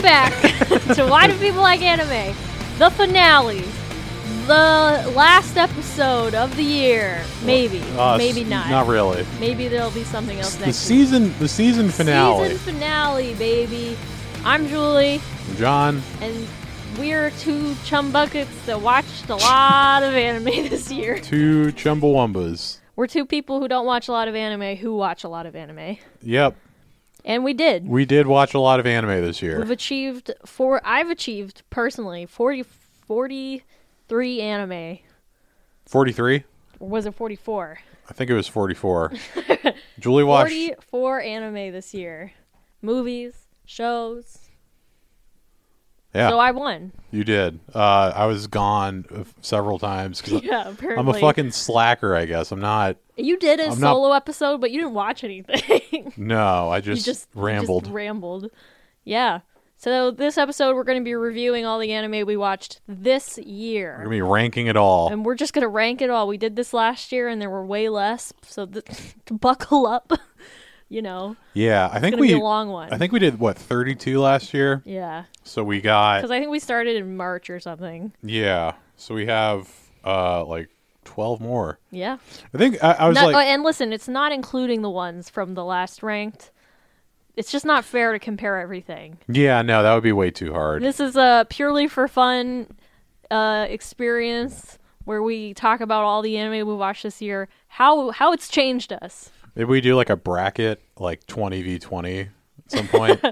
back to Why Do People Like Anime? The finale. The last episode of the year. Maybe. Uh, s- maybe not. Not really. Maybe there'll be something else The next season, the season week. finale. Season finale, baby. I'm Julie, John, and we're two chum buckets that watched a lot of anime this year. two Chumbawambas. We're two people who don't watch a lot of anime who watch a lot of anime. Yep, And we did. we did watch a lot of anime this We've year. achieved four. I've achieved personally 40, 43 anime. Forty-three. Or was it 44? I think it was forty-four. Julie watched. 44 anime this year. Movies, shows. Yeah, So I won. you did. Uh, I was gone uh, several times. 'cause Yeah, apparently. I'm a fucking slacker, I guess. I'm not. You did a I'm not- solo episode, but you didn't watch anything. No, I you just, just you just rambled. rambled. Yeah. So this episode, we're going to be reviewing all the anime we watched this year. We're gonna be ranking it all. and we're just gonna rank it all. We did this last year, and there were way less, so th- buckle up. you know, yeah, I it's think gonna be we. a long one. I think we did what thirty-two last year. yeah, So we got because I think we started in March or something. Yeah. So we have uh like twelve more. Yeah, I think I, I was Not- like, oh, and listen, it's not including the ones from the last ranked. It's just not fair to compare everything. yeah, no, that would be way too hard. This is a purely for fun uh, experience where we talk about all the anime we watched this year, how how it's changed us. Maybe we do like a bracket, like twenty v twenty at some point.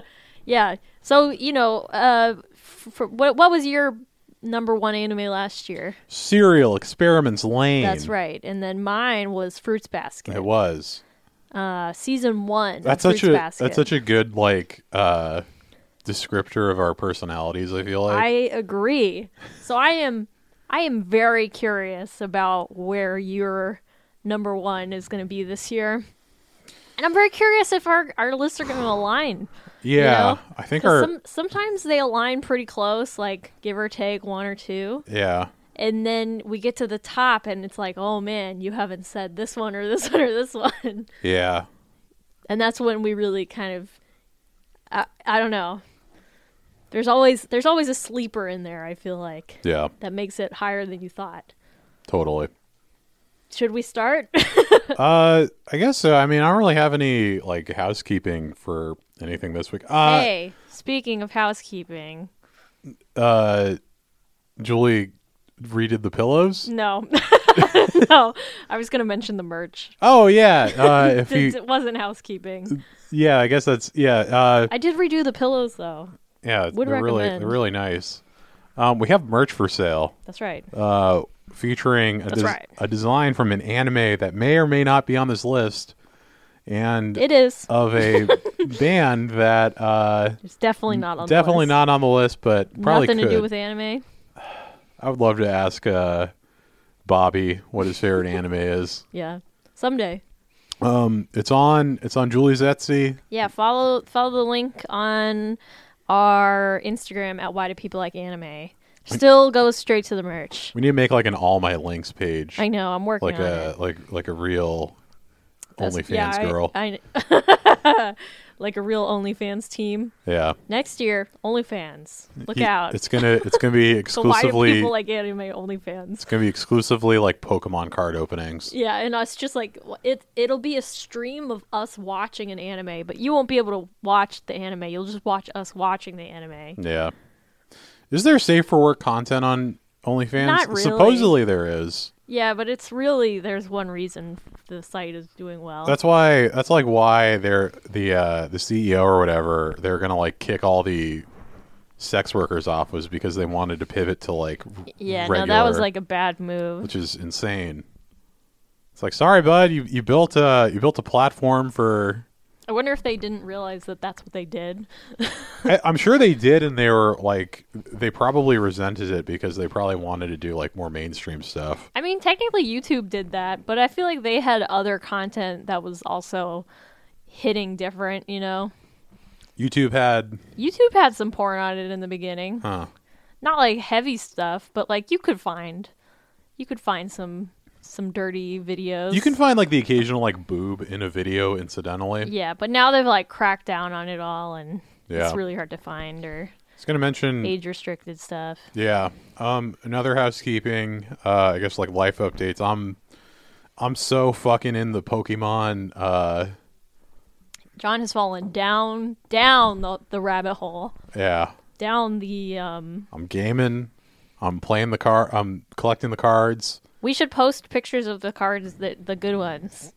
Yeah. So you know, uh, f- f- what what was your number one anime last year? Serial experiments lane. That's right. And then mine was Fruits Basket, It was. uh, season one. of That's Fruits such a Basket. that's such a good like uh descriptor of our personalities. I feel like I agree. So I am, I am very curious about where your number one is going to be this year. And I'm very curious if our, our lists are going to align. yeah. know, I think 'Cause our Some, sometimes they align pretty close, like give or take one or two. yeah and then we get to the top and it's like oh man you haven't said this one or this one or this one yeah and that's when we really kind of i, I don't know there's always there's always a sleeper in there i feel like yeah that makes it higher than you thought totally. should we start Uh, I guess so. I mean, I don't really have any like housekeeping for anything this week. Uh, hey speaking of housekeeping uh Julie redid the pillows. no no i was gonna mention the merch Oh yeah. Uh if it, you it wasn't housekeeping Yeah, I guess that's yeah, uh i did redo the pillows though yeah, would they're really recommend. they're really nice. Um we have merch for sale. that's right Uh featuring a, That's right. a design from an anime that may or may not be on this list and it is of a band that uh it's definitely not on the definitely list. not on the list but probably nothing could. to do with anime I would love to ask uh Bobby what his favorite anime is. Um, Yeah. Someday. It's on it's on Julie's Etsy. Yeah, follow follow the link on our Instagram at why do people like anime. Still goes straight to the merch. We need to make like an all my links page, I know, I'm working like on a it. like like a real That's- OnlyFans yeah, I- girl. I, like a real OnlyFans team. yeah, Next year, OnlyFans. Look He- out. It's gonna it's gonna be so why do exclusively people like anime OnlyFans? it's gonna be exclusively like Pokemon card openings. Yeah, and us just like it it'll be a stream of us watching an anime, but you won't be able to watch the anime. You'll just watch us watching the anime. Yeah, is there safe for work content on OnlyFans? Not really. Supposedly there is. Yeah, but it's really there's one reason the site is doing well. That's why. That's like why they're the uh, the CEO or whatever. They're gonna like kick all the sex workers off was because they wanted to pivot to like r- yeah, regular. no, that was like a bad move. which is insane. It's like, sorry, bud, you, you built a you built a platform for. I wonder if they didn't realize that that's what they did. I, I'm sure they did, and they were like, they probably resented it because they probably wanted to do like more mainstream stuff. I mean, technically YouTube did that, but I feel like they had other content that was also hitting different, you know. YouTube had, YouTube had some porn on it in the beginning. huh? Not like heavy stuff, but like you could find you could find some some dirty videos. You can find like the occasional like boob in a video incidentally. Yeah, but now they've like cracked down on it all and Yeah. Mm. it's really hard to find or was going to mention age restricted stuff. Yeah. Um. Another housekeeping. Uh. I guess like life updates. I'm. I'm so fucking in the Pokemon. Uh. John has fallen down, down the, the rabbit hole, Yeah. down the. um I'm gaming. I'm playing the car. I'm collecting the cards. We should post pictures of the cards that the good ones.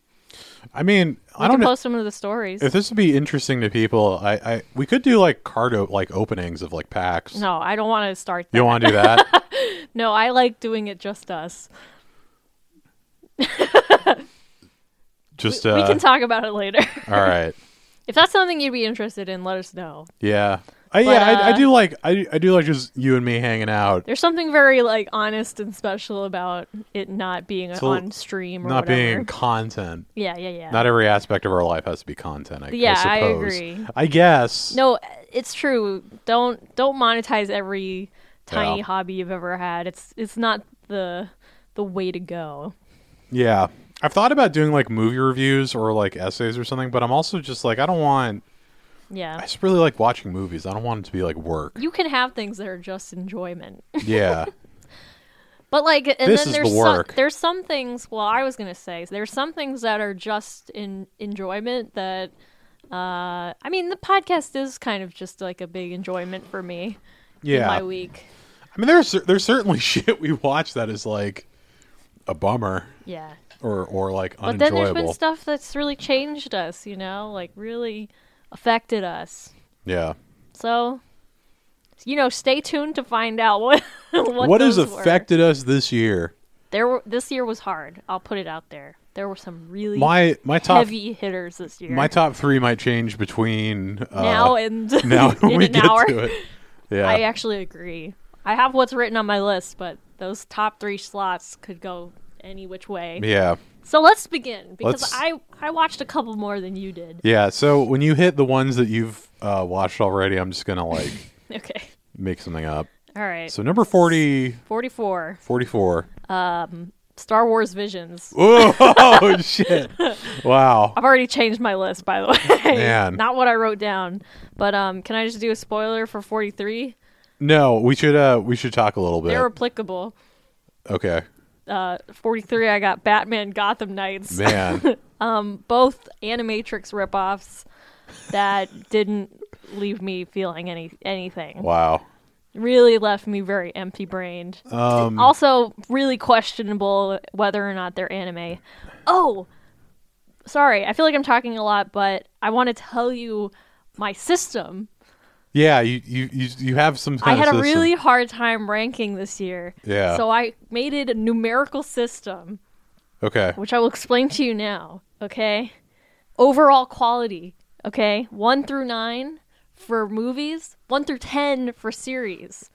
I mean, We I don't can know post some of the stories. if this would be interesting to people. I. I we could do like card o- like openings of like packs. No, I don't want to start. You That. don't want to do that? No, I like doing it just us. Just uh. we can talk about it later. all right. if that's something you'd be interested in, let us know. Yeah. I, yeah, I, I uh, do like I, I do like just you and me hanging out, There's something very like honest and special about it not being So, on stream or not whatever. being content. yeah, yeah, yeah. Not every aspect of our life has to be content. I, I Yeah, I suppose. agree. I guess. no, it's true. Don't don't monetize every tiny Yeah. hobby you've ever had. It's it's not the the way to go. Yeah, I've thought about doing like movie reviews or like essays or something, but I'm also just like I don't want. I Yeah. just really like watching movies. I don't want it to be like work. You can have things that are just enjoyment. yeah. But like, and This then is there's the Some, work. there's some things. Well, I was gonna say there's some things that are just in enjoyment. That uh, I mean, the podcast is kind of just like a big enjoyment for me. in Yeah. my week. I mean, there's cer- there's certainly shit we watch that is like a bummer Yeah, or or like but then there's unenjoyable. been stuff that's really changed us. You know, like really affected us. yeah. So, you know, stay tuned to find out what what, what has those were. affected us this year? There were this year was hard. I'll put it out there. There were some really My my top heavy hitters this year. my top three might change between uh, now and now when in we an get hour. to it. Yeah. I actually agree. I have what's written on my list, but those top three slots could go any which way. yeah. So let's begin because Let's- I I watched a couple more than you did. Yeah. So when you hit the ones that you've uh, watched already, I'm just gonna like Okay. make something up. All right. So number 40, 44 44. Star Wars Visions. Oh shit! Wow. I've already changed my list by the way. Man. Not what I wrote down. But um can I just do a spoiler for 43? No, we should uh we should talk a little bit. They're applicable. Okay, Uh 43 I got Batman Gotham Knights. man. both animatrix ripoffs that didn't leave me feeling any anything. wow. Really left me very empty brained. Um, also, really questionable whether or not they're anime. Oh, sorry. I feel like I'm talking a lot, but I want to tell you my system. Yeah, you you you, you have some. Kind I had of a system. really hard time ranking this year. Yeah. So I made it a numerical system. okay. which I will explain to you now, okay? Overall quality, okay? 1 through 9 for movies, 1 through 10 for series.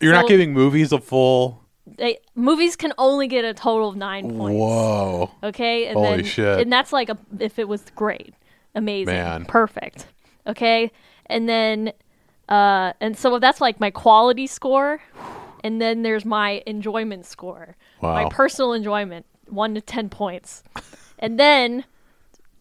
You're so- not giving movies a full. They, movies can only get a total of 9 points, Whoa. okay? And Holy then shit. and that's like a, if it was great, amazing, Man. perfect. Okay? And then uh and so that's like my quality score and then there's my enjoyment score. my Wow. personal enjoyment, one to ten points, and then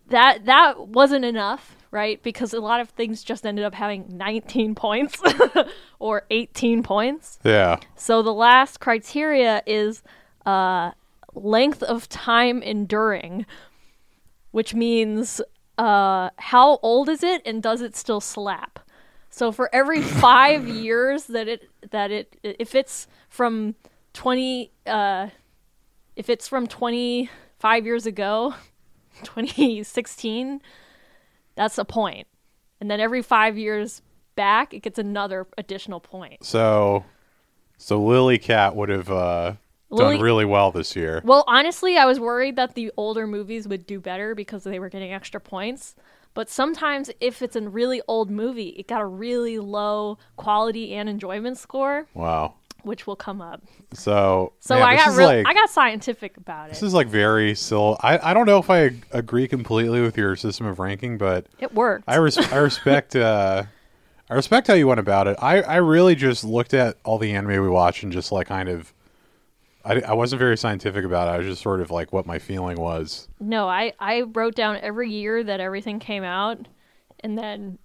that that wasn't enough, right? Because a lot of things just ended up having nineteen points or eighteen points. yeah. So the last criteria is uh, length of time enduring, which means uh, how old is it and does it still slap? So for every five years that it that it if it's from twenty uh, if it's from twenty five years ago, twenty sixteen, that's a point, and then every five years back, it gets another additional point. So, so Lily Cat would have uh, Lily- done really well this year. Well, honestly, I was worried that the older movies would do better because they were getting extra points. But sometimes, if it's a really old movie, it got a really low quality and enjoyment score, Wow. which will come up. So, So man, I this got is real, like- I got scientific about This it. is like very still. I, I don't know if I ag- agree completely with your system of ranking, but It worked. I res- I respect uh, I respect how you went about it. I, I really just looked at all the anime we watched and just like kind of I, I wasn't very scientific about it. I was just sort of like what my feeling was. no, I I wrote down every year that everything came out, and then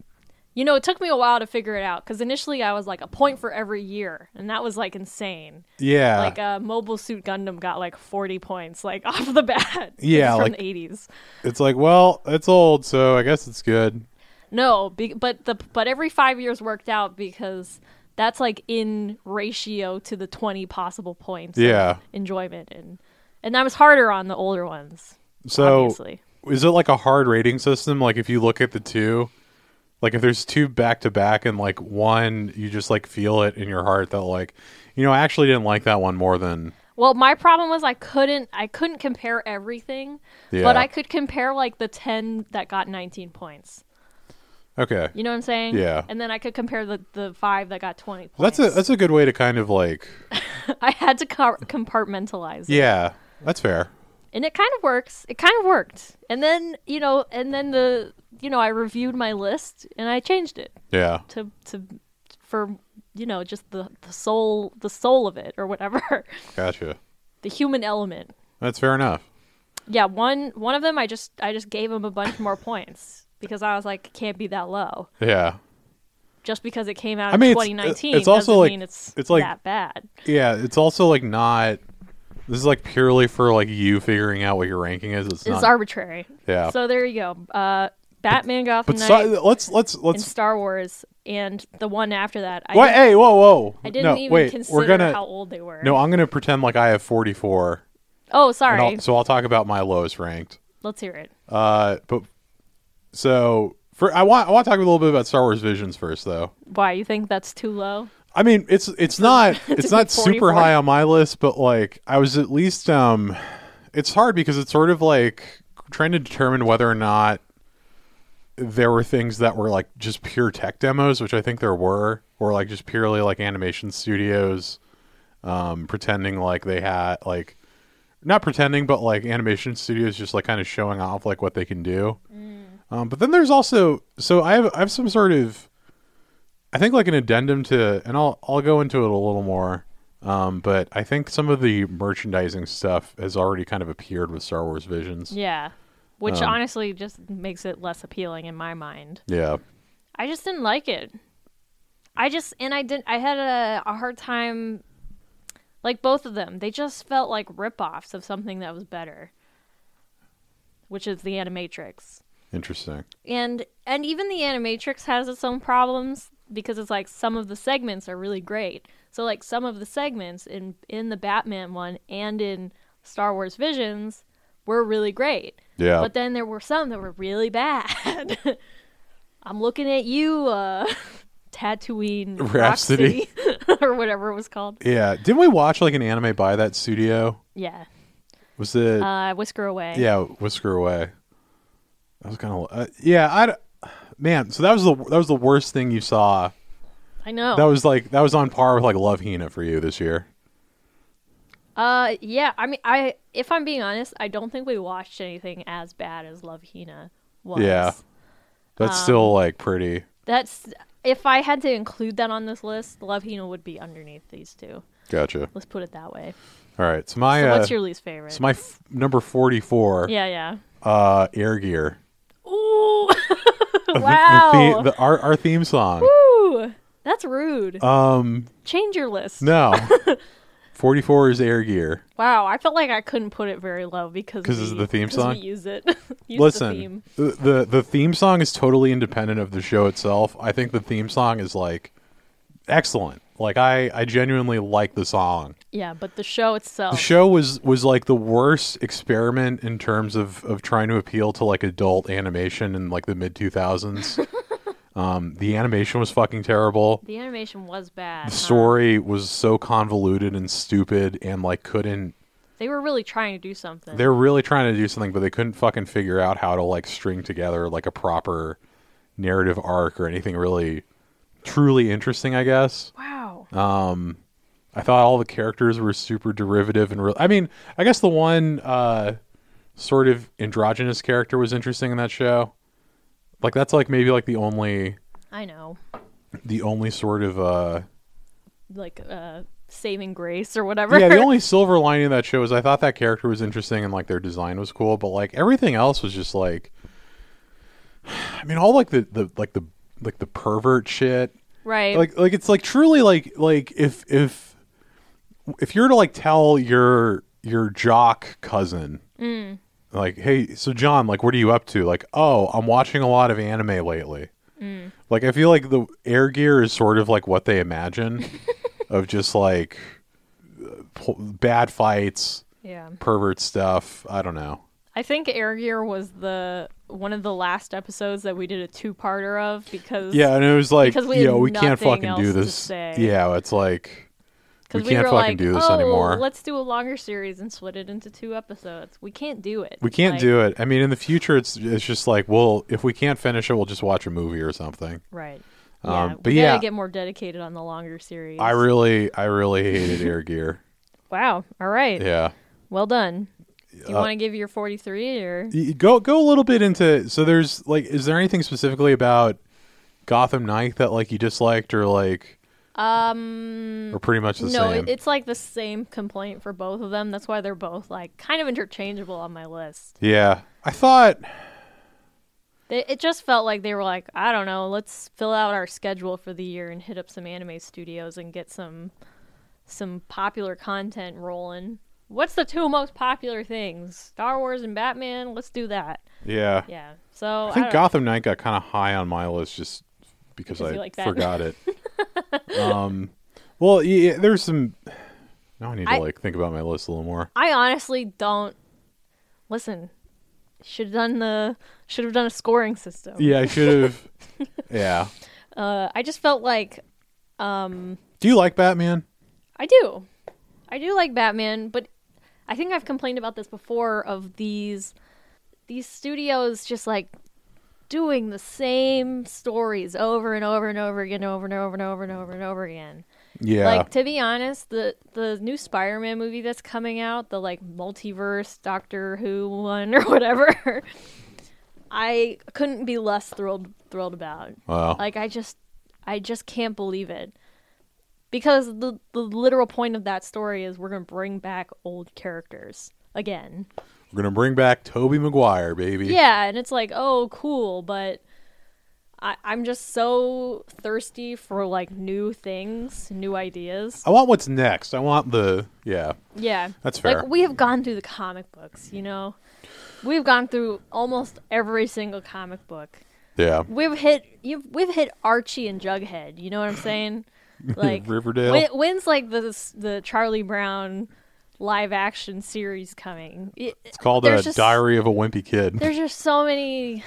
You know, it took me a while to figure it out because initially I was like a point for every year, and that was like insane. Yeah. Like uh, Mobile Suit Gundam got like 40 points, like off the bat. It's Yeah, from like- the 80s. it's like, well, it's old, so I guess it's good. No, be- but the but every five years worked out because that's like in ratio to the 20 possible points. of Yeah. enjoyment and and I was harder on the older ones. So obviously. is it like a hard rating system? Like if you look at the two, like if there's two back to back and like one, you just like feel it in your heart that like, you know, I actually didn't like that one more than Well, my problem was I couldn't I couldn't compare everything, Yeah. but I could compare like the 10 that got 19 points. okay. You know what I'm saying? Yeah. And then I could compare the the 5 that got 20 points. That's a that's a good way to kind of like I had to co- compartmentalize. it. yeah, that's fair. And it kind of works. It kind of worked. And then, you know, and then the you know, I reviewed my list and I changed it Yeah. to to for you know, just the the soul the soul of it or whatever. Gotcha. the human element. That's fair enough. Yeah, one one of them I just I just gave him a bunch more points because I was like can't be that low. Yeah. Just because it came out I mean, in it's- uh, 2019 it's also, doesn't like- mean it's it's like- that bad. Yeah, it's also like not this is like purely for like you figuring out what your ranking is. It's, It's not arbitrary. Yeah. So there you go. Uh Batman Gotham but so, uh, Knight let's let's and let's Star Wars and the one after that. I Wait, didn't, hey, whoa, whoa. I didn't no, even wait, consider we're gonna how old they were. No, I'm gonna pretend like I have forty four. oh, And sorry. I'll, so I'll talk about my lowest ranked. Let's hear it. Uh, but so for I want I want to talk a little bit about Star Wars Visions first, though. Why you think that's too low? I mean, it's it's not it's not super 44. high on my list, but like I was at least um, it's hard because it's sort of like trying to determine whether or not there were things that were like just pure tech demos, which I think there were, or like just purely like animation studios um pretending like they had like not pretending but like animation studios just like kind of showing off like what they can do. Mm. Um but then there's also so I have I have some sort of I think like an addendum to, and I'll I'll go into it a little more. Um, but I think some of the merchandising stuff has already kind of appeared with Star Wars Visions. Yeah. Which Um, honestly just makes it less appealing in my mind. Yeah, I just didn't like it. I just and I didn't. I had a, a hard time. Like both of them, they just felt like ripoffs of something that was better, which is the Animatrix. interesting. And and even the Animatrix has its own problems because it's like some of the segments are really great. So like some of the segments in in the Batman one and in Star Wars Visions were really great. Yeah, But then there were some that were really bad. I'm looking at you, uh, Tatooine Rhapsody. Rhapsody, or whatever it was called. yeah. Didn't we watch like an anime by that studio? Yeah, Was it? uh, Whisker Away. yeah, Whisker Away. I was kind of uh, yeah. I d- man, so that was the that was the worst thing you saw. I know. That was like that was on par with like Love Hina for you this year. uh, yeah. I mean, I if I'm being honest, I don't think we watched anything as bad as Love Hina was. Yeah. That's Um, still like pretty. that's if I had to include that on this list, Love Hina would be underneath these two. Gotcha. Let's put it that way. All right. So my So uh, what's your least favorite? So my f- number forty-four, yeah, yeah. uh, Air Gear. Ooh, The- wow. The, the- our, our theme song. Ooh, that's rude. Um, Change your list. no, forty-four is Air Gear. Wow, I felt like I couldn't put it very low because 'Cause it's we- the theme 'cause song? We use it. use Listen, the theme. The, the the theme song is totally independent of the show itself. I think the theme song is like excellent. Like I I genuinely like the song. Yeah, but the show itself. The show was was like the worst experiment in terms of of trying to appeal to like adult animation in like the mid two thousands. um, the animation was fucking terrible. the animation was bad. the huh? story was so convoluted and stupid and like couldn't They were really trying to do something. they're really trying to do something but they couldn't fucking figure out how to like string together like a proper narrative arc or anything really truly interesting i guess wow. Uh, i thought all the characters were super derivative and real i mean i guess the one uh sort of androgynous character was interesting in that show like that's like maybe like the only I know, the only sort of uh like uh, Saving Grace or whatever. Yeah, the only silver lining of that show is I thought that character was interesting and like their design was cool, but like everything else was just like I mean all like the, the like the like the pervert shit. right? Like like it's like truly like like if if if you're to like tell your your jock cousin Mm. like hey so John like what are you up to like oh I'm watching a lot of anime lately. Mm. Like I feel like the air gear is sort of like what they imagine of just like uh, po- bad fights, yeah. pervert stuff. I don't know. I think Air Gear was the one of the last episodes that we did a two-parter of because Yeah, and it was like, Because we yo, had we can't nothing fucking do else to this. say. Yeah, it's like we 'cause can't were fucking like, do this oh, anymore. Let's do a longer series and split it into two episodes. We can't do it. we can't Like, do it. I mean, in the future, it's it's just like, well, if we can't finish it, we'll just watch a movie or something. right. Yeah, Um, we but gotta yeah. get more dedicated on the longer series. I really, I really hated Air Gear. wow. All right. Yeah, Well done. Do you Uh, want to give your 43 or Y- go go a little bit into. So there's like, is there anything specifically about Gotham Knight that like you disliked or like, um, or pretty much the No, it, same? it's like the same complaint for both of them. That's why they're both like kind of interchangeable on my list. yeah, I thought. They, it just felt like they were like, I don't know, let's fill out our schedule for the year and hit up some anime studios and get some some popular content rolling. What's the two most popular things? Star Wars and Batman. Let's do that. Yeah, Yeah. So I I think don't- Gotham Knight got kind of high on my list just because, Because I you like Batman. forgot it. um, well, yeah, there's some. Now I need to I- like think about my list a little more. I honestly don't listen. Should have done the should have done a scoring system. Yeah, I should have. yeah. Uh, I just felt like Do you like Batman? I do. I do like Batman, but I think I've complained about this before of these these studios just like doing the same stories over and over and over again over and over and over and over and over again. Yeah. Like to be honest, the the new Spider-Man movie that's coming out, the like multiverse Doctor Who one or whatever, I couldn't be less thrilled thrilled about. wow. Like I just I just can't believe it. Because the the literal point of that story is we're going to bring back old characters again. We're gonna bring back Toby Maguire, baby. Yeah, and it's like, "Oh, cool," but I, I'm just so thirsty for like new things, new ideas. I want what's next. I want the yeah. Yeah. That's fair. Like we have gone through the comic books, you know. We've gone through almost every single comic book. Yeah. We've hit you've we've hit Archie and Jughead, you know what I'm saying? Like Riverdale. When, when's like the the Charlie Brown live action series coming? It- it's called a there's just- Diary of a Wimpy Kid. there's just so many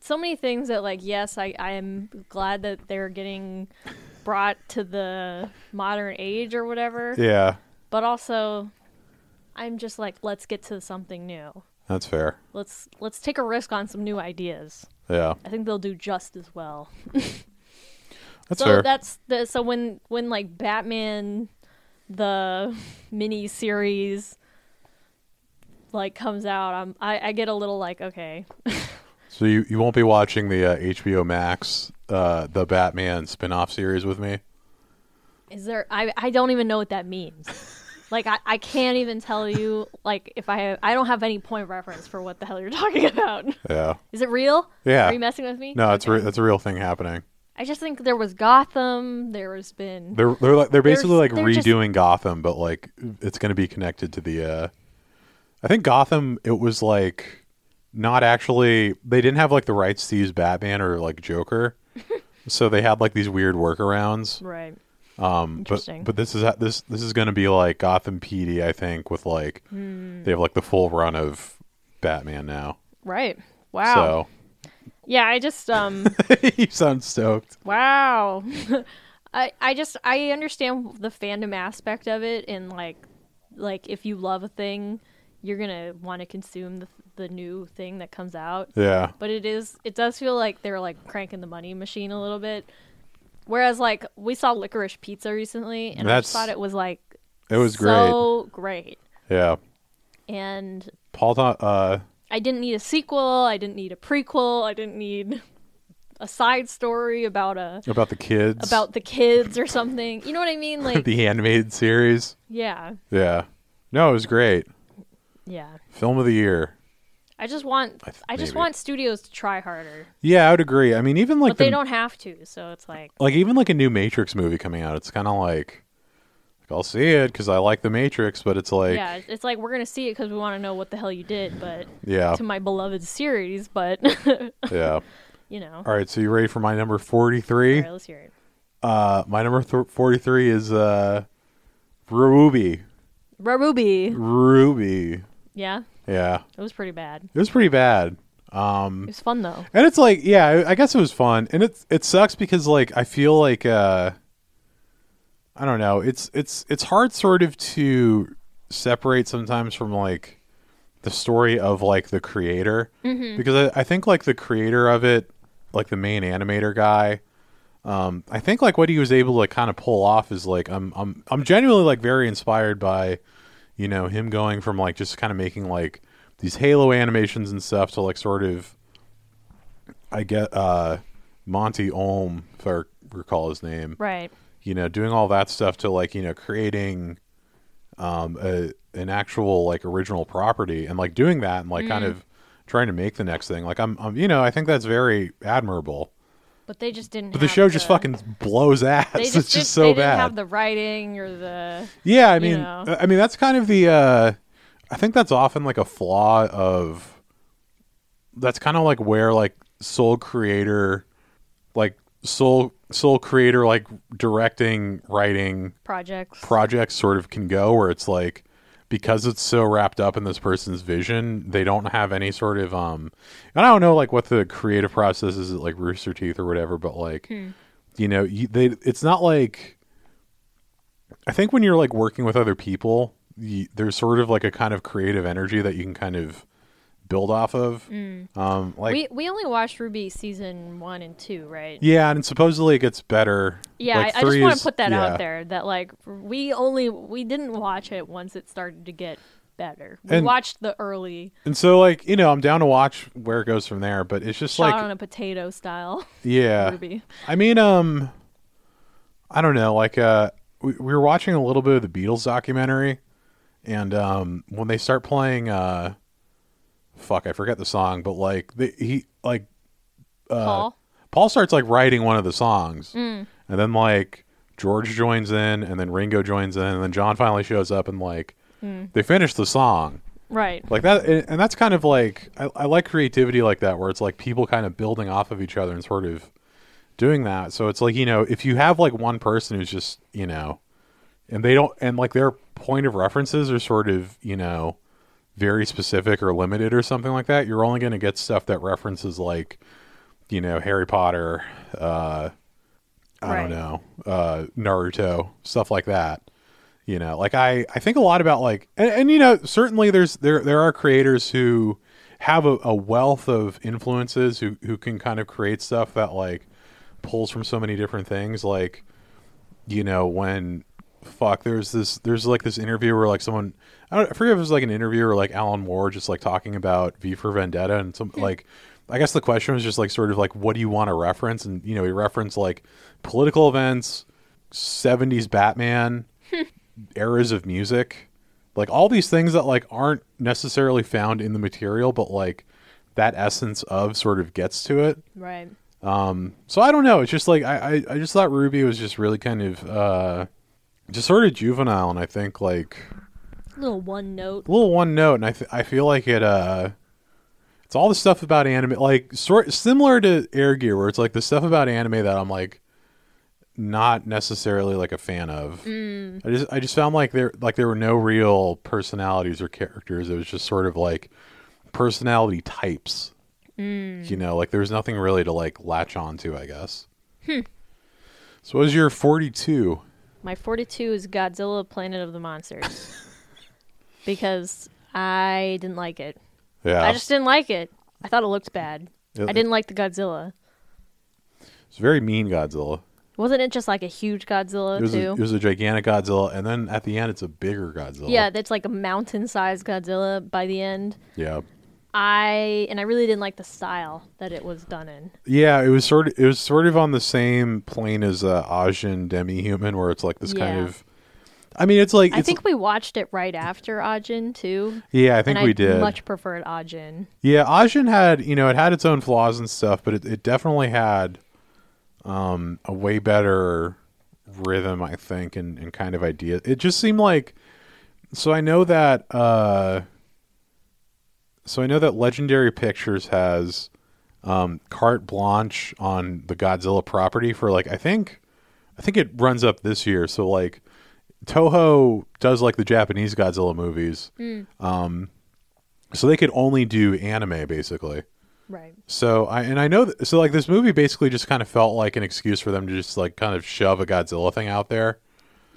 so many things that like yes i i am glad that they're getting brought to the modern age or whatever Yeah. but also i'm just like let's get to something new That's fair. let's let's take a risk on some new ideas Yeah. i think they'll do just as well That's so fair. that's the so when when like Batman the mini series like comes out, I'm I, I get a little like okay, So you, you won't be watching the uh, HBO Max uh, the Batman spin-off series with me? is there I I don't even know what that means. Like I, I can't even tell you like if I I don't have any point of reference for what the hell you're talking about. Yeah. Is it real? Yeah. Are you messing with me? No, it's re- that's a real thing happening. I just think there was Gotham. There has been They're they're like they're basically like they're just- redoing Gotham, but like it's going to be connected to the. uh I think Gotham. It was like not actually. They didn't have like the rights to use Batman or like Joker, so they had like these weird workarounds. right. Um, but Interesting. but this is this this is going to be like Gotham PD. I think with like Hmm. they have like the full run of Batman now. Right. Wow. Yeah, I just um So you sound stoked. Wow. I I just I understand the fandom aspect of it and like like if you love a thing, you're going to want to consume the the new thing that comes out. Yeah. But it is it does feel like they're like cranking the money machine a little bit. Whereas like we saw Licorice Pizza recently and I just That's- thought it was like It was so great. great. Yeah. And Paul Tho- uh I didn't need a sequel, I didn't need a prequel, I didn't need a side story about a about the kids. about the kids or something. You know what I mean? Like, the animated series. yeah, Yeah. No, it was great. yeah. Film of the year. I just want I th- I just maybe. want studios to try harder, Yeah, I would agree. I mean, even like but they the- don't have to. So it's like like even like a new Matrix movie coming out, it's kind of like, like I'll see it because I like the Matrix, but it's like yeah, it's like we're gonna see it because we want to know what the hell you did, but yeah, to my beloved series, but yeah. you know. All right, so you ready for my number All forty-three? right, let's hear it. Uh, my number th- forty-three is uh, Ruby. Ruby. Ruby. Yeah, Yeah, it was pretty bad. it was pretty bad. Mm-hmm. It was fun though. And it's like, yeah, I- I guess it was fun, and it it sucks because like I feel like uh, I don't know, it's it's it's hard sort of to separate sometimes from like the story of like the creator because I, I think like the creator of it, like the main animator guy, um, I think like what he was able to kind of pull off is like I'm I'm I'm genuinely like very inspired by you know him going from like just kind of making like these Halo animations and stuff to like sort of I get uh Monty Ohm if I recall his name Right. you know doing all that stuff to like you know creating um a, an actual like original property and like doing that and like kind Mm. of trying to make the next thing like I'm, I'm you know I think that's very admirable But they just didn't. but the have show just fucking blows ass They it's just, just did, so they bad didn't have the writing or the. Yeah, I you mean, know. I mean that's kind of the. Uh, I think that's often like a flaw of. That's kind of like where like soul creator, like soul soul creator like directing writing projects. projects sort of can go where it's like because it's so wrapped up in this person's vision they don't have any sort of um and i don't know like what the creative process is at like rooster teeth or whatever but like Hmm. you know you, they it's not like i think when you're like working with other people you, there's sort of like a kind of creative energy that you can kind of build off of um Hmm. like we we only watched Ruby season one and two, right? yeah and supposedly it gets better Yeah, Like, I, I just three want is- to put that yeah. out there that like we only we didn't watch it once it started to get better. We And- watched the early and so like you know i'm down to watch where it goes from there but it's just shot like Uh, on a potato style yeah Ruby. I mean, um, I don't know. Like, uh, we, we were watching a little bit of the Beatles documentary, and um, when they start playing, uh, fuck, I forget the song, but like the, he like uh, Paul. Paul starts like writing one of the songs, and then like George joins in, and then Ringo joins in, and then John finally shows up, and like they finish the song Right. like that and and that's kind of like I, I like creativity like that where it's like people kind of building off of each other and sort of doing that so it's like you know if you have like one person who's just you know and they don't and like their point of references are sort of you know very specific or limited or something like that you're only going to get stuff that references like you know harry potter uh i Right. don't know uh naruto stuff like that you know like i i think a lot about like and, and you know certainly there's there there are creators who have a, a wealth of influences who who can kind of create stuff that like pulls from so many different things like you know when fuck there's this there's like this interview where like someone I, don't, I forget if it was like an interview or like alan moore just like talking about v for vendetta and some like i guess the question was just like sort of like what do you want to reference and you know he referenced like political events 70s batman eras of music like all these things that like aren't necessarily found in the material but like that essence of sort of gets to it Right. so I don't know. It's just like I, I, I just thought Ruby was just really kind of uh, just sort of juvenile, and I think like Little one note. a little one note, and I th- I feel like it uh, it's all the stuff about anime, like sort similar to Air Gear, where it's like the stuff about anime that I'm like not necessarily like a fan of. Mm. I just I just found like there like there were no real personalities or characters. It was just sort of like personality types. Mm. You know, like there's nothing really to like latch on to, I guess. Hmm. So what was your 42? My 42 is Godzilla Planet of the Monsters. because I didn't like it. Yeah. I just didn't like it. I thought it looked bad. It- I didn't like the Godzilla. it's very mean Godzilla. Wasn't it just like a huge Godzilla It was, a, too? it was a gigantic Godzilla, and then at the end, it's a bigger Godzilla. yeah, that's like a mountain-sized Godzilla by the end. yeah, I and I really didn't like the style that it was done in. yeah. It was sort of it was sort of on the same plane as uh, Ajin Demi Human, where it's like this kind Yeah. of I mean, it's like I it's, think we watched it right after Ajin too. yeah, I think and we I did. Much preferred Ajin. Yeah, Ajin had you know it had its own flaws and stuff, but it, it definitely had um, a way better rhythm, I think, and, and kind of idea. It just seemed like so I know that uh, so I know that Legendary Pictures has um, carte blanche on the Godzilla property for like I think I think it runs up this year, so like Toho does like the Japanese Godzilla movies. So they could only do anime basically. Right. So I and I know th- so like this movie basically just kind of felt like an excuse for them to just like kind of shove a Godzilla thing out there.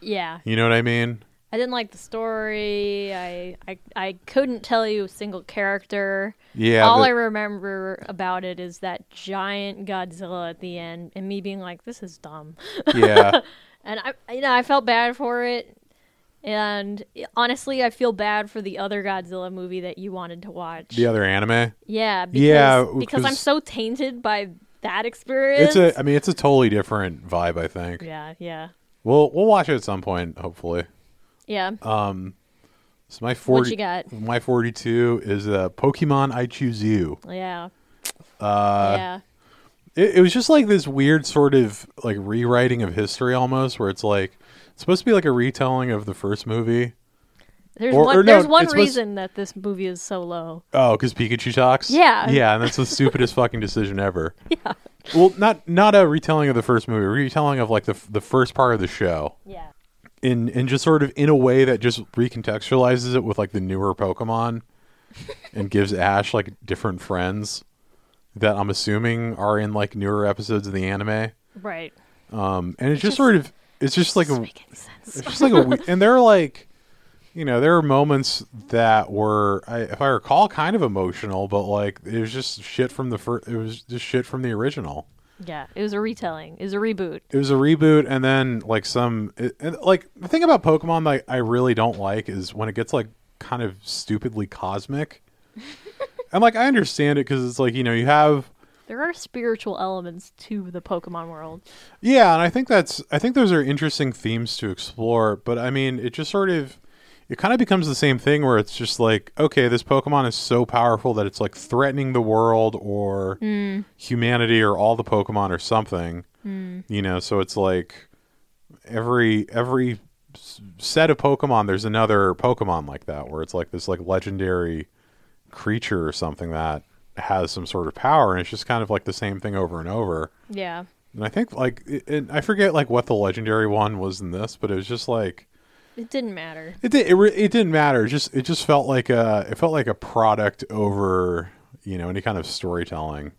Yeah. You know what I mean? I didn't like the story. I I, I couldn't tell you a single character. Yeah. All the- I remember about it is that giant Godzilla at the end, and me being like, "This is dumb," yeah. and I, you know, I felt bad for it. And honestly, I feel bad for the other Godzilla movie that you wanted to watch. The other anime. Yeah, because, Yeah, because I'm 'cause- so tainted by that experience. It's a I mean it's a totally different vibe, I think. yeah, yeah, We'll we'll watch it at some point, hopefully. yeah. Uh, So my What forty you got? my forty two is uh Pokemon I choose you. yeah. uh, yeah. it, it was just like this weird sort of like rewriting of history almost where it's like it's supposed to be like a retelling of the first movie There's or- one. or no, there's one it's supposed- reason that this movie is so low. oh because pikachu talks Yeah. yeah and that's the stupidest fucking decision ever yeah well not not a retelling of the first movie a retelling of like the f- the first part of the show Yeah. in in just sort of in a way that just recontextualizes it with like the newer Pokemon and gives Ash like different friends that I'm assuming are in like newer episodes of the anime. Right. Um, and it's just- just, sort of it's just like Doesn't a make any sense. it's just like a we- and there are like you know there are moments that were I, if I recall kind of emotional, but like it was just shit from the first. It was just shit from the original. Yeah, it was a retelling. It was a reboot. It was a reboot, and then like some it, and, like the thing about Pokemon that I really don't like is when it gets like kind of stupidly cosmic. and like I understand it because it's like you know you have There are spiritual elements to the Pokemon world. Yeah, and I think that's I think those are interesting themes to explore, but I mean, it just sort of it kind of becomes the same thing where it's just like, okay, this Pokemon is so powerful that it's like threatening the world or humanity or all the Pokemon or something. You know, so it's like every every s- set of Pokemon there's another Pokemon like that where it's like this like legendary creature or something that has some sort of power and it's just kind of like the same thing over and over. Yeah. And I think like it, it, I forget like what the legendary one was in this, but it was just like It didn't matter. it did, it, re- it didn't matter. It just it just felt like a it felt like a product over you know any kind of storytelling.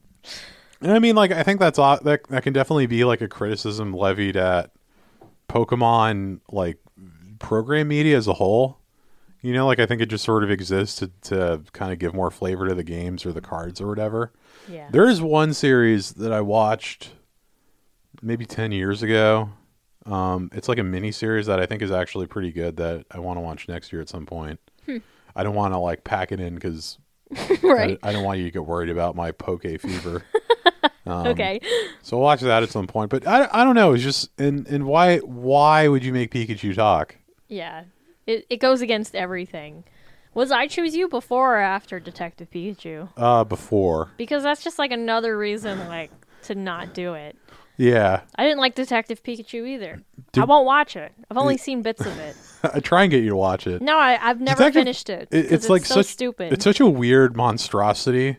And I mean like I think that's o- that that can definitely be like a criticism levied at Pokemon like program media as a whole. You know, like I think it just sort of exists to, to kind of give more flavor to the games or the cards or whatever. Yeah. There is one series that I watched maybe 10 years ago. Um, it's like a mini series that I think is actually pretty good that I want to watch next year at some point. Hmm. I don't want to like pack it in because right. I, don't want you to get worried about my poke fever. uh, um, okay. so I'll watch that at some point. But I, I don't know. It's just, and, and why, why would you make Pikachu talk? Yeah. It it goes against everything. Was I choose you before or after Detective Pikachu? Uh, before. Because that's just like another reason like to not do it. Yeah. I didn't like Detective Pikachu either. I Did- won't watch it. I've only seen bits of it. I try and get you to watch it. No, I, I've never Detective- finished it. It- 'cause it's, like so such stupid. It's such a weird monstrosity.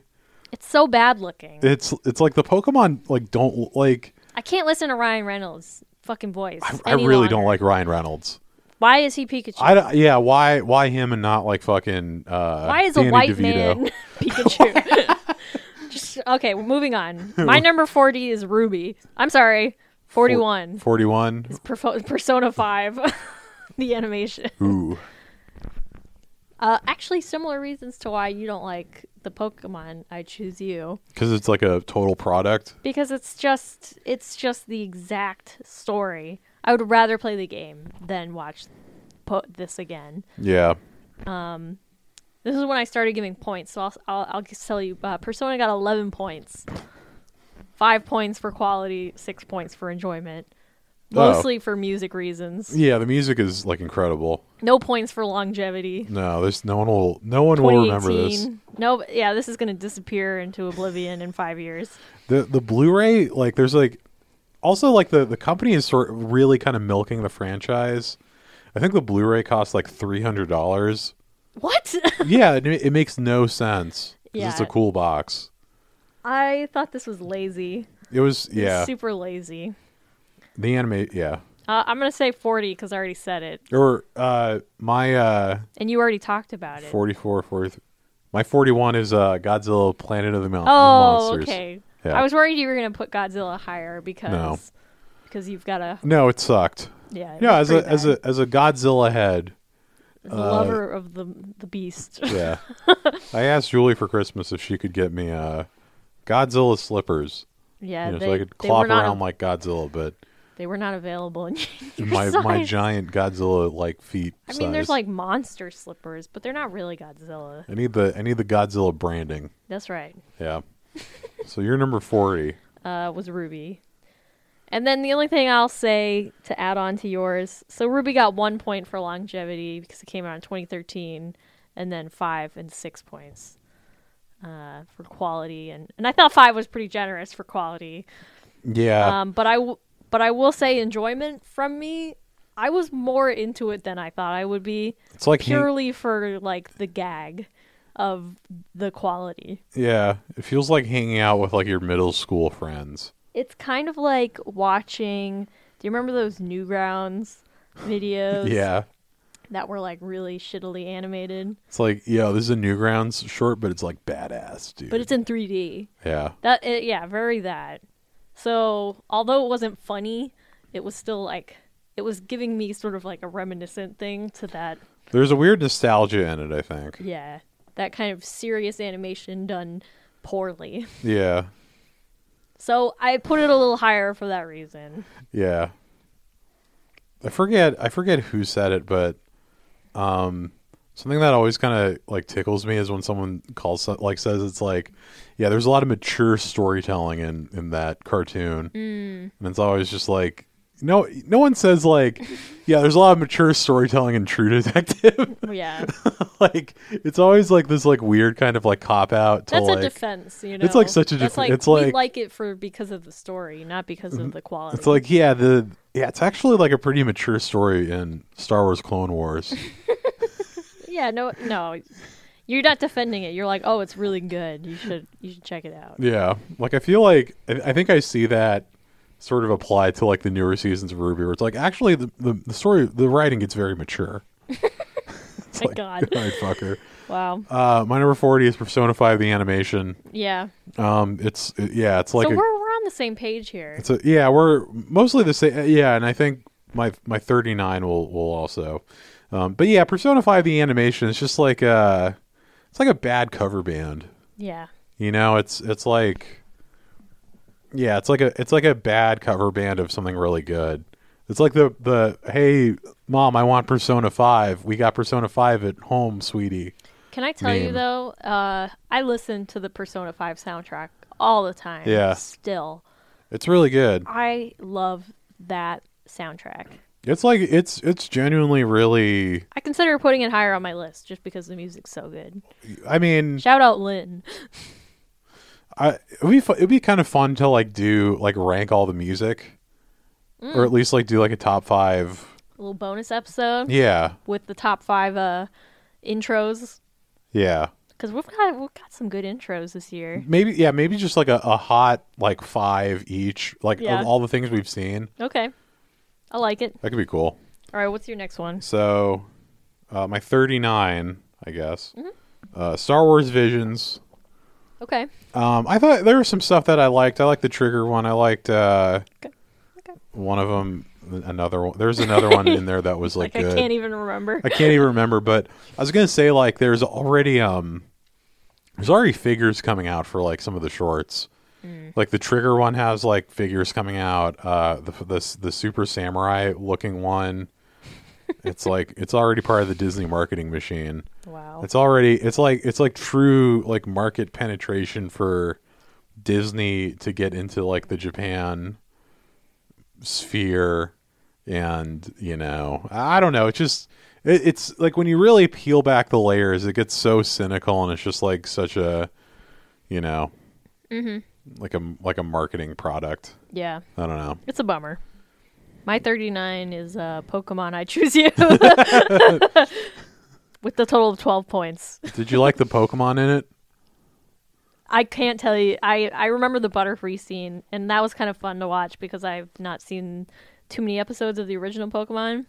it's so bad looking. It's it's like the Pokemon like don't like I can't listen to Ryan Reynolds' fucking voice. I, I really don't like Ryan Reynolds. Why is he Pikachu? I don't- yeah, why why him and not like fucking uh Why is Danny a white DeVito? man Pikachu? Just okay. Well, moving on. My number forty is Ruby. I'm sorry, forty-one. 41. Perfo- Persona Five, the animation. Ooh. Uh, actually, similar reasons to why you don't like the Pokemon. I choose you Cuz it's like a total product. because it's just it's just the exact story. I would rather play the game than watch po- this again. Yeah. This is when I started giving points. So I'll I'll, I'll just tell you. Uh, Persona got eleven points, five points for quality, six points for enjoyment. mostly for music reasons. Yeah, the music is like incredible. No points for longevity. No, there's no one will no one will remember this. 2018. No, but- yeah, this is going to disappear into oblivion in five years. The the Blu-ray like there's like also like the the company is sort of really kind of milking the franchise. I think the Blu-ray costs like three hundred dollars. What? yeah, it, it makes no sense. 'cause Yeah. It's a cool box. I thought this was lazy. It was yeah. Super lazy. The anime yeah. Uh, I'm going to say 40 because I already said it. Or uh my uh And you already talked about it. 44 43 my 41 is uh Godzilla Planet of the Mon- Oh, Monsters. okay. Yeah. I was worried you were going to put Godzilla higher because No. because you've got a No, it sucked. yeah. it Yeah, was as a pretty as bad. a as a Godzilla head. The lover of the the beast. Yeah. I asked Julie for Christmas if she could get me uh Godzilla slippers. yeah, You know, they, so I could they were clop not around like Godzilla, but they were not available. In your my my size. giant Godzilla like feet. I mean, there's size. like monster slippers, but they're not really Godzilla. I need the I need the Godzilla branding. That's right. Yeah. so you're number forty. Uh, was Ruby. And then the only thing I'll say to add on to yours, so Ruby got one point for longevity because it came out in 2013, and then five and six points uh, for quality, and and I thought five was pretty generous for quality. Yeah. Um, but I w- but I will say enjoyment from me, I was more into it than I thought I would be, it's like hang- purely for like the gag of the quality. yeah. It feels like hanging out with like your middle school friends. It's kind of like watching. Do you remember those Newgrounds videos? Yeah. That were like really shittily animated, It's like, yo, this is a Newgrounds short, but it's like badass, dude. but it's in 3D. yeah. That it, yeah, very that. So although it wasn't funny, it was still like it was giving me sort of like a reminiscent thing to that. There's a weird nostalgia in it, I think. Yeah, that kind of serious animation done poorly. Yeah. So I put it a little higher for that reason. Yeah. I forget I forget who said it, but um something that always kind of like tickles me is when someone calls so- like says it's like yeah, there's a lot of mature storytelling in in that cartoon. Mm. And it's always just like no no one says like yeah, there's a lot of mature storytelling in True Detective. Yeah, like it's always like this like weird kind of like cop out to that's like a defense. You know, it's like such a That's def- like, it's we like- Mm-hmm. like it for because of the story, not because of the quality. It's like yeah, the yeah, it's actually like a pretty mature story in Star Wars Clone Wars. yeah, no, no, you're not defending it. You're like, oh, it's really good. You should you should check it out. yeah, like I feel like I, I think I see that sort of applied to like the newer seasons of Ruby, where it's like actually the the, the story, the writing gets very mature. It's My like, God. all right, fucker. Wow. Uh, my number forty is Persona Five: The Animation. Yeah. Um, it's it- yeah, it's like so a, we're we're on the same page here. it's a yeah, we're mostly the same. Yeah, and I think my my thirty nine will will also. Um, but yeah, Persona Five: The Animation is just like a it's like a bad cover band. Yeah. You know, it's it's like yeah, it's like a it's like a bad cover band of something really good. It's like the the hey mom, I want Persona 5. We got Persona 5 at home, sweetie. Can I tell you Meme. though? Uh, I listen to the Persona Five soundtrack all the time. Yeah. Still, It's really good. I love that soundtrack. It's like it's it's genuinely really I consider putting it higher on my list just because the music's so good. I mean, Shout out Lynn. I it would be fu- it would be kind of fun to like do like rank all the music or at least like do like a top 5. A little bonus episode Yeah. with the top five uh, intros Yeah. because we've got we've got some good intros this year. Maybe yeah, maybe just like a, a hot like 5 each like Yeah. of all the things we've seen. Okay, I like it. That could be cool. All right, what's your next one? So, uh, my 39, I guess. Mm-hmm. Uh, Star Wars Visions. Okay, Um, I thought there was some stuff that I liked. I liked the Trigger one. I liked uh, Okay. Okay. one of them. Another one. There's another one in there that was like, like I good. can't even remember. I can't even remember, but I was gonna say like there's already um there's already figures coming out for like some of the shorts. Like the trigger one has like figures coming out. Uh, the the the super samurai looking one. It's like it's already part of the Disney marketing machine. Wow. It's already it's like it's like true like market penetration for Disney to get into like the Japan sphere and you know i don't know it's just it, it's like when you really peel back the layers it gets so cynical and it's just like such a you know like a like a marketing product Yeah. i don't know It's a bummer. My 39 is uh, Pokemon I Choose You. With the total of 12 points. did you like the pokemon in it I can't tell you. I, I remember the Butterfree scene, and that was kind of fun to watch because I've not seen too many episodes of the original Pokemon.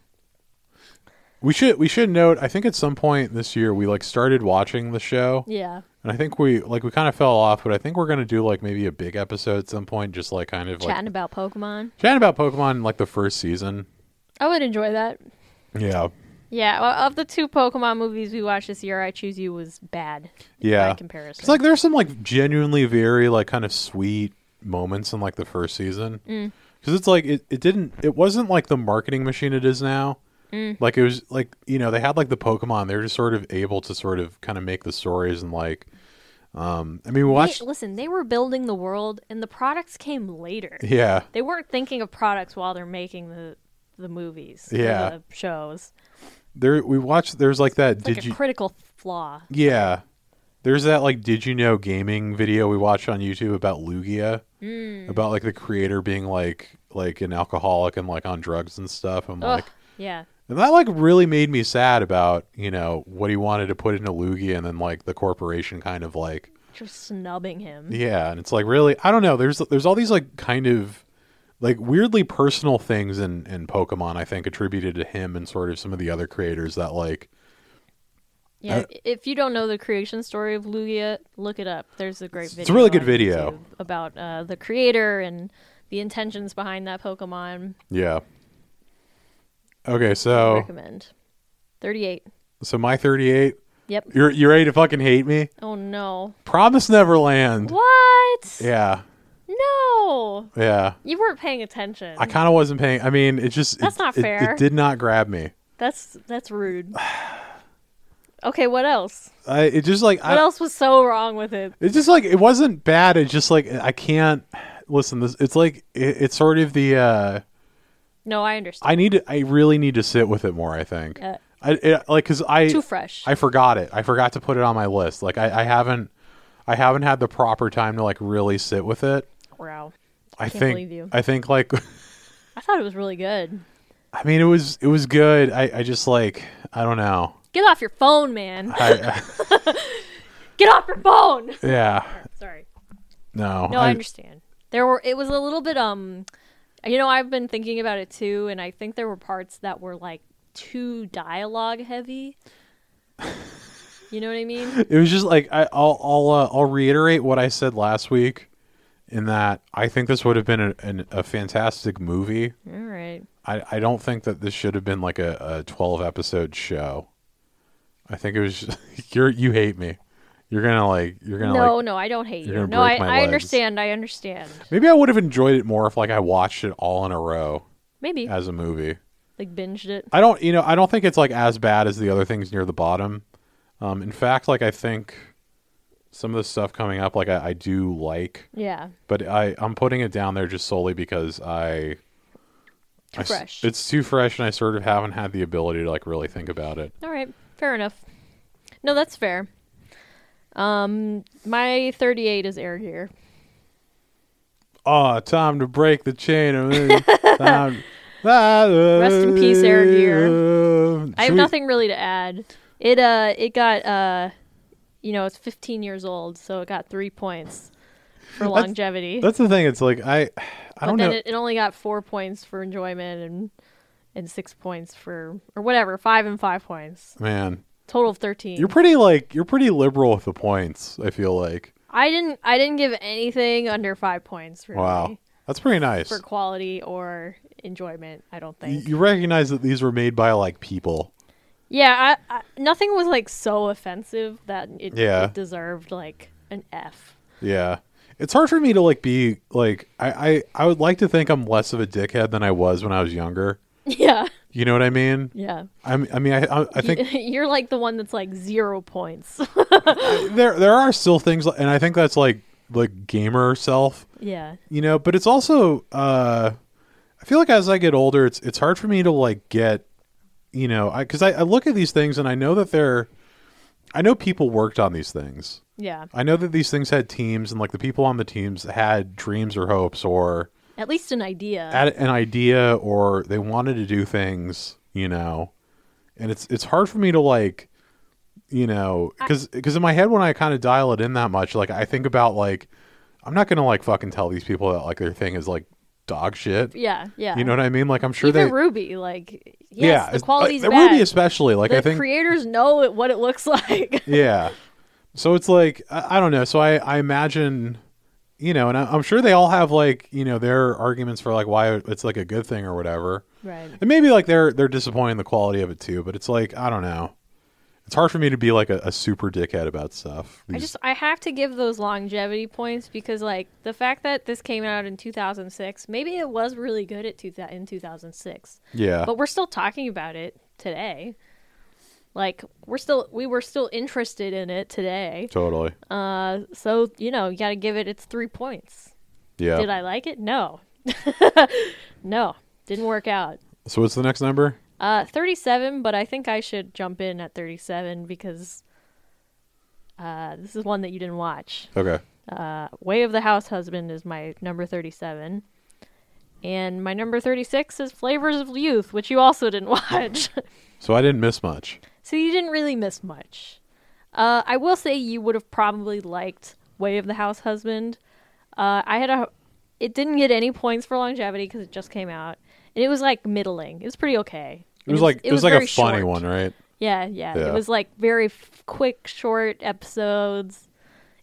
we should we should note i think at some point this year we like started watching the show Yeah. and i think we like we kind of fell off but i think we're gonna do like maybe a big episode at some point just like kind of like Chatting about Pokemon. chatting about pokemon like the first season I would enjoy that. yeah Yeah. o- Of the two Pokemon movies we watched this year, I Choose You was bad yeah by comparison. It's like there's some like genuinely very like kind of sweet moments in like the first season Mm. because it's like it, it didn't it wasn't like the marketing machine it is now. Mm. Like it was like you know they had like the Pokemon they were just sort of able to sort of kind of make the stories and like um I mean we They- watched listen, they were building the world, and the products came later. yeah They weren't thinking of products while they're making the the movies, or Yeah. the shows. there we watched there's like that Like did a you critical flaw. yeah there's that like did you know gaming video we watched on YouTube about Lugia Mm. about like the creator being like like an alcoholic and like on drugs and stuff I'm Ugh, like yeah, And that like really made me sad about, you know, what he wanted to put into Lugia and then like the corporation kind of like just snubbing him. Yeah, and it's like really I don't know, there's there's all these like kind of like weirdly personal things in in Pokemon I think attributed to him and sort of some of the other creators that like Yeah, Uh, if you don't know the creation story of Lugia, look it up. There's a great video. a really good on video. YouTube about uh, the creator and the intentions behind that Pokemon. yeah. Okay, I so Recommend. Thirty-eight. so my 38, Yep. you're you ready to fucking hate me? Oh no. Promise Neverland. What? Yeah. No. Yeah. You weren't paying attention. I kind of wasn't paying. I mean, it just That's it- not it- fair. it did not grab me. That's that's rude. okay, what else? I it just like What I, else was so wrong with it? It's just like it wasn't bad. It's just like I can't listen. This it's like it, it's sort of the uh No, I understand. I need to, I really need to sit with it more. I think Uh, I it, like because I Too fresh. I forgot it. I forgot to put it on my list. Like I, I haven't I haven't had the proper time to like really sit with it. wow. I Can't think believe you. I think like I thought it was really good. I mean it was it was good. I I just like I don't know. Get off your phone, man. I, Get off your phone. I yeah Sorry. no No, I, understand. There were it was a little bit um you know, I've been thinking about it too and I think there were parts that were like too dialogue heavy. you know what I mean? It was just like I, I'll I'll uh, I'll reiterate what I said last week, in that I think this would have been a, an, a fantastic movie. All right. I I don't think that this should have been like a, a twelve episode show. I think it was just, you're you hate me. You're gonna like you're gonna No, like. no, I don't hate you're you. gonna No, I, break my I legs. understand. I understand. Maybe I would have enjoyed it more if like I watched it all in a row Maybe as a movie. like binged it. I don't, you know, I don't think it's like as bad as the other things near the bottom. Um, in fact, like I think some of the stuff coming up, like I, I do like. Yeah. but I I'm putting it down there just solely because I Too I s- fresh. it's too fresh, and I sort of haven't had the ability to like really think about it. All right, fair enough. No, that's fair. Um, my thirty-eight is air gear. Oh, time to break the chain. time. Rest in peace, Air Gear. I have nothing really to add. It uh, it got uh, you know, it's fifteen years old, so it got three points for longevity. That's the thing. It's like I I but don't then know. it, it only got four points for enjoyment and and six points for or whatever, five and five points, Man, total of thirteen. you're pretty like you're pretty liberal with the points. I feel like I didn't I didn't give anything under five points. Really. wow, that's pretty nice. for quality or enjoyment. I don't You, think. you recognize that these were made by like people. yeah, I, I, nothing was like so offensive that it, Yeah. it deserved like an F. Yeah. It's hard for me to like be like I, I I would like to think I'm less of a dickhead than I was when I was younger. Yeah, You know what I mean? yeah. I'm, I mean I I, I think You're like the one that's like zero points. there there are still things and I think that's like like gamer self, yeah, you know, but it's also uh I feel like as I get older, it's it's hard for me to like get, you know, because I, I look at these things and I know that they're, I know people worked on these things. Yeah. I know that these things had teams and like the people on the teams had dreams or hopes or At least an idea. had an idea or they wanted to do things, you know. And it's it's hard for me to like, you know, because in my head when I kind of dial it in that much, like I think about like I'm not gonna like fucking tell these people that like their thing is like dog shit. yeah, yeah. You know what I mean? Like I'm sure Even they Ruby, like yes, yeah, the it's- uh, quality's like, the bad. Ruby especially. Like the I think creators know it, what it looks like. yeah. So it's like I, I don't know. So I I imagine, you know, and I, I'm sure they all have like you know their arguments for like why it's like a good thing or whatever, right. and maybe like they're they're disappointed in the quality of it too. But it's like I don't know. It's hard for me to be like a, a super dickhead about stuff. I These- just I have to give those longevity points because like the fact that this came out in 2006, maybe it was really good at two thou- in 2006, yeah, but we're still talking about it today. Like we're still we were still interested in it today. totally. Uh, so you know you got to give it its three points. Yeah. Did I like it? No, no, didn't work out. so what's the next number? Uh, 37, but I think I should jump in at 37 because uh, this is one that you didn't watch. Okay. Uh, Way of the House Husband is my number 37. And my number 36 is Flavors of Youth, which you also didn't watch. So I didn't miss much. so you didn't really miss much. Uh, I will say you would have probably liked Way of the House Husband. Uh, I had a. It didn't get any points for longevity because it just came out. And it was like middling. It was pretty okay. It was like it was, like a very funny short. one, right? Yeah, yeah, Yeah. It was like very f- quick, short episodes,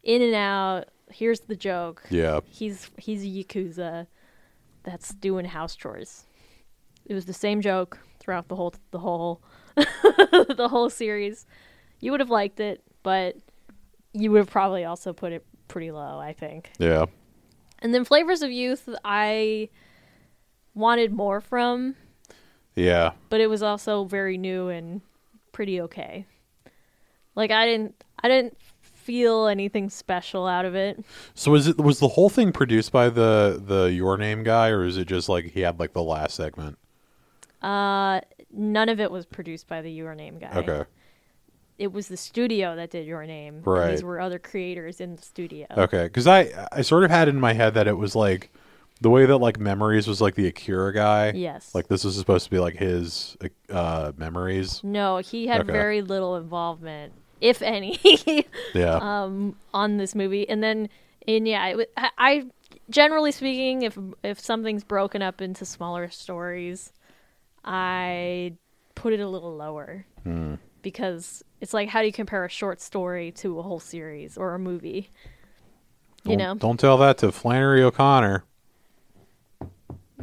in and out. Here's the joke. Yeah. He's he's a yakuza that's doing house chores. It was the same joke throughout the whole the whole the whole series. You would have liked it, but you would have probably also put it pretty low, I think. Yeah. And then Flavors of Youth, I wanted more from Yeah. but it was also very new and pretty okay. Like I didn't I didn't feel anything special out of it. So was it was the whole thing produced by the the your name guy or is it just like he had like the last segment? Uh none of it was produced by the Your Name guy. Okay. It was the studio that did Your Name. and Right. These were other creators in the studio. Okay, cuz I I sort of had in my head that it was like the way that like Memories was like the Akira guy. Yes. Like this was supposed to be like his uh Memories. no, he had Okay. very little involvement, if any, Yeah. um on this movie. And then and yeah, it, wa- I, I generally speaking if if something's broken up into smaller stories, I put it a little lower Hmm. because it's like how do you compare a short story to a whole series or a movie? You Don't- know, Don't tell that to Flannery O'Connor.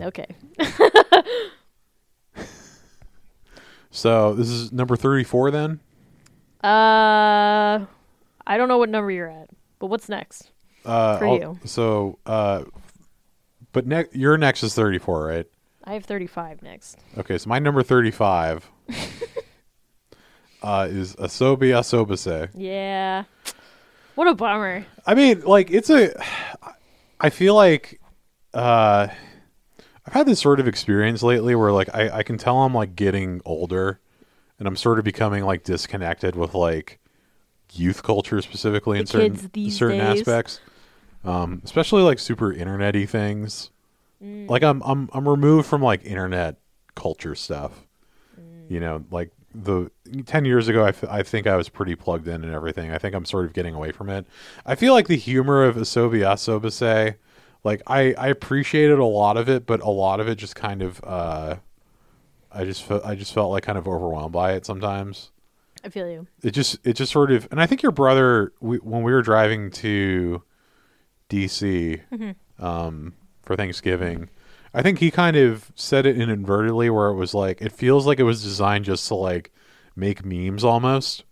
okay, So this is number 34 then? uh, I don't know what number you're at, but what's next? Uh For I'll- you. so uh but ne- your next is 34, right? I have 35 next. Okay, so my number 35 uh, is Asobi Asobase. Yeah, what a bummer. I mean, like, it's a. I feel like. Uh, I've had this sort of experience lately where, like, I, I can tell I'm, like, getting older and I'm sort of becoming, like, disconnected with, like, youth culture specifically in The certain, kids these certain days. aspects. Um, especially, like, super internet y things. Mm. Like, I'm, I'm, I'm removed from, like, internet culture stuff. You know, like, the 10 years ago, I, f- I think I was pretty plugged in and everything. I think I'm sort of getting away from it. I feel like the humor of Asobi Asobase, like, I, I appreciated a lot of it, but a lot of it just kind of, uh, I just, fe- I just felt like kind of overwhelmed by it sometimes I feel you. it just it just sort of and i think your brother we, when we were driving to dc um, for thanksgiving i think he kind of said it inadvertently where it was like it feels like it was designed just to like make memes almost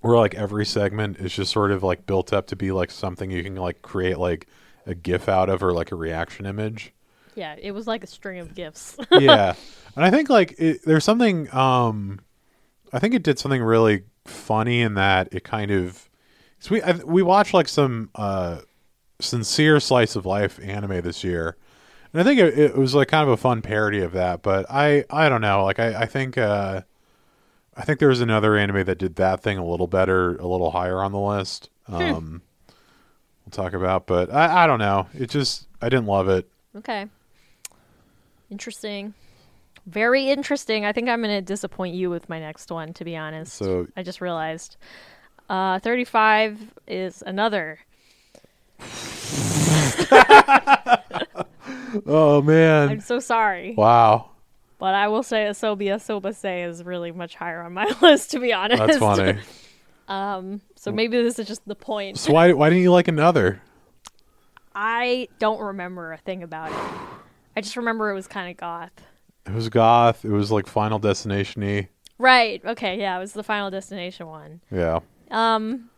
where like every segment is just sort of like built up to be like something you can like create like a gif out of or like a reaction image Yeah, it was like a string of gifts. yeah and i think like it, there's something um i think it did something really funny in that it kind of 'cause we I, we watched like some uh sincere slice of life anime this year And I think it, it was like kind of a fun parody of that, but I I don't know. Like I I think uh, I think there was another anime that did that thing a little better, a little higher on the list. Um, We'll talk about, but I I don't know. It just I didn't love it. Okay. Interesting. Very interesting. I think I'm going to disappoint you with my next one, to be honest. So- I just realized. Uh, 35 is another. Oh man! I'm so sorry. wow, But I will say Asobia Sobase is really much higher on my list, to be honest. that's funny. So maybe this is just the point. So why why didn't you like another? I don't remember a thing about it. I just remember it was kind of goth. It was goth. It was like Final Destination y. Right. Okay. Yeah. It was the Final Destination one. Yeah. Um,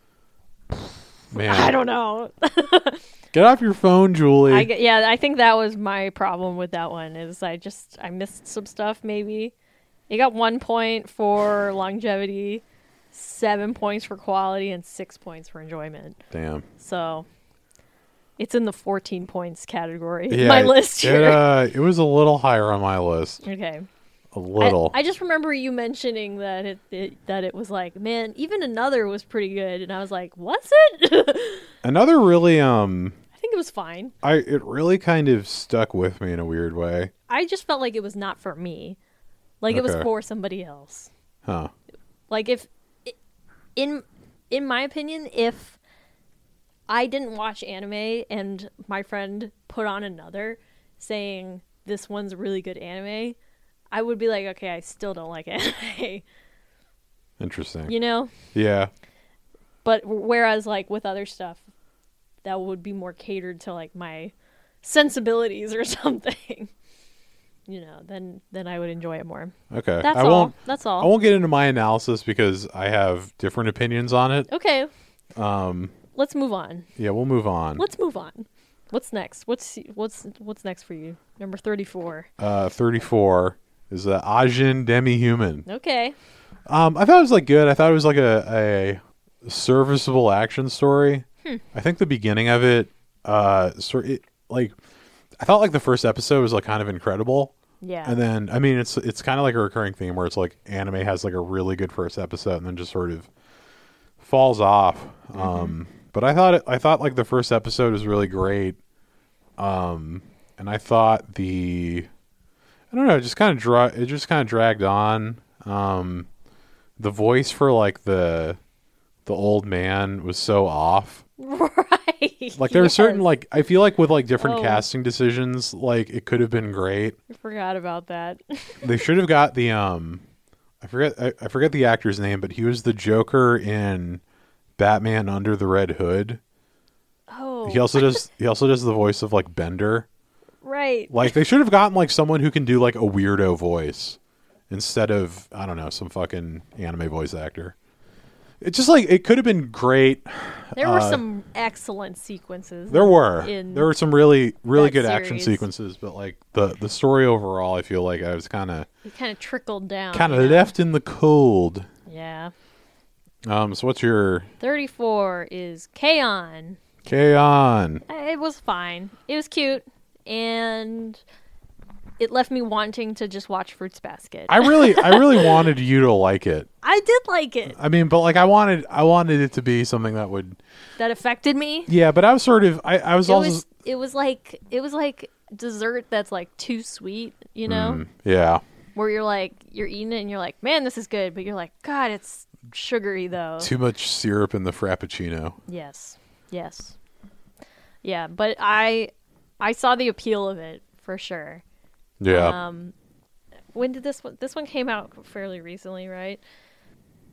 Man. I don't know. Get off your phone, Julie. I, get- yeah, I think that was my problem with that one is I just I missed some stuff maybe. It got one point for longevity, seven points for quality, and six points for enjoyment. Damn. So it's in the fourteen points category in my it- list It, here. uh, it was a little higher on my list. okay. I- A little. I, just remember you mentioning that it, it that it was like, man, even another was pretty good, and I was like, was it? I Another really um think it was fine. I it really kind of stuck with me in a weird way. I just felt like it was not for me, like it was Okay. for somebody else. Huh. Like if i- in in my opinion, if I didn't watch anime and my friend put on another saying this one's a really good anime, I would be like, okay, I still don't like anime, Interesting. you know? yeah. But whereas like with other stuff, that would be more catered to like my sensibilities or something. You know, then then I would enjoy it more. Okay. That's I all. won't That's I all. won't get into my analysis because I have different opinions on it. Okay. Um let's move on. Yeah, we'll move on. Let's move on. What's next? What's what's what's next for you? Number 34. Uh 34 is the Ajin Demi-Human. Okay. Um, I thought it was like good. I thought it was like a, a serviceable action story. I think the beginning of it, uh, sort it like I thought like the first episode was like kind of incredible, Yeah. and then I mean it's it's kind of like a recurring theme where it's like anime has like a really good first episode and then just sort of falls off. Mm-hmm. Um, but I thought it, I thought like the first episode was really great. Um, and I thought the I don't know, it just kind of dra- it just kind of dragged on. Um, the voice for like the the old man was so off. right. Like there were certain Yes. like I feel like with like different Oh. casting decisions, like it could have been great. I forgot about that. They should have got the um I forget I, I forget the actor's name, but he was the Joker in Batman Under the Red Hood. Oh. He also does he also does the voice of like Bender. right. Like they should have gotten like someone who can do like a weirdo voice instead of I don't know some fucking anime voice actor. It's just like it could have been great. There were uh, some excellent sequences. There were In there were some really really that good action series. sequences, but like the the story overall, I feel like I was kind of it kind of trickled down. kind you of know? left in the cold. Yeah. Um, so what's your 34 is Kaon. K on? Uh, It was fine. It was cute and it left me wanting to just watch Fruits Basket. I really I really wanted you to like it. I did like it. I mean, but like I wanted I wanted it to be something that would That affected me. yeah. But I was sort of I, I was it also was it was like it was like dessert that's like too sweet, you know, Mm. yeah where you're like you're eating it and you're like, man, this is good, but you're like, God, it's sugary though. too much syrup in the frappuccino. yes, yes, yeah. But I I saw the appeal of it for sure. Yeah. Um, when did this one? This one came out fairly recently, right?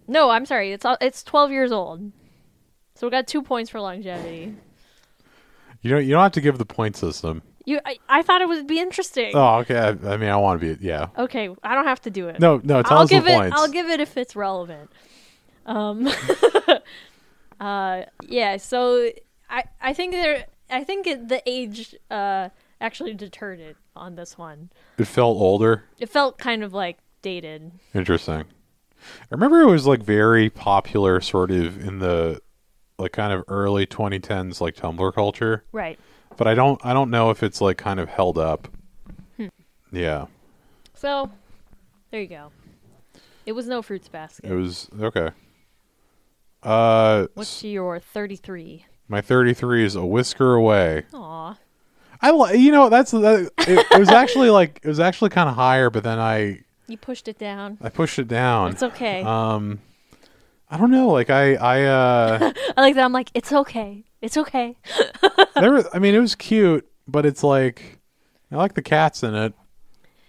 No, I'm sorry. It's it's 12 years old, so we got two points for longevity. you don't you don't have to give the point system. You, I, I thought it would be interesting. Oh, okay. I, I mean, I want to be yeah. Okay, I don't have to do it. No, no, tell I'll us give the it. points. I'll give it if it's relevant. Um, uh, yeah. So I I think there I think it, the age uh actually deterred it on this one. it felt older. It felt kind of like dated. Interesting. I remember it was like very popular sort of in the like kind of early 2010s like Tumblr culture. Right. but I don't I don't know if it's like kind of held up. Yeah, So, there you go. It was no fruits it basket. was okay. Uh, What's your 33? my thirty three is a whisker away. Aw. I li- you know that's that, it, it was actually like it was actually kind of higher, but then I You pushed it down. I pushed it down. It's okay. Um, I don't know. Like I I uh, I like that. I'm like, it's okay. It's okay. there. was- I mean, it was cute, but it's like I like the cats in it.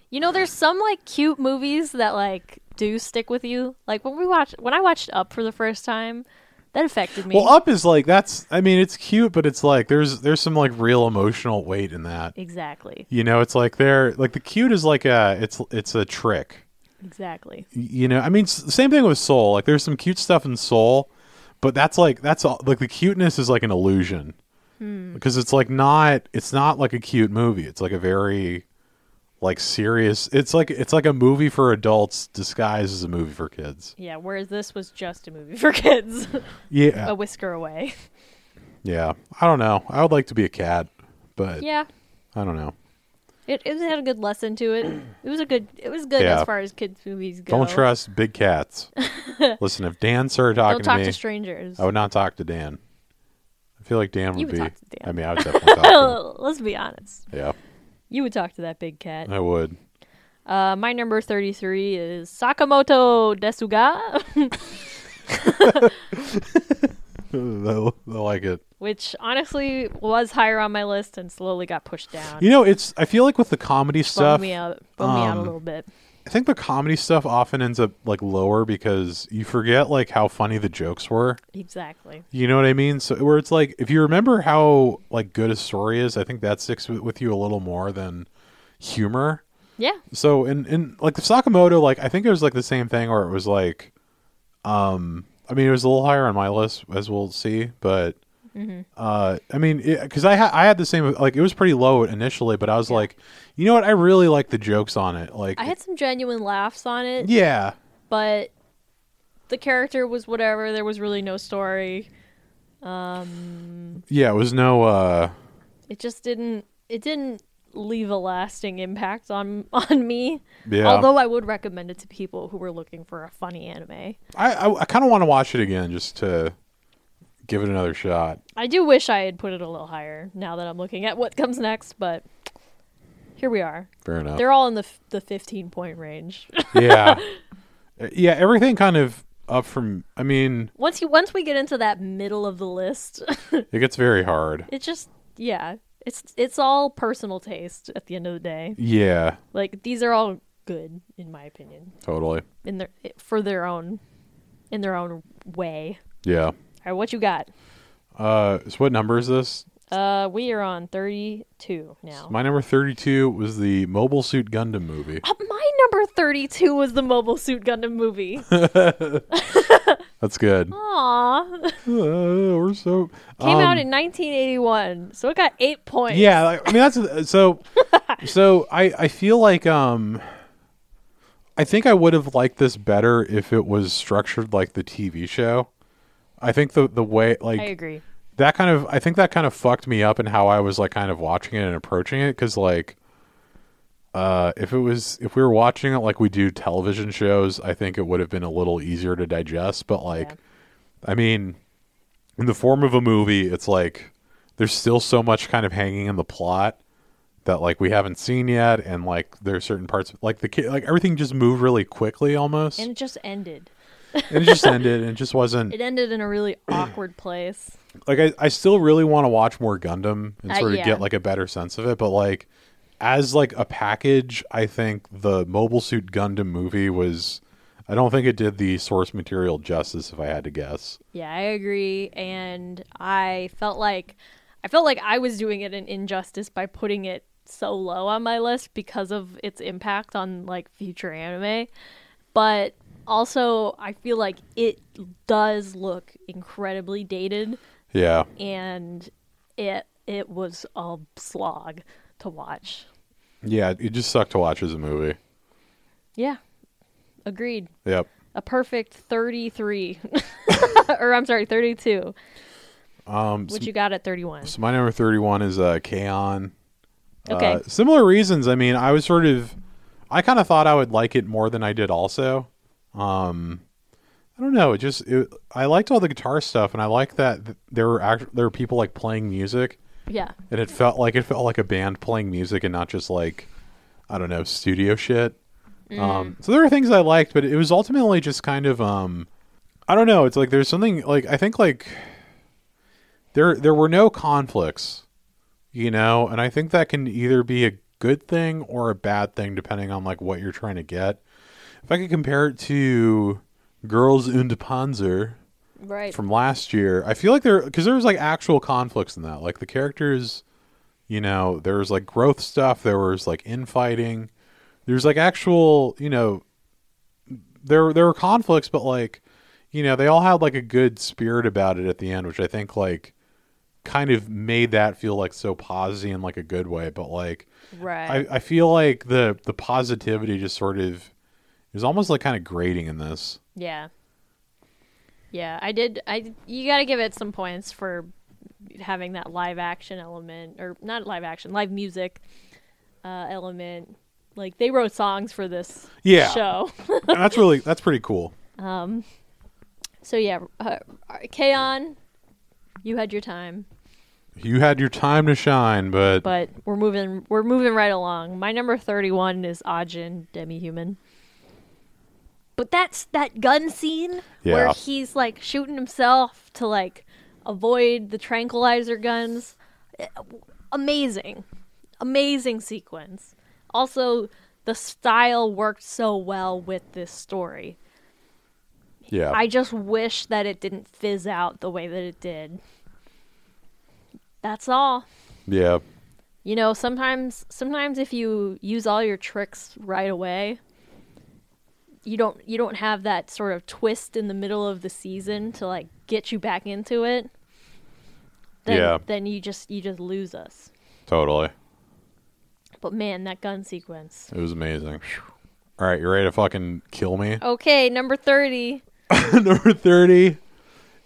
You know, there's some like cute movies that like do stick with you. Like when we watch, when I watched Up for the first time, that affected me. Well, up is like that's. I mean, it's cute, but it's like there's there's some like real emotional weight in that. exactly, You know, it's like they're like the cute is like a it's it's a trick. exactly. You know, I mean, s- same thing with Soul. Like there's some cute stuff in Soul, but that's like that's all, like the cuteness is like an illusion Hmm. because it's like not it's not like a cute movie. It's like a very like serious. It's like it's like a movie for adults disguised as a movie for kids. Yeah. Whereas this was just a movie for kids, Yeah, a whisker away. yeah. I don't know. I would like to be a cat, but yeah. I don't know. It, it had a good lesson to it. It was a good. It was good Yeah. as far as kids movies go. Don't trust big cats. Listen, if Dan started talking Don't talk to me, to strangers. I would not talk to Dan. I feel like Dan would You would be. talk to Dan. I mean, I would definitely talk Let's be honest. to him. You would talk to that big cat. Yeah, I would. Uh, my number 33 is Sakamoto Desuga, I like it. which honestly was higher on my list and slowly got pushed down. You know, it's. I feel like with the comedy stuff, Bummed me out, bummed me out a um, little bit. I think the comedy stuff often ends up like lower because you forget like how funny the jokes were. Exactly. You know what I mean? So where it's like if you remember how like good a story is, I think that sticks with, with you a little more than humor. Yeah. so in in like the Sakamoto, like I think it was like the same thing where it was like, um, I mean it was a little higher on my list as we'll see, but Mm-hmm. uh, I mean because I ha- I had the same like it was pretty low initially, but I was like, you know what, I really like the jokes on it, like I had some genuine laughs on it, yeah, but the character was whatever. There was really no story. yeah, it was no uh, It just didn't. It didn't leave a lasting impact on on me. yeah, Although I would recommend it to people who were looking for a funny anime. I I, I kind of want to watch it again just to give it another shot. I do wish I had put it a little higher now that I'm looking at what comes next, but here we are. Fair enough. They're all in the f- the 15 point range. yeah, yeah, everything kind of up from. I mean, once you once we get into that middle of the list, it gets very hard. it just yeah, it's it's all personal taste at the end of the day. Yeah, Like these are all good in my opinion totally. in their for their own in their own way. Yeah. All right, what you got? Uh, so what number is this? Uh, we are on 32 now. My number thirty-two was the Mobile Suit Gundam movie. Uh, My number 32 was the Mobile Suit Gundam movie. That's good. Aww. Uh, we're so Came um, out in 1981, so it got eight points. Yeah, like, I mean that's so. so I I feel like um, I think I would have liked this better if it was structured like the TV show. I think the the way I like agree. that kind of I think that kind of fucked me up in how I was like kind of watching it and approaching it because like uh if it was if we were watching it like we do television shows I think it would have been a little easier to digest but like Yeah. I mean in the form of a movie it's like there's still so much kind of hanging in the plot that like we haven't seen yet and like there's certain parts like the ki- like everything just moved really quickly almost And it and, just ended. it just ended and it just wasn't It ended in a really awkward place. like I, I still really want to watch more Gundam and Uh, sort of yeah. get like a better sense of it, but like as like a package, I think the Mobile Suit Gundam movie was I don't think it did the source material justice if I had to guess. Yeah, I agree. And I felt like I felt like I was doing it an injustice by putting it so low on my list because of its impact on like future anime. But also I feel like it does look incredibly dated Yeah. and it it was a slog to watch. Yeah, it just sucked to watch as a movie. Yeah. Agreed. Yep. A perfect 33. or I'm sorry, 32. Um, What you got at 31? So my number thirty-one is uh, Kaon. Okay. Uh, similar reasons. I mean, I was sort of, I kind of thought I would like it more than I did. Also, um, I don't know. It just, it, I liked all the guitar stuff, and I liked that th- there were act- there were people like playing music, yeah. and it felt like it felt like a band playing music and not just like, I don't know, studio shit. Um, so there were things I liked, but it was ultimately just kind of, um, I don't know. It's like there's something like I think like there there were no conflicts you know and i think that can either be a good thing or a bad thing depending on like what you're trying to get if i could compare it to girls und panzer Right. from last year i feel like there because there was like actual conflicts in that like the characters you know there was like growth stuff there was like infighting there's like actual you know there there were conflicts but like you know they all had like a good spirit about it at the end which i think like kind of made that feel like so posy in like a good way but like right. I, I feel like the the positivity just sort of is almost like kind of grating in this yeah. Yeah, I did I you got to give it some points for having that live action element or not live action, live music uh element. Like they wrote songs for this Yeah. show. and that's really that's pretty cool So yeah, uh, Kaon, you had your time, you had your time to shine but, but we're moving we're moving right along. My number 31 is Ajin, demi-human. But that's that gun scene where Yeah. he's like shooting himself to like avoid the tranquilizer guns. Eh, Amazing. Amazing sequence. Also the style worked so well with this story. yeah I just wish that it didn't fizz out the way that it did. That's all. yeah You know, sometimes sometimes if you use all your tricks right away, you don't you don't have that sort of twist in the middle of the season to like get you back into it. Then, Yeah. then you just you just lose us. totally But man, that gun sequence. it was amazing all right you ready to fucking kill me Okay, number 30. number 30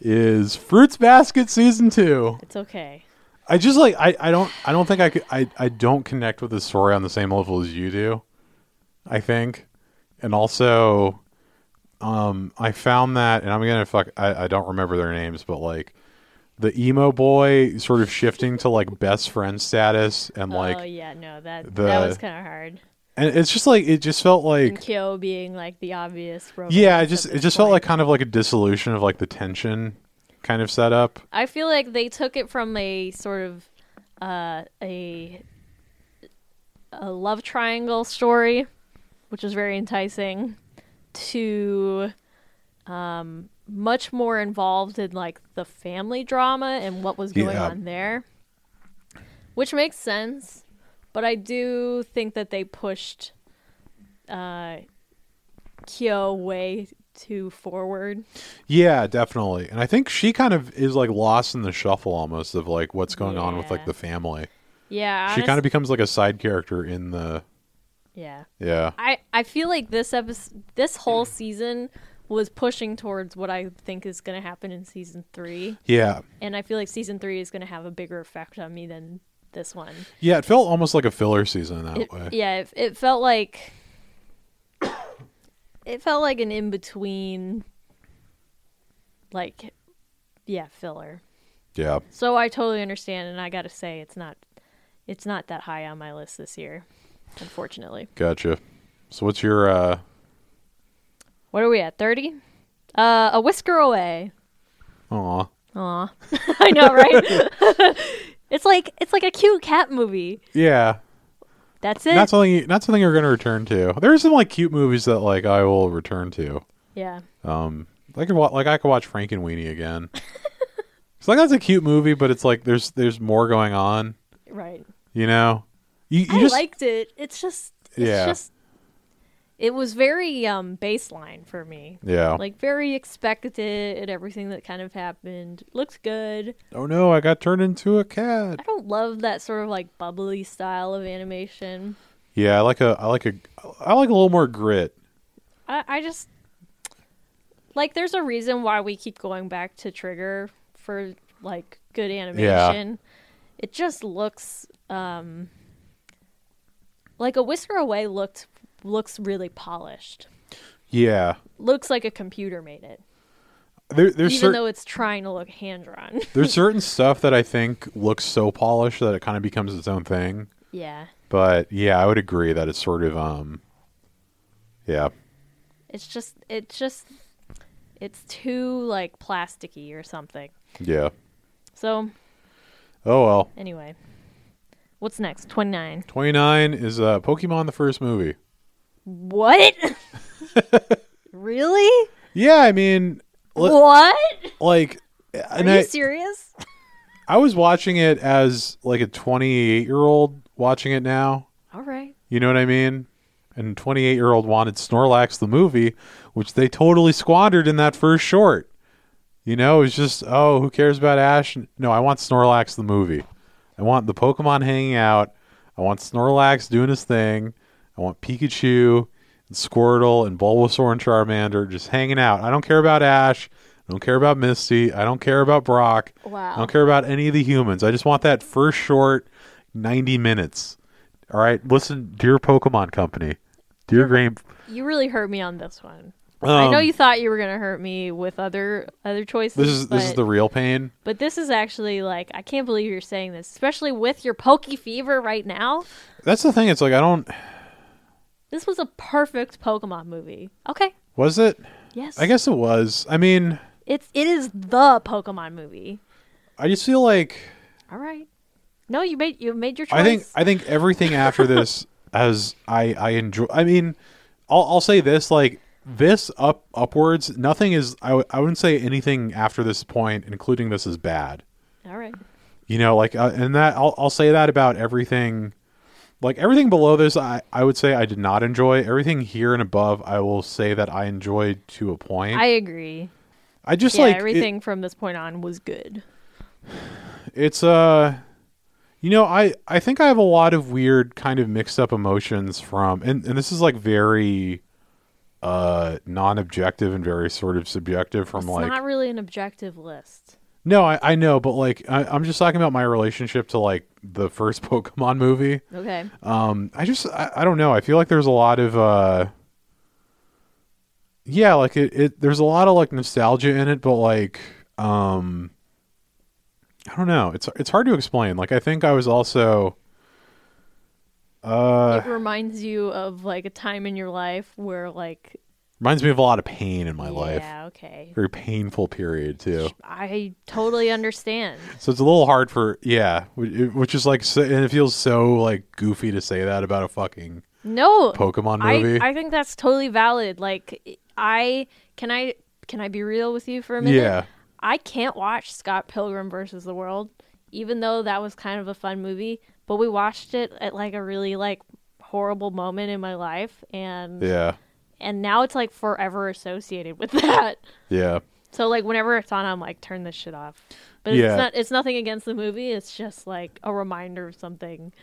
is fruits basket season 2 It's okay. I just like I, I don't I don't think I could I, I don't connect with the story on the same level as you do. I think, and also, um, I found that, and I'm gonna fuck. I, I don't remember their names, but like the emo boy sort of shifting to like best friend status, and like, oh yeah, no, that that the- was kind of hard. and it's just like it just felt and like Kyo being like the obvious romance. yeah, it at just it this just felt point. like kind of like a dissolution of like the tension kind of setup. I feel like they took it from a sort of uh, a a love triangle story, which was very enticing, to um, much more involved in like the family drama and what was going Yeah. on there, which makes sense. But I do think that they pushed uh, Kyo way too forward. Yeah, definitely. And I think she kind of is like lost in the shuffle almost of like what's going on with like Yeah. the family. Yeah, She kind honest- of becomes like a side character in the yeah. yeah. I, I feel like this episode, this whole season was pushing towards what I think is going to happen in season three, Yeah. and I feel like season three is going to have a bigger effect on me than this one. Yeah, it felt almost like a filler season in that It- way. yeah, it, it felt like it felt like an in between, like yeah, filler. Yeah. So I totally understand, and I got to say, it's not it's not that high on my list this year, unfortunately. Gotcha. So what's your uh What are we at? Thirty? Uh, a whisker away. aw. Aw. I know, right? it's like it's like a cute cat movie. Yeah. That's it. Not something you, not something you're gonna return to. There are some like cute movies that like I will return to. yeah. Um I could wa- like I could watch Frank and Weenie again. it's like that's a cute movie, but it's like there's there's more going on, Right. you know? You, you I just liked it. It's just it's Yeah. just it was very um baseline for me. Yeah. Like very expected and everything that kind of happened. Looks good. oh no, I got turned into a I cat. don't love that sort of like bubbly style of animation. Yeah, I like a I like a I like a little more grit. I, I just like there's a reason why we keep going back to Trigger for like good animation. It just looks um like a whisker away looked looks really polished. Yeah. Looks like a computer made it. There, there's even cer- though it's trying to look hand drawn. there's certain stuff that I think looks so polished that it kind of becomes its own thing. yeah. But yeah, I would agree that it's sort of um yeah. It's just it just it's too like plasticky or something. Yeah. So Oh well. anyway. What's next? Twenty nine. 29 is uh Pokemon the first movie. What? really? Yeah, I mean li- what? like and Are you I, serious? I was watching it as like a 28-year-old watching it now. All right. You know what I mean? And 28 year old wanted Snorlax the movie, which they totally squandered in that first short. You know, it's just, oh, who cares about Ash? No, I want Snorlax the movie. I want the Pokemon hanging out. I want Snorlax doing his thing. I want Pikachu and Squirtle and Bulbasaur and Charmander just hanging out. I don't care about Ash. I don't care about Misty. I don't care about Brock. Wow. I don't care about any of the humans. I just want that first short 90 minutes. All right, listen, dear Pokemon Company, dear Graham. You really hurt me on this one. I Um, know you thought you were gonna hurt me with other other choices. This is but, this is the real pain. but this is actually like I can't believe you're saying this, especially with your pokey fever right now. That's the thing. It's like I don't. This was a perfect Pokemon movie. Okay. Was it? Yes. I guess it was. I mean, it's it is the Pokemon movie. I just feel like All right. No, you made you made your choice. I think I think everything after this has I I enjoy. I mean, I'll I'll say this like this up upwards. Nothing is. I w- I wouldn't say anything after this point, including this, is bad. All right. you know like uh, and that I'll, I'll say that about everything like everything below this i i would say i did not enjoy everything here and above i will say that i enjoyed to a point I i, agree. just yeah, like it- everything from this point on was good. it's uh you know i i think i have a lot of weird kind of mixed up emotions from and, and this is like very uh non-objective and very sort of subjective from It's like not really an objective list. no I, I know but like I, i'm just talking about my relationship to like the first pokemon movie Okay. um i just I, I don't know i feel like there's a lot of uh yeah like it, it there's a lot of like nostalgia in it but like um i don't know it's it's hard to explain like i think i was also uh it reminds you of like a time in your life where like reminds me of a lot of pain in my life Yeah, okay. very painful period too I totally understand. so it's a little hard for yeah wh- it- which is like so, and it feels so like goofy to say that about a fucking No, pokemon I movie I think that's totally valid. Like I can I can I be real with you for a minute? yeah I can't watch Scott Pilgrim versus the World, even though that was kind of a fun movie. But we watched it at like a really like horrible moment in my life, and yeah and now it's like forever associated with that. yeah So like whenever it's on, I'm like turn this shit off. But it's Yeah. not. It's nothing against the movie. It's just like a reminder of something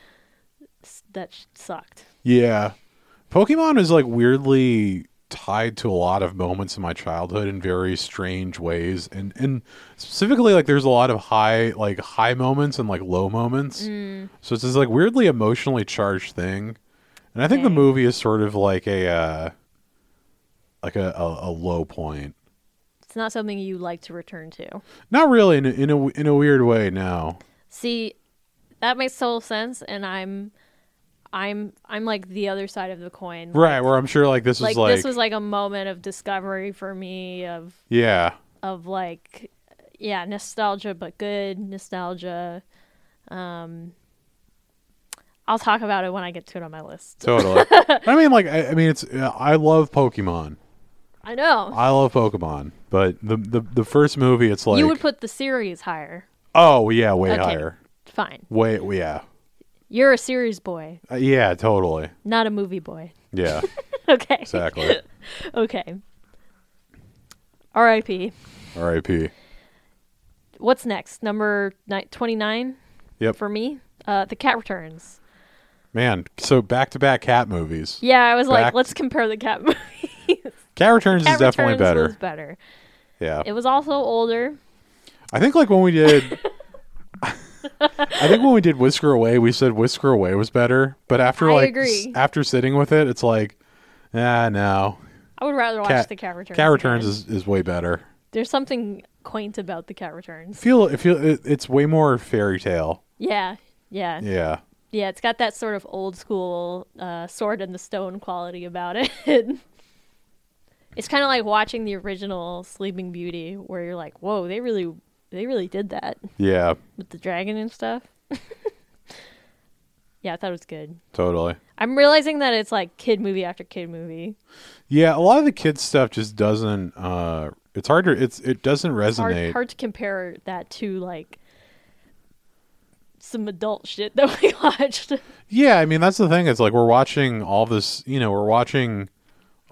s- that sh- sucked. Yeah. Pokemon is like weirdly tied to a lot of moments in my childhood in very strange ways and and specifically like there's a lot of high like high moments and like low moments. Mm. So it's this like weirdly emotionally charged thing. And I think the Okay. movie is sort of like a uh like a, a, a low point. It's not something you like to return to. Not really in a, in a in a weird way, no. See, that makes total sense, and I'm, I'm, I'm like the other side of the coin. Right, where I'm sure like this Like, is like this was like a moment of discovery for me of Yeah. of like, yeah, nostalgia, but good nostalgia. Um, I'll talk about it when I get to it on my list. Totally. I mean like I, I mean it's I love Pokemon. I know. I love Pokemon, but the the, the first movie, it's like you would put the series higher. oh yeah, way Okay. higher, Fine. way yeah, You're a series boy, Uh, yeah, totally, not a movie boy. yeah, Okay. exactly. Okay. R.I.P. R.I.P. What's next? Number ni- 29 Yep, for me? Uh, the Cat Returns. man. So back to back cat movies. Yeah, I was Back- like, let's compare the Cat movie. Cat Returns Cat is definitely Returns better. was better. Yeah, It was also older. I think like when we did I think when we did Whisker Away, we said Whisker Away was better, but after I like agree. s- after sitting with it, it's like, ah, no. I would rather watch Cat- the cat returns. Cat Returns again. is, is way better. There's something quaint about the cat returns. Feel it feel it, it's way more fairy tale. Yeah, yeah, yeah. Yeah, it's got that sort of old school uh, sword and the stone quality about it. it's kind of like watching the original Sleeping Beauty, where you're like, "Whoa, they really, they really did that yeah, with the dragon and stuff." yeah, I thought it was good. totally. I'm realizing that it's like kid movie after kid movie. Yeah, a lot of the kids stuff just doesn't. uh It's hard to. It's it doesn't resonate. hard, hard to compare that to like some adult shit that we watched. Yeah, I mean that's the thing. It's like we're watching all this, you know, we're watching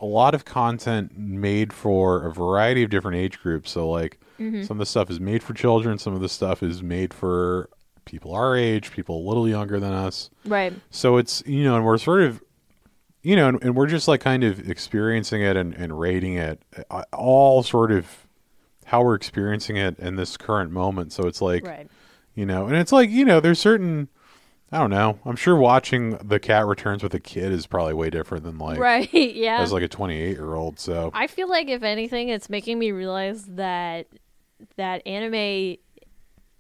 a lot of content made for a variety of different age groups. So like Mm-hmm. some of the stuff is made for children, some of the stuff is made for people our age, people a little younger than us. Right. So it's you know, and we're sort of you know, and, and we're just like kind of experiencing it and, and rating it uh, all sort of how we're experiencing it in this current moment. So it's like Right. you know and it's like you know there's certain i don't know i'm sure watching the cat returns with a kid is probably way different than like right. Yeah. as like a 28 year old so I feel like if anything, it's making me realize that that anime,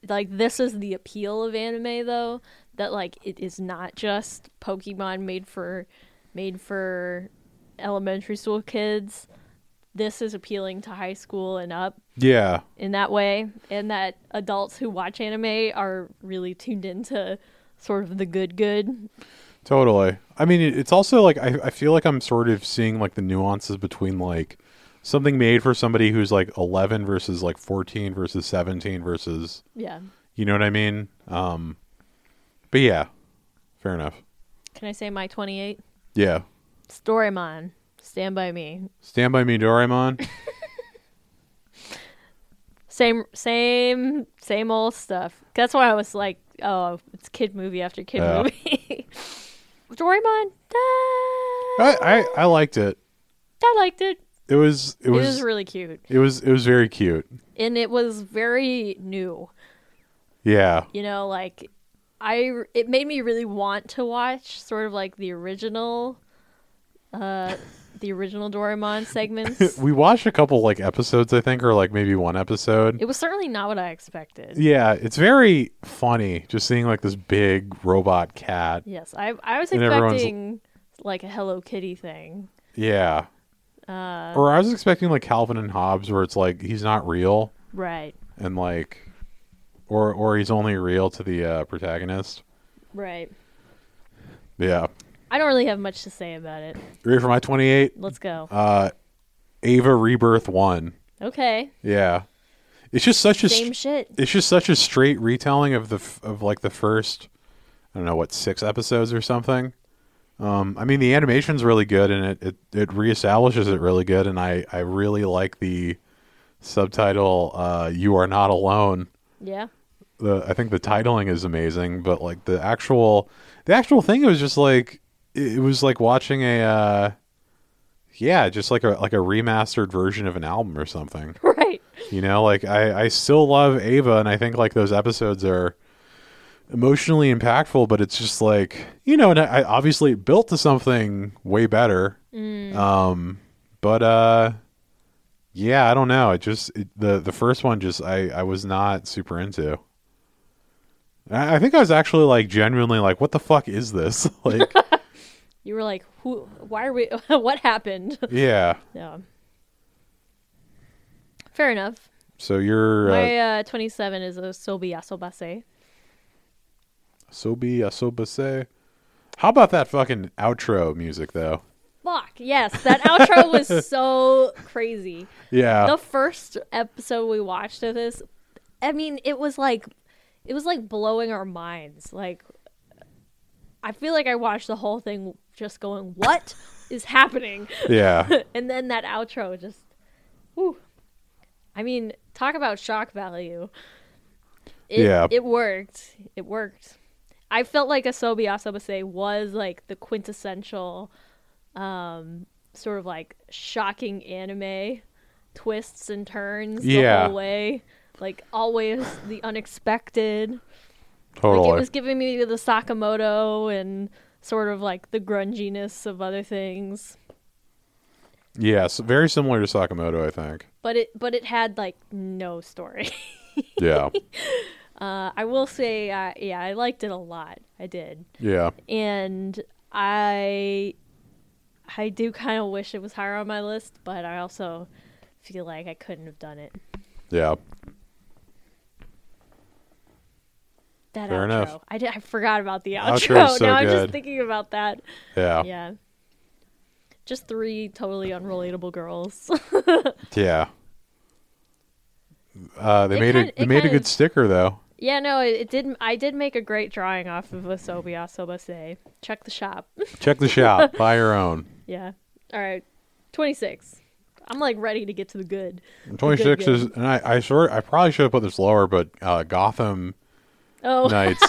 like this is the appeal of anime, though that like it is not just Pokemon made for made for elementary school kids. This is appealing to high school and up yeah in that way, and that adults who watch anime are really tuned into sort of the good good. totally i mean it- it's also like I, I feel like i'm sort of seeing like the nuances between like something made for somebody who's like 11 versus like 14 versus 17 versus Yeah. you know what i mean um but yeah fair enough Can I say my 28? yeah Storymon, Stand By Me. stand by me doraemon Same, same, same old stuff. That's why I was like, oh, it's kid movie after kid Yeah. movie. Storymon, ah, I, I i liked it I liked it. it was it It was, was, really cute. It was it was very cute. And it was very new. Yeah. you know like i it made me really want to watch sort of like the original uh the original doraemon segments We watched a couple like episodes I think or like maybe one episode. it was certainly not what i expected yeah, it's very funny just seeing like this big robot cat. yes i i was And everyone's- expecting like a hello kitty thing Yeah. uh Or I was expecting like Calvin and Hobbes where it's like he's not real right and like or or he's only real to the uh protagonist. right Yeah. i don't really have much to say about it Ready for my 28? let's go Uh Ava Rebirth 1. okay Yeah. It's just such a same shit it's just such a straight retelling of the f- of like the first I don't know what six episodes or something. Um, I mean the animation's really good and it, it it reestablishes it really good and I I really like the subtitle uh, "You Are Not Alone." yeah The I think the titling is amazing, but like the actual the actual thing it was just like it, it was like watching a uh, yeah just like a like a remastered version of an album or something. right You know, like I, I still love Ava, and I think like those episodes are emotionally impactful, but it's just like you know, and I, I obviously it built to something way better. Um, but uh, yeah, I don't know. It just it, the the first one just I I was not super into. I, I think I was actually like genuinely like, what the fuck is this? like, you were like who why are we what happened yeah. yeah fair enough So you're uh, My uh, 27 is a Sobi Asobase. so be uh, so be say. How about that fucking outro music though? Fuck, yes. That outro was so crazy. Yeah. The first episode we watched of this, I mean, it was like, it was like blowing our minds. Like, I feel like I watched the whole thing just going, what is happening? yeah And then that outro just, whew. I mean, talk about shock value. It, Yeah. It worked. It worked. I felt like Asobi Asobase was like the quintessential um, sort of like shocking anime twists and turns the Yeah. whole way. Like always the unexpected. Totally. Like it was giving me the Sakamoto and sort of like the grunginess of other things. yes, very similar to Sakamoto, I think. But it but it had like no story. Yeah. Uh, I will say, uh, yeah, I liked it a lot. I did, yeah. and I I do kind of wish it was higher on my list, but I also feel like I couldn't have done it. Yeah. That Fair outro. enough. I, did, I forgot about the outro. Outro's so now I'm just good. thinking about that. Yeah. Yeah. Yeah. Just three totally unrelatable girls. Uh, they It made kind- a they it made a kind good of- sticker though. yeah, no, it, it did. I did make a great drawing off of Wasobi Asobase. Check the shop. Check the shop. Buy your own. yeah. All right. 26. I'm like ready to get to the good. Twenty six good. is, and I I sort I probably should have put this lower, but uh, Gotham Oh, Knights.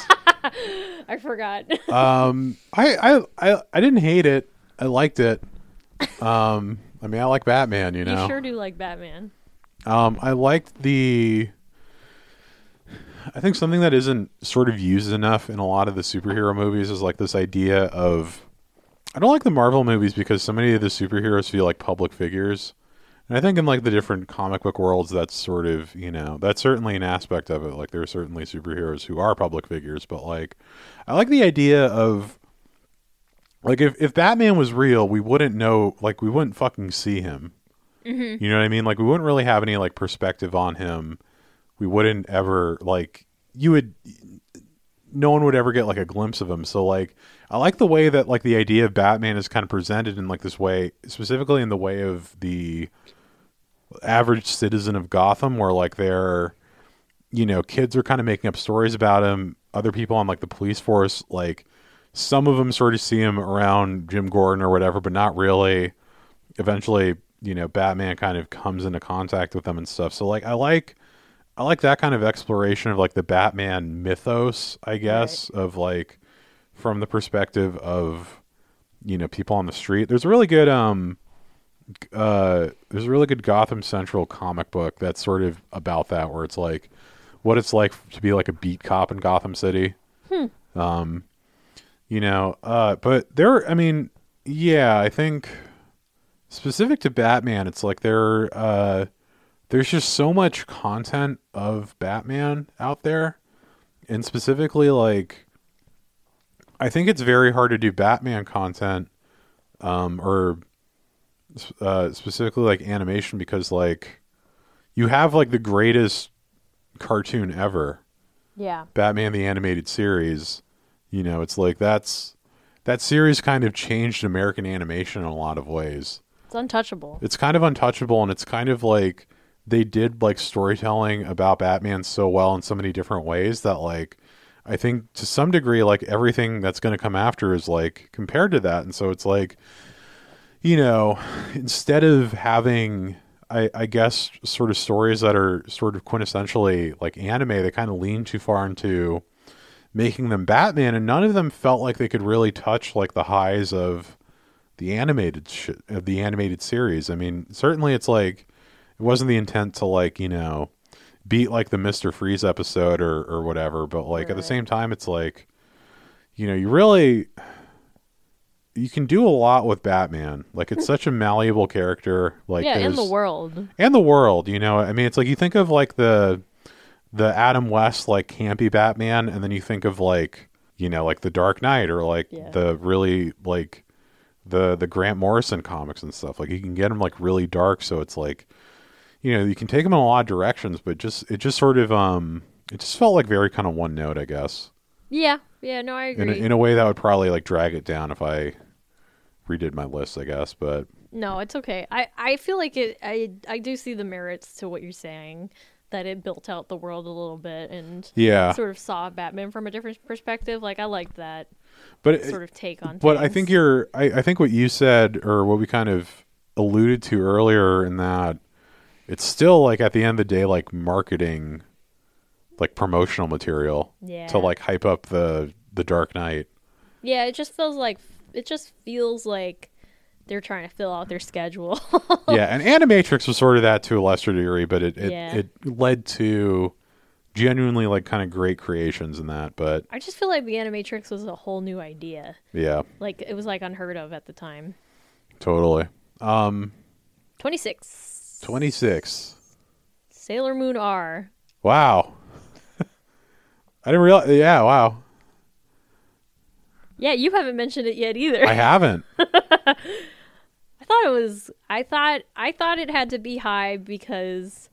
I forgot. um, I, I I I didn't hate it. I liked it. Um, I mean, I like Batman. You know, You sure do like Batman. Um, I liked the. I think something that isn't sort of used enough in a lot of the superhero movies is like this idea of. I don't like the Marvel movies because so many of the superheroes feel like public figures. And I think in like the different comic book worlds, that's sort of, you know, that's certainly an aspect of it. Like there are certainly superheroes who are public figures, but like I like the idea of like if, if Batman was real, we wouldn't know, like we wouldn't fucking see him. You know what I mean? Like we wouldn't really have any like perspective on him. We wouldn't ever like you would no one would ever get like a glimpse of him. So like I like the way that like the idea of Batman is kind of presented in like this way, specifically in the way of the average citizen of Gotham where like they're you know, kids are kind of making up stories about him. Other people on like the police force, like some of them sort of see him around Jim Gordon or whatever, but not really. Eventually, you know, Batman kind of comes into contact with them and stuff. So like, I like, I like that kind of exploration of like the Batman mythos, I guess, of like from the perspective of you know people on the street. There's a really good um uh, there's a really good Gotham Central comic book that's sort of about that, where it's like what it's like to be like a beat cop in Gotham City. Um, you know, uh, but there, I mean, yeah, I think specific to Batman, it's like there, uh, there's just so much content of Batman out there, and specifically like. I think it's very hard to do Batman content, um, or uh, specifically like animation because like you have like the greatest cartoon ever Yeah. batman the animated series you know it's like that's that series kind of changed american animation in a lot of ways It's untouchable. it's kind of untouchable and it's kind of like they did like storytelling about batman so well in so many different ways that like i think to some degree like everything that's going to come after is like compared to that and so it's like you know instead of having I, I guess sort of stories that are sort of quintessentially like anime they kind of lean too far into making them batman and none of them felt like they could really touch like the highs of the animated sh- of the animated series. I mean, certainly it's like it wasn't the intent to like you know beat like the Mister Freeze episode or or whatever, but like at the Right. same time, it's like you know you really you can do a lot with Batman. Like it's such a malleable character. Like yeah, in there's- the world. and the world you know i mean it's like you think of like the the adam west like campy batman and then you think of like you know like the dark knight or like Yeah. the really like the the grant morrison comics and stuff like you can get them like really dark so it's like you know you can take them in a lot of directions but just it just sort of um it just felt like very kind of one note i guess Yeah. Yeah, no, I in agree. a, in a way that would probably like drag it down if i redid my list i guess but No, it's okay. I, I feel like it. I I do see the merits to what you're saying, that it built out the world a little bit and yeah sort of saw Batman from a different perspective. Like I liked that but it, sort of take on. But I things. think you're. I, I think what you said, or what we kind of alluded to earlier, in that it's still like at the end of the day, like marketing, like promotional material Yeah. to like hype up the the Dark Knight. yeah, it just feels like it just feels like they're trying to fill out their schedule. yeah, and Animatrix was sort of that to a lesser degree, but it it, Yeah. it led to genuinely like kind of great creations in that, but I just feel like the Animatrix was a whole new idea. yeah, Like it was like unheard of at the time. totally. Twenty six. 26. Sailor Moon R. Wow. I didn't realize. Yeah, wow. Yeah, you haven't mentioned it yet either. I haven't. I thought it was. I thought I thought it had to be high because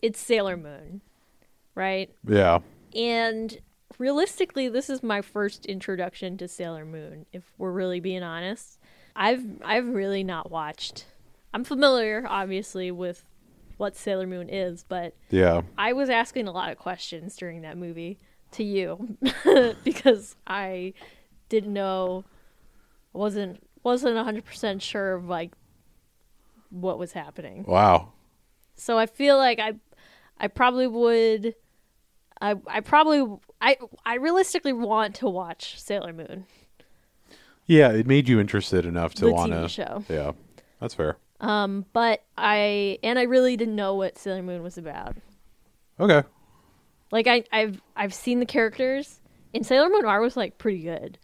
it's Sailor Moon, right? Yeah. And realistically, this is my first introduction to Sailor Moon. If we're really being honest, I've I've really not watched. I'm familiar, obviously, with what Sailor Moon is, but Yeah. I was asking a lot of questions during that movie to you because I didn't know wasn't wasn't 100% sure of like what was happening. Wow. So I feel like I I probably would I I probably I I realistically want to watch Sailor Moon Yeah, it made you interested enough to the want to. TV show. Yeah, that's fair. But I and I really didn't know what Sailor Moon was about. Okay. Like I, I've I've seen the characters, and Sailor Moon R was like pretty good,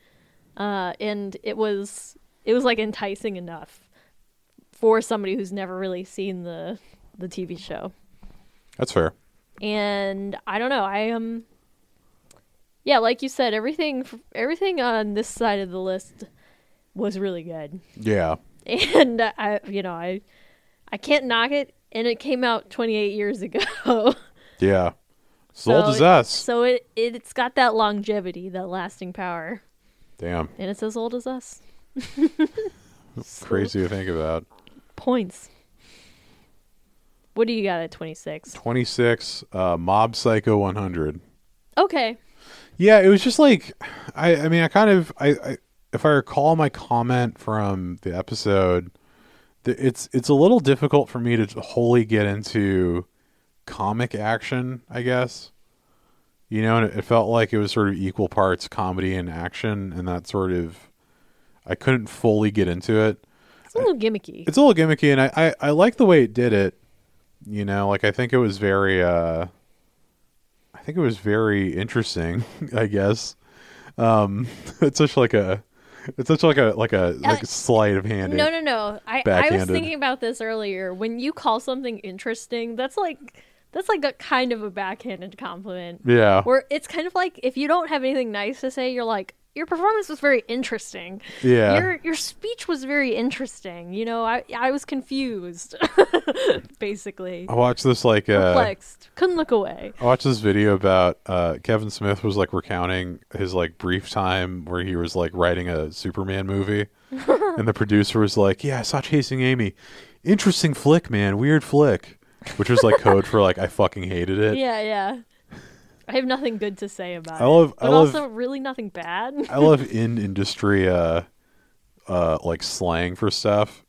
uh, and it was it was like enticing enough for somebody who's never really seen the the TV show. That's fair. And I don't know, I Um, yeah, like you said, everything everything on this side of the list was really good, Yeah. and I you know I I can't knock it, and it came out 28 years ago. Yeah. As old as it- us. So it, it it's got that longevity, that lasting power, Damn. and it's as old as us. Crazy to think about. Points. What do you got at twenty six? 26, uh, Mob Psycho 100. Okay. Yeah, it was just like, I, I mean, I kind of, I, I, if I recall my comment from the episode, th- it's it's a little difficult for me to wholly get into comic action, I guess. You know, and it, it felt like it was sort of equal parts comedy and action, and that sort of, I couldn't fully get into it. It's a little gimmicky. it's a little gimmicky and I, I i like the way it did it you know like i think it was very uh i think it was very interesting i guess um it's such like a it's such like a like a like a sleight of hand No, no, no. I, I was Backhanded. thinking about this earlier. When you call something interesting, that's like that's like a kind of a backhanded compliment. yeah Where it's kind of like if you don't have anything nice to say, you're like, your performance was very interesting. yeah Your your speech was very interesting. You know, I I was confused, basically. i watched this like uh perplexed. Couldn't look away. I watched this video about uh, Kevin Smith was like recounting his like brief time where he was like writing a Superman movie, and the producer was like, "Yeah, I saw Chasing Amy, interesting flick, man, weird flick," which was like code for like I fucking hated it. Yeah, yeah. I have nothing good to say about I love- it. I But love- also really nothing bad. I love in industry uh, uh, like slang for stuff.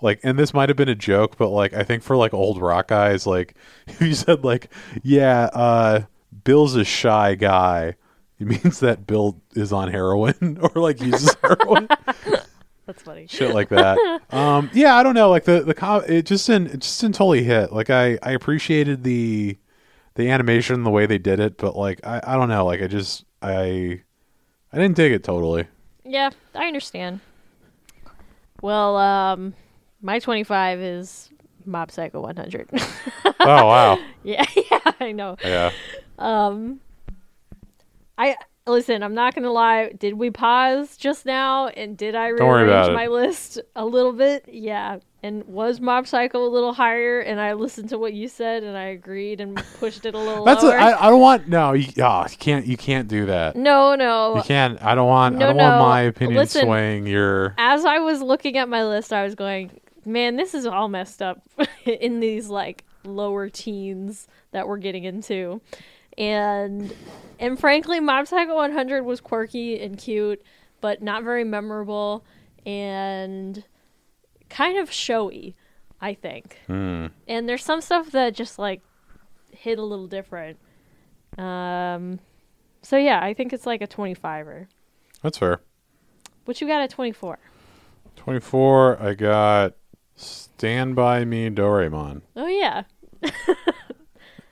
Like, and this might have been a joke, but like I think for like old rock guys, like if you said like, "Yeah, uh, Bill's a shy guy," it means that Bill is on heroin or like uses heroin That's funny. shit like that. Um, yeah, I don't know. Like the the com- it just didn't it just didn't totally hit. Like I I appreciated the the animation, the way they did it, but like I I don't know. Like I just I I didn't dig it totally. Yeah, I understand. Well, um my 25 is Mob Psycho 100. Oh wow, yeah, yeah, I know. yeah, I listen, I'm not going to lie, did we pause just now and did I worry rearrange about it. my list a little bit? Yeah. And was Mob Psycho a little higher and I listened to what you said and I agreed and pushed it a little that's lower? what I I don't want. No, you, ah, you can't you can't do that. No, no. You can't. I don't want. No, I don't want no. my opinion Listen. swaying your. As I was looking at my list, I was going, man, this is all messed up in these like lower teens that we're getting into. And and frankly, Mob Psycho 100 was quirky and cute, but not very memorable and kind of showy, I think. And there's some stuff that just like hit a little different. Um so yeah, I think it's like a 25er. That's fair. What you got at 24? Twenty four. I got Stand by Me, Doraemon. Oh yeah.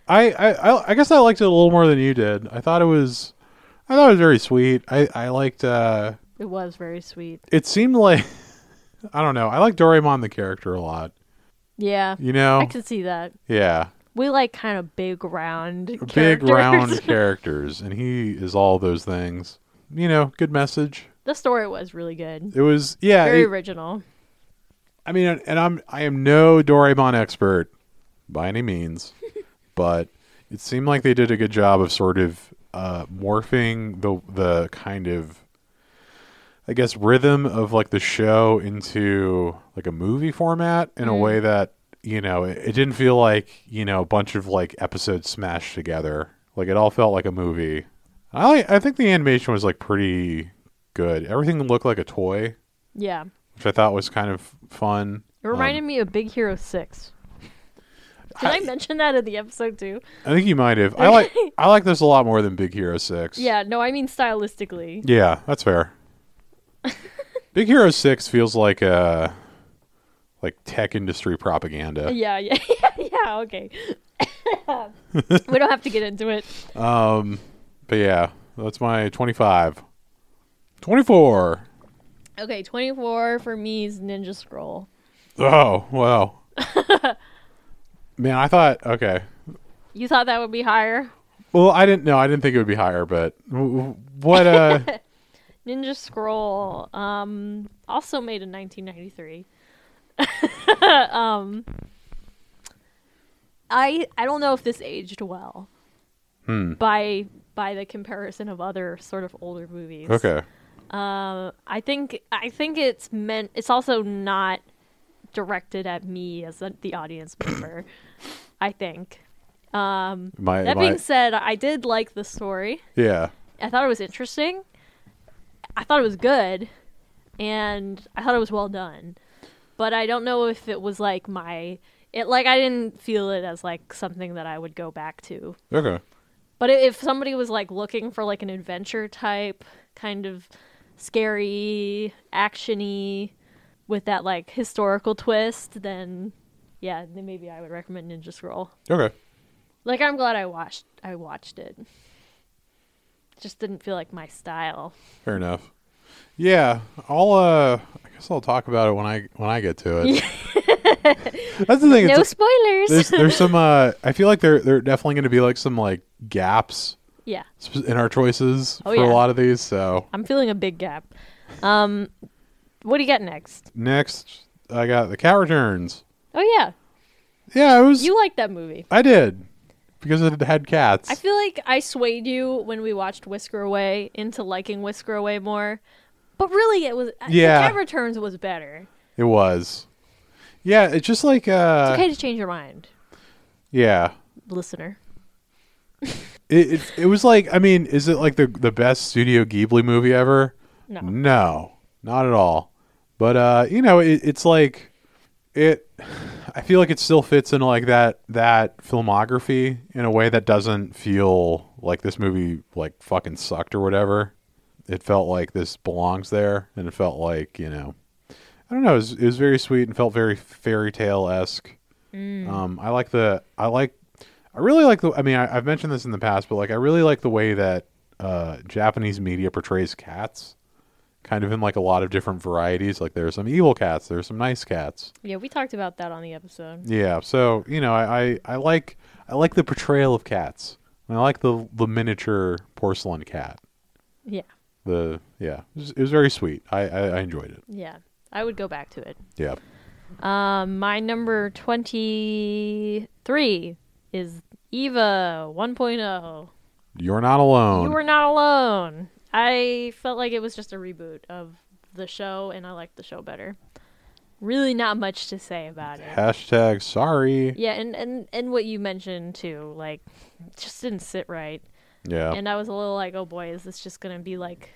I, I I- I guess I liked it a little more than you did. I thought it was, I thought it was very sweet. I I liked. uh It was very sweet. It seemed like, I don't know. I like Doraemon the character a lot. Yeah. You know, I could see that. yeah, We like kind of big round big characters. round characters, and he is all those things. You know, good message. the story was really good. It was yeah. Very it- original. I mean, and I'm I am no Doraemon expert by any means, but it seemed like they did a good job of sort of uh, morphing the the kind of I guess rhythm of like the show into like a movie format in a way that you know it, it didn't feel like you know a bunch of like episodes smashed together. Like it all felt like a movie. I I think the animation was like pretty good. Everything looked like a toy Yeah. which I thought was kind of fun. Um, It reminded me of Big Hero 6. Did I, mention that in the episode too? I think you might have. I like I like this a lot more than Big Hero Six. Yeah, no, I mean stylistically. yeah, that's fair. Big Hero Six feels like uh like tech industry propaganda. Yeah, yeah, yeah, yeah okay. we don't have to get into it. But yeah, that's my twenty five. Twenty four. Okay, 24 for me is Ninja Scroll. Oh wow. Man, I thought okay. You thought that would be higher? Well, I didn't know. I didn't think it would be higher, but w- w- what? Uh, Ninja Scroll um also made in 1993. um I I don't know if this aged well. By by the comparison of other sort of older movies. okay. Um, I think I think it's meant. It's also not directed at me as the- the audience member. I think. Um, My, that my being said, I did like the story. yeah. I thought it was interesting. I thought it was good, and I thought it was well done. But I don't know if it was like my it like I didn't feel it as like something that I would go back to. Okay. But i- if somebody was like looking for like an adventure type kind of scary, actiony with that like historical twist, then yeah, then maybe I would recommend Ninja Scroll. Okay. Like I'm glad I watched I watched it. Just didn't feel like my style. Fair enough. Yeah, I'll. uh I guess I'll talk about it when I when I get to it. That's the thing. No it's- there's spoilers. there's some. Uh, I feel like there there are definitely going to be like some like gaps yeah. sp- in our choices Oh, for yeah. a lot of these. So I'm feeling a big gap. Um what do you got next? next, I got the cat returns. Oh yeah. Yeah, it was. You like that movie. I did because it had cats. I feel like I swayed you when we watched Whisker Away into liking Whisker Away more, but really it was Yeah. The Cat Returns was better. it was. Yeah, it's just like. uh It's okay to change your mind, Yeah. listener. It, it it was like I mean, is it like the the best Studio Ghibli movie ever? No. No, not at all. But uh, you know, it, it's like it. I feel like it still fits in like that that filmography in a way that doesn't feel like this movie like fucking sucked or whatever. It felt like this belongs there, and it felt like you know, I don't know. It was, it was very sweet and felt very fairy tale esque. Um, I like the I like I really like the. I mean, I, I've mentioned this in the past, but like I really like the way that uh, Japanese media portrays cats, kind of in like a lot of different varieties. Like there are some evil cats, there are some nice cats. Yeah, we talked about that on the episode. Yeah, so you know, I I, I like I like the portrayal of cats. And I like the the miniature porcelain cat. Yeah, The yeah, it was, it was very sweet. I, I I enjoyed it. yeah. I would go back to it. Yeah. Um, my number 23 is Eva oh. 1.0. You're not alone. You were not alone. I felt like it was just a reboot of the show, and I liked the show better. Really, not much to say about it. Hashtag sorry. Yeah, and, and, and what you mentioned too, like, it just didn't sit right. Yeah. And I was a little like, oh boy, is this just going to be like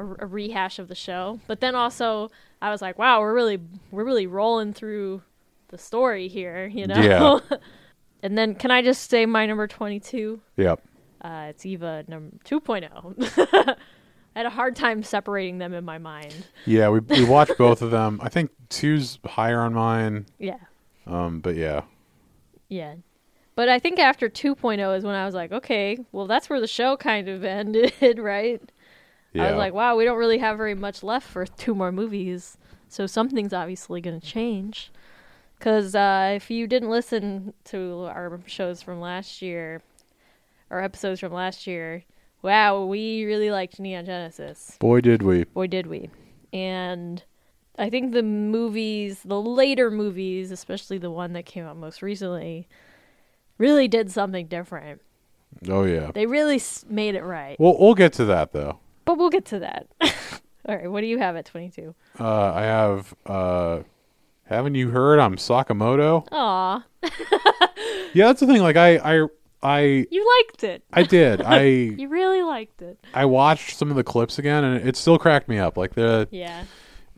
a, a rehash of the show? But then also, I was like, wow, we're really we're really rolling through the story here, you know. and then, can I just say my number twenty two? yep. Uh, it's Eva number two oh. I had a hard time separating them in my mind. Yeah, we we watched both of them. I think two's higher on mine. Yeah, Um, but yeah, yeah. But I think after 2.0 is when I was like, okay, well, that's where the show kind of ended, right? I was like, wow, we don't really have very much left for two more movies. So something's obviously going to change. Because uh, if you didn't listen to our shows from last year, our episodes from last year, wow, we really liked Neon Genesis. boy, did we. Boy, did we. And I think the movies, the later movies, especially the one that came out most recently, really did something different. Oh, yeah. They really s- made it right. Well, we'll get to that, though. But we'll get to that. All right, what do you have at 22? Uh, I have. Uh, haven't you heard? I'm Sakamoto. Aw, Yeah, that's the thing. Like, I, I, I, you liked it. I did. I, You really liked it. I watched some of the clips again, and it still cracked me up. Like the Yeah.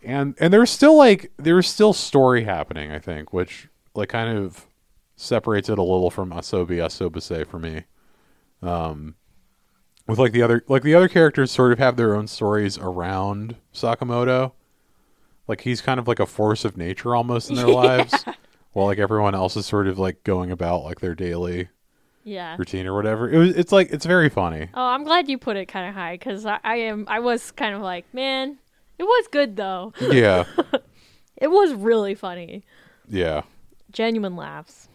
and and there was still like there was still story happening. I think, which like kind of separates it a little from Asobi Asobase for me. Um, with like the other like the other characters sort of have their own stories around Sakamoto. Like he's kind of like a force of nature almost in their lives, while like everyone else is sort of like going about like their daily Yeah. routine or whatever. It was it's like it's very funny. Oh, I'm glad you put it kind of high because I, I am. I was kind of like, man, it was good though. Yeah, It was really funny. yeah. Genuine laughs.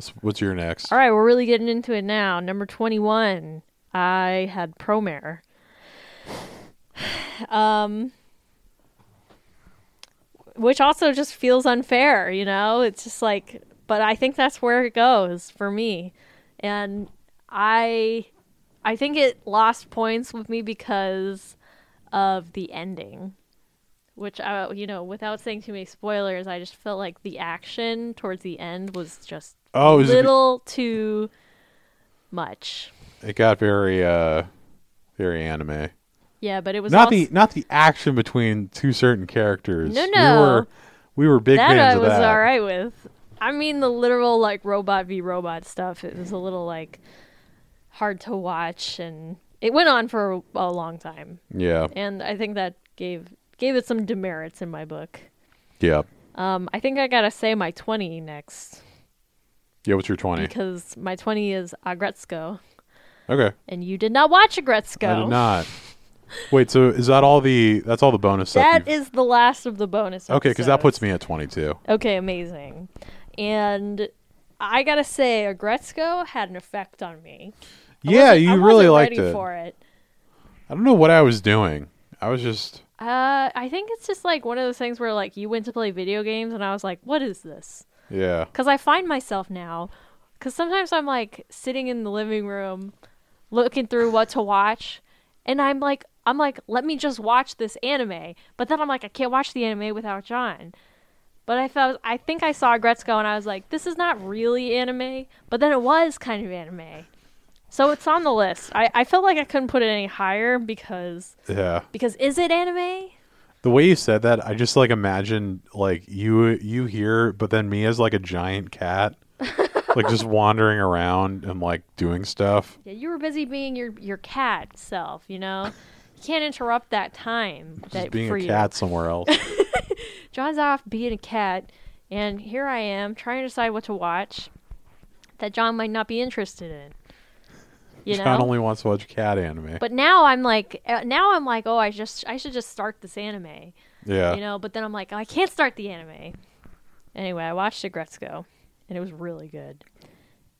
So What's your next? All right, we're really getting into it now. Number 21. I had Promare. Um which also just feels unfair, you know? It's just like but I think that's where it goes for me. And I I think it lost points with me because of the ending. Which I, you know, without saying too many spoilers, I just felt like the action towards the end was just Oh, it, was- little too much. it got very uh very anime. Yeah, but it was not also, the not the action between two certain characters. No, We no. were we were big that fans I of was that. all right with. I mean, the literal like robot v robot stuff. It was a little like hard to watch, and it went on for a, a long time. Yeah, And I think that gave gave it some demerits in my book. yeah, Um, I think I gotta say my twenty next yeah. What's your twenty? because my twenty is Agretzko, Okay, and you did not watch Agretzko. I did not. Wait, so is that all the? That's all the bonus stuff. That you've- is the last of the bonus. okay, because that episodes. puts me at twenty-two. Okay, amazing. And I gotta say, Agretzko had an effect on me. I Yeah, wasn't- you I wasn't really liked ready it. for it. I don't know what I was doing. I was just Uh, I think it's just like one of those things where like you went to play video games, and I was like, "What is this?" yeah. Because I find myself now, because sometimes I'm like sitting in the living room, looking through what to watch, and I'm like, I'm like, let me just watch this anime. But then I'm like, I can't watch the anime without John. But I felt, I think I saw Gretzko, and I was like, this is not really anime. But then it was kind of anime. So it's on the list. I, I felt like I couldn't put it any higher because Yeah, because is it anime? the way you said that, I just like imagined like you you here, but then me as like a giant cat, like just wandering around and like doing stuff. Yeah, you were busy being your your cat self. You know, you can't interrupt that time. Just that being for a you. cat somewhere else. John's off being a cat, and here I am trying to decide what to watch that John might not be interested in. You John know, only wants to watch cat anime. but now I'm like, uh, now I'm like, oh, I just I should just start this anime. yeah. You know, but then I'm like, oh, I can't start the anime. Anyway, I watched Agretzko, and it was really good,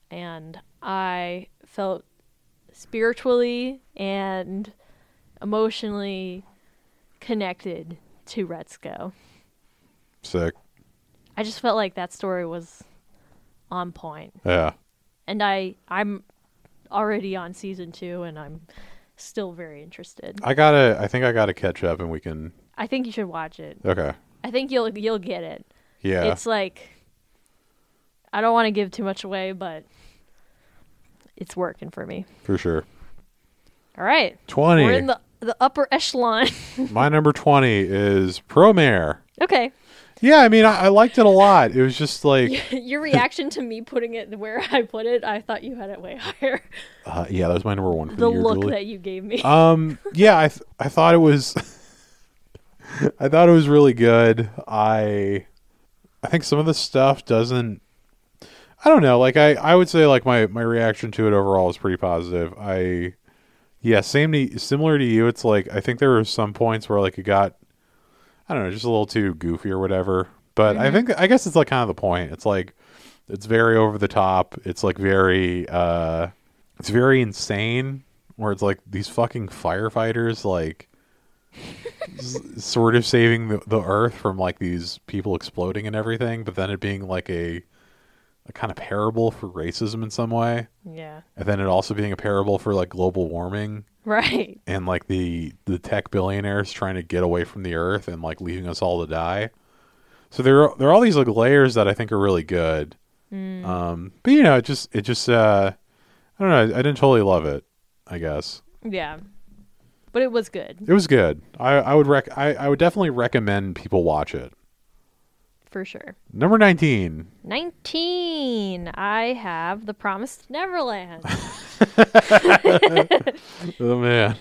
and I felt spiritually and emotionally connected to Retzko. Sick. I just felt like that story was on point, Yeah. and I I'm already on season two, and I'm still very interested. I gotta I think I gotta catch up and we can I think you should watch it. Okay. I think you'll you'll get it. Yeah. It's like I don't want to give too much away, but it's working for me. for sure. All right, we're in Twenty. the the upper echelon. My number twenty is Promare. okay, Yeah, I mean I, I liked it a lot. It was just like your reaction to me putting it where I put it, I thought you had it way higher. uh, yeah, that was my number one for the, The year, look Julie. that you gave me. Um yeah, I th- I thought it was I thought it was really good. I I think some of the stuff doesn't I don't know. Like I, I would say like my my reaction to it overall is pretty positive. I yeah, same to, similar to you. It's like I think there were some points where like it got I don't know, just a little too goofy or whatever. But I think I guess it's like kind of the point. It's like it's very over the top. It's like very uh it's very insane where it's like these fucking firefighters like s- sort of saving the, the earth from like these people exploding and everything, but then it being like a a kind of parable for racism in some way, Yeah. and then it also being a parable for like global warming Right. and like the the tech billionaires trying to get away from the earth and like leaving us all to die. So there are there are all these like layers that I think are really good. Mm. Um, but you know, it just it just uh, I don't know. I didn't totally love it. I guess Yeah. But it was good it was good. I I would rec I, I would definitely recommend people watch it. for sure. Number nineteen. 19. I have The Promised Neverland. Oh man.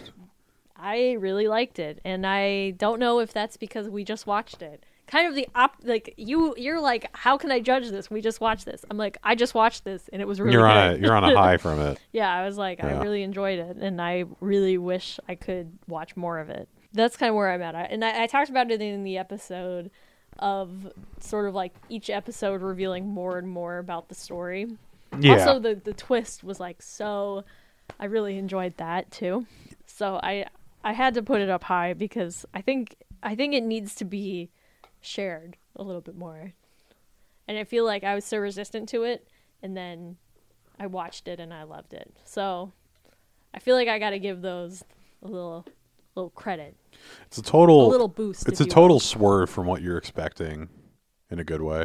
I really liked it and I don't know if that's because we just watched it. Kind of the op like you you're like how can I judge this? We just watched this. I'm like I just watched this and it was really you're on good. a you're on a high from it. Yeah, I was like, Yeah. I really enjoyed it, and I really wish I could watch more of it. That's kind of where I'm at. I, and I, I talked about it in the episode of sort of like each episode revealing more and more about the story. Yeah. Also, the the twist was like so. I really enjoyed that too. So I I had to put it up high because I think I think it needs to be shared a little bit more. And I feel like I was so resistant to it, and then I watched it and I loved it. So I feel like I got to give those a little little credit, It's a total a little boost. It's a total swerve from what you're expecting in a good way.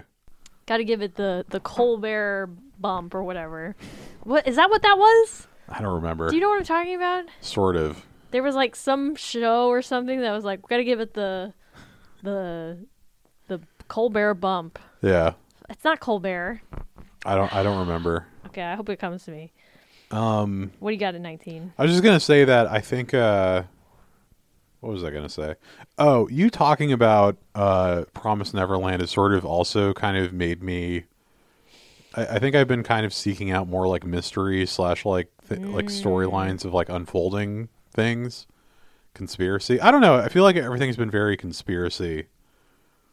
Got to give it the the Colbert bump or whatever. What is that? What that was? I don't remember. Do you know what I'm talking about? sort of. there was like some show or something that was like we gotta give it the the the colbert bump Yeah. it's not colbert I don't I don't remember. okay i hope it comes to me um what do you got at 19 I was just gonna say that I think uh what was I gonna say? Oh, you talking about uh Promise Neverland has sort of also kind of made me I, I think I've been kind of seeking out more like mystery slash like th- like storylines of like unfolding things. Conspiracy. I don't know. I feel like everything's been very conspiracy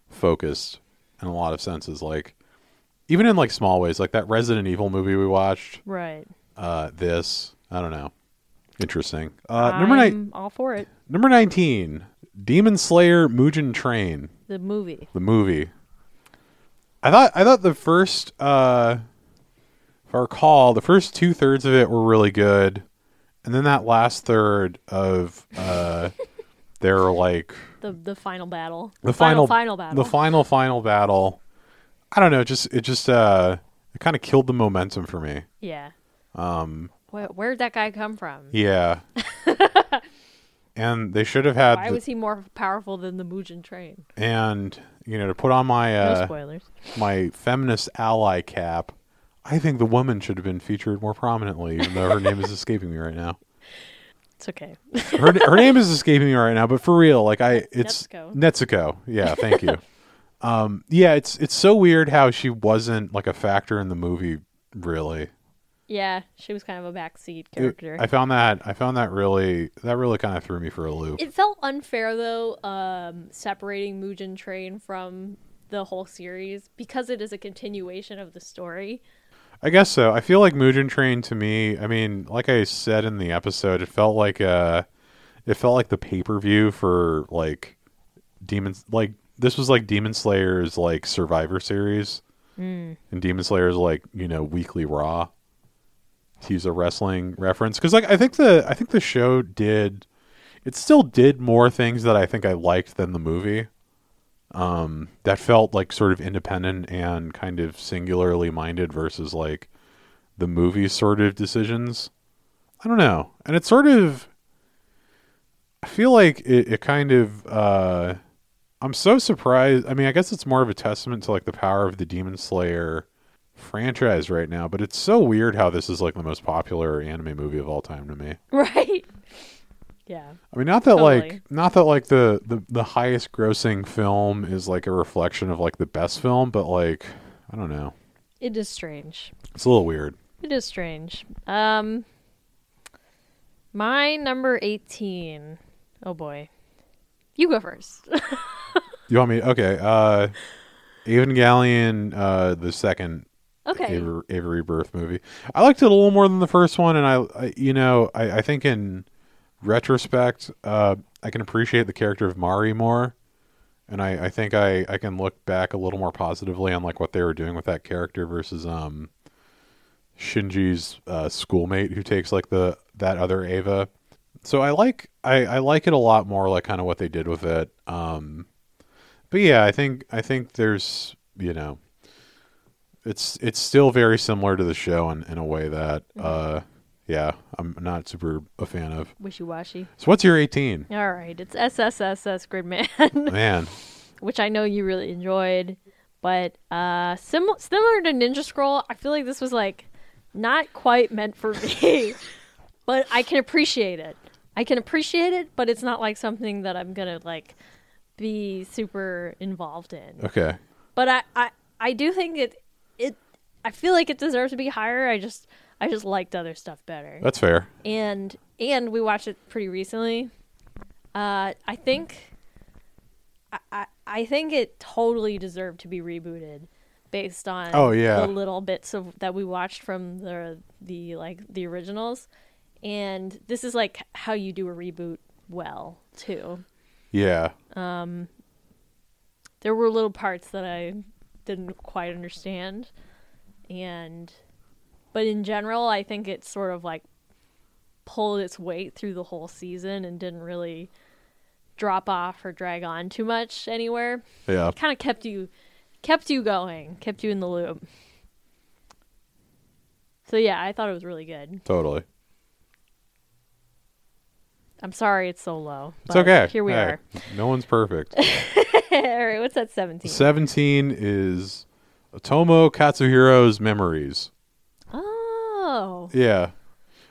focused in a lot of senses. Like even in like small ways, like that Resident Evil movie we watched right uh, this. I don't know. Interesting. Um, Uh, number nine, I'm all for it number nineteen, Demon Slayer Mugen Train, the movie the movie. I thought I thought the first, uh, if I recall, the first two thirds of it were really good, and then that last third of uh, their like the the final battle the final final, battle the final final battle. I don't know. Just it just uh, it kind of killed the momentum for me. yeah um where, where'd that guy come from Yeah. and they should have had, why the- was he more powerful than the Mugen train? and you know, to put on my No uh, spoilers. my feminist ally cap, I think the woman should have been featured more prominently, even though her name is escaping me right now. It's okay. Her her name is escaping me right now, but for real, like I, it's Netsuko. Netsuko. Yeah, thank you. um, yeah, it's it's so weird how she wasn't like a factor in the movie, really. Yeah, she was kind of a backseat It- character. I found that I found that really that really kind of threw me for a loop. It felt unfair though, um, separating Mugen Train from the whole series because it is a continuation of the story. I guess so. I feel like Mugen Train to me. I mean, like I said in the episode, it felt like uh it felt like the pay per view for like demons. Like this was like Demon Slayer's like Survivor Series, Hmm. and Demon Slayer's like you know weekly Raw. To use a wrestling reference, because like I think the I think the show did, it still did more things that I think I liked than the movie. Um, that felt like sort of independent and kind of singularly minded versus like the movie sort of decisions. I don't know. And it's sort of I feel like it, it kind of uh I'm so surprised. I mean, I guess it's more of a testament to like the power of the Demon Slayer franchise right now, but it's so weird how this is like the most popular anime movie of all time to me. Right. Yeah. I mean, not that Totally. like not that like the, the the highest grossing film is like a reflection of like the best film, but like I don't know. It is strange. It's a little weird. It is strange. Um, my number 18. Oh boy. You go first. You want me? Okay. Uh, Evangelion, uh, the second okay. Avery, Avery Birth movie. I liked it a little more than the first one, and I, I you know, I, I think in retrospect, uh, I can appreciate the character of Mari more, and I, I think I, I can look back a little more positively on like what they were doing with that character versus um, Shinji's uh, schoolmate who takes like the that other Ava. So I like I, I like it a lot more, like kind of what they did with it. Um, but yeah, I think I think there's you know it's it's still very similar to the show in, in a way that Mm-hmm. uh yeah i'm not super a fan of Wishy washy. so what's your 18 All right. It's SSSS Gridman, man which I know you really enjoyed. But uh, sim- similar to Ninja Scroll, I feel like this was like not quite meant for me, but I can appreciate it. I can appreciate it, but it's not like something that I'm going to like be super involved in. okay but I, I I do think it it I feel like it deserves to be higher. I just I just liked other stuff better. that's fair And and we watched it pretty recently. Uh, I think I, I I think it totally deserved to be rebooted based on Oh, yeah. the little bits of that we watched from the the like the originals. And this is like how you do a reboot well too. yeah there were little parts that I didn't quite understand. And but in general, I think it sort of like pulled its weight through the whole season and didn't really drop off or drag on too much anywhere. yeah Kind of kept you kept you going, kept you in the loop. So yeah, I thought it was really good. totally I'm sorry it's so low. it's but okay Here we Hey, are. no one's perfect All right, what's that 17? 17 is otomo katsuhiro's memories oh. yeah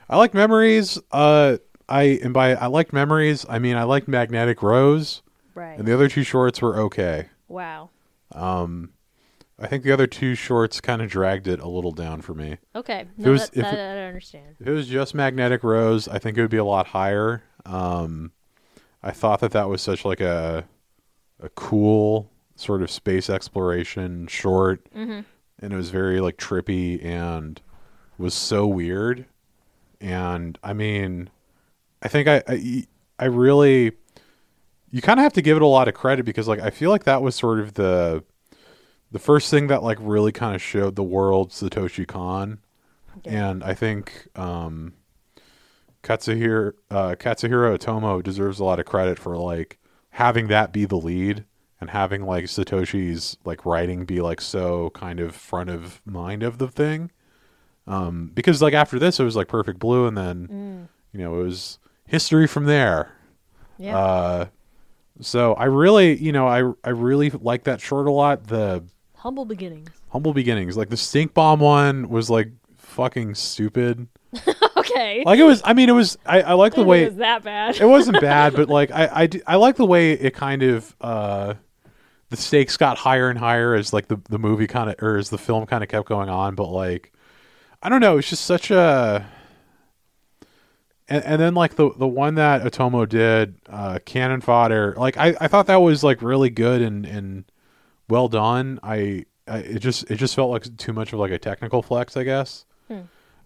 i like memories uh i and by i like memories i mean i like magnetic rose Right. and the other two shorts were okay wow. i think the other two shorts kind of dragged it a little down for me Okay. it No, was- that, if that, it- I don't understand. If it was just Magnetic Rose, I think it would be a lot higher. Um, I thought that that was such like a a cool sort of space exploration short, and it was very like trippy and was so weird. And I mean, I think I I, I really you kind of have to give it a lot of credit because like I feel like that was sort of the the first thing that like really kind of showed the world Satoshi Kon. Yeah. And I think um, Katsuhiro, uh, Katsuhiro Otomo deserves a lot of credit for like having that be the lead and having like Satoshi's like writing be like so kind of front of mind of the thing. Um, because like after this, it was like Perfect Blue, and Mm. then you know it was history from there. Yeah. Uh, so I really, you know, I I really like that short a lot. The Humble beginnings. humble beginnings, like the stink bomb one, was like fucking stupid. Okay. Like it was. I mean, it was. I, I like the way was that bad. it wasn't bad, but like I I, d- I like the way it kind of uh the stakes got higher and higher as like the the movie kind of or as the film kind of kept going on, but like I don't know, it's just such a and, and then like the the one that Otomo did, uh Cannon Fodder, like I I thought that was like really good and and well done. I, I it just it just felt like too much of like a technical flex, I guess.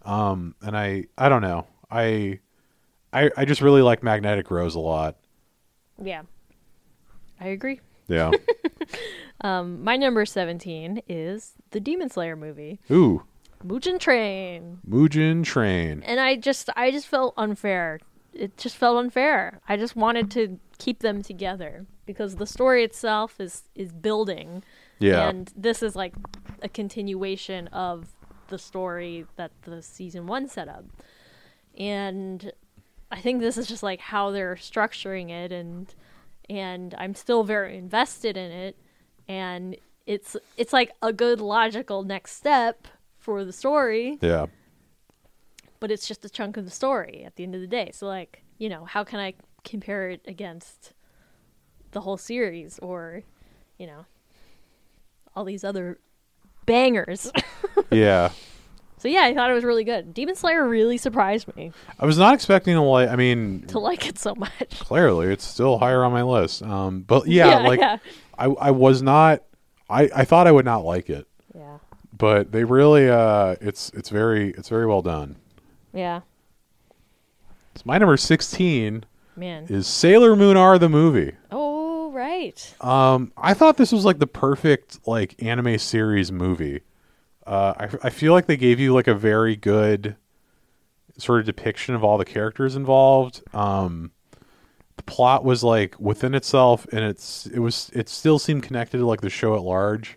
Um and I I don't know. I I, I just really like Magnetic Rose a lot. yeah. I agree. Yeah. Um, my number 17 is the Demon Slayer movie, Ooh, Mugen Train. Mujin Train. And I just I just felt unfair. It just felt unfair. I just wanted to keep them together because the story itself is is building Yeah. And this is like a continuation of the story that the season one set up. And I think this is just like how they're structuring it and and I'm still very invested in it and it's it's like a good logical next step for the story, yeah. but it's just a chunk of the story at the end of the day. So like, you know, how can I compare it against the whole series or, you know, all these other bangers. yeah. so yeah, I thought it was really good. Demon Slayer really surprised me I was not expecting to like. I mean, to like it so much. clearly it's still higher on my list. Um, but yeah, Yeah, like yeah. I, I was not. I, I thought I would not like it, Yeah. but they really. Uh, it's it's very it's very well done. Yeah. So my number sixteen Man. is Sailor Moon R the movie. oh right. Um, I thought this was like the perfect like anime series movie. Uh, I I feel like they gave you like a very good sort of depiction of all the characters involved. Um, the plot was like within itself, and it's it was it still seemed connected to like the show at large.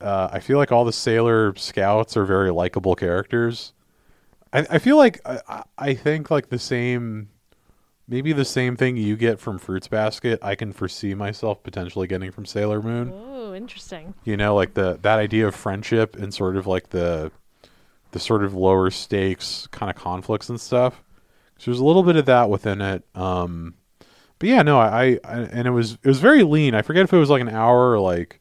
Uh, I feel like all the sailor scouts are very likable characters. I, I feel like I, I- I think like the same maybe the same thing you get from Fruits Basket, I can foresee myself potentially getting from Sailor Moon. Oh, interesting. You know, like the that idea of friendship and sort of like the the sort of lower stakes kind of conflicts and stuff. So there's a little bit of that within it. Um, but yeah, no, I, I and it was it was very lean. I forget if it was like an hour or like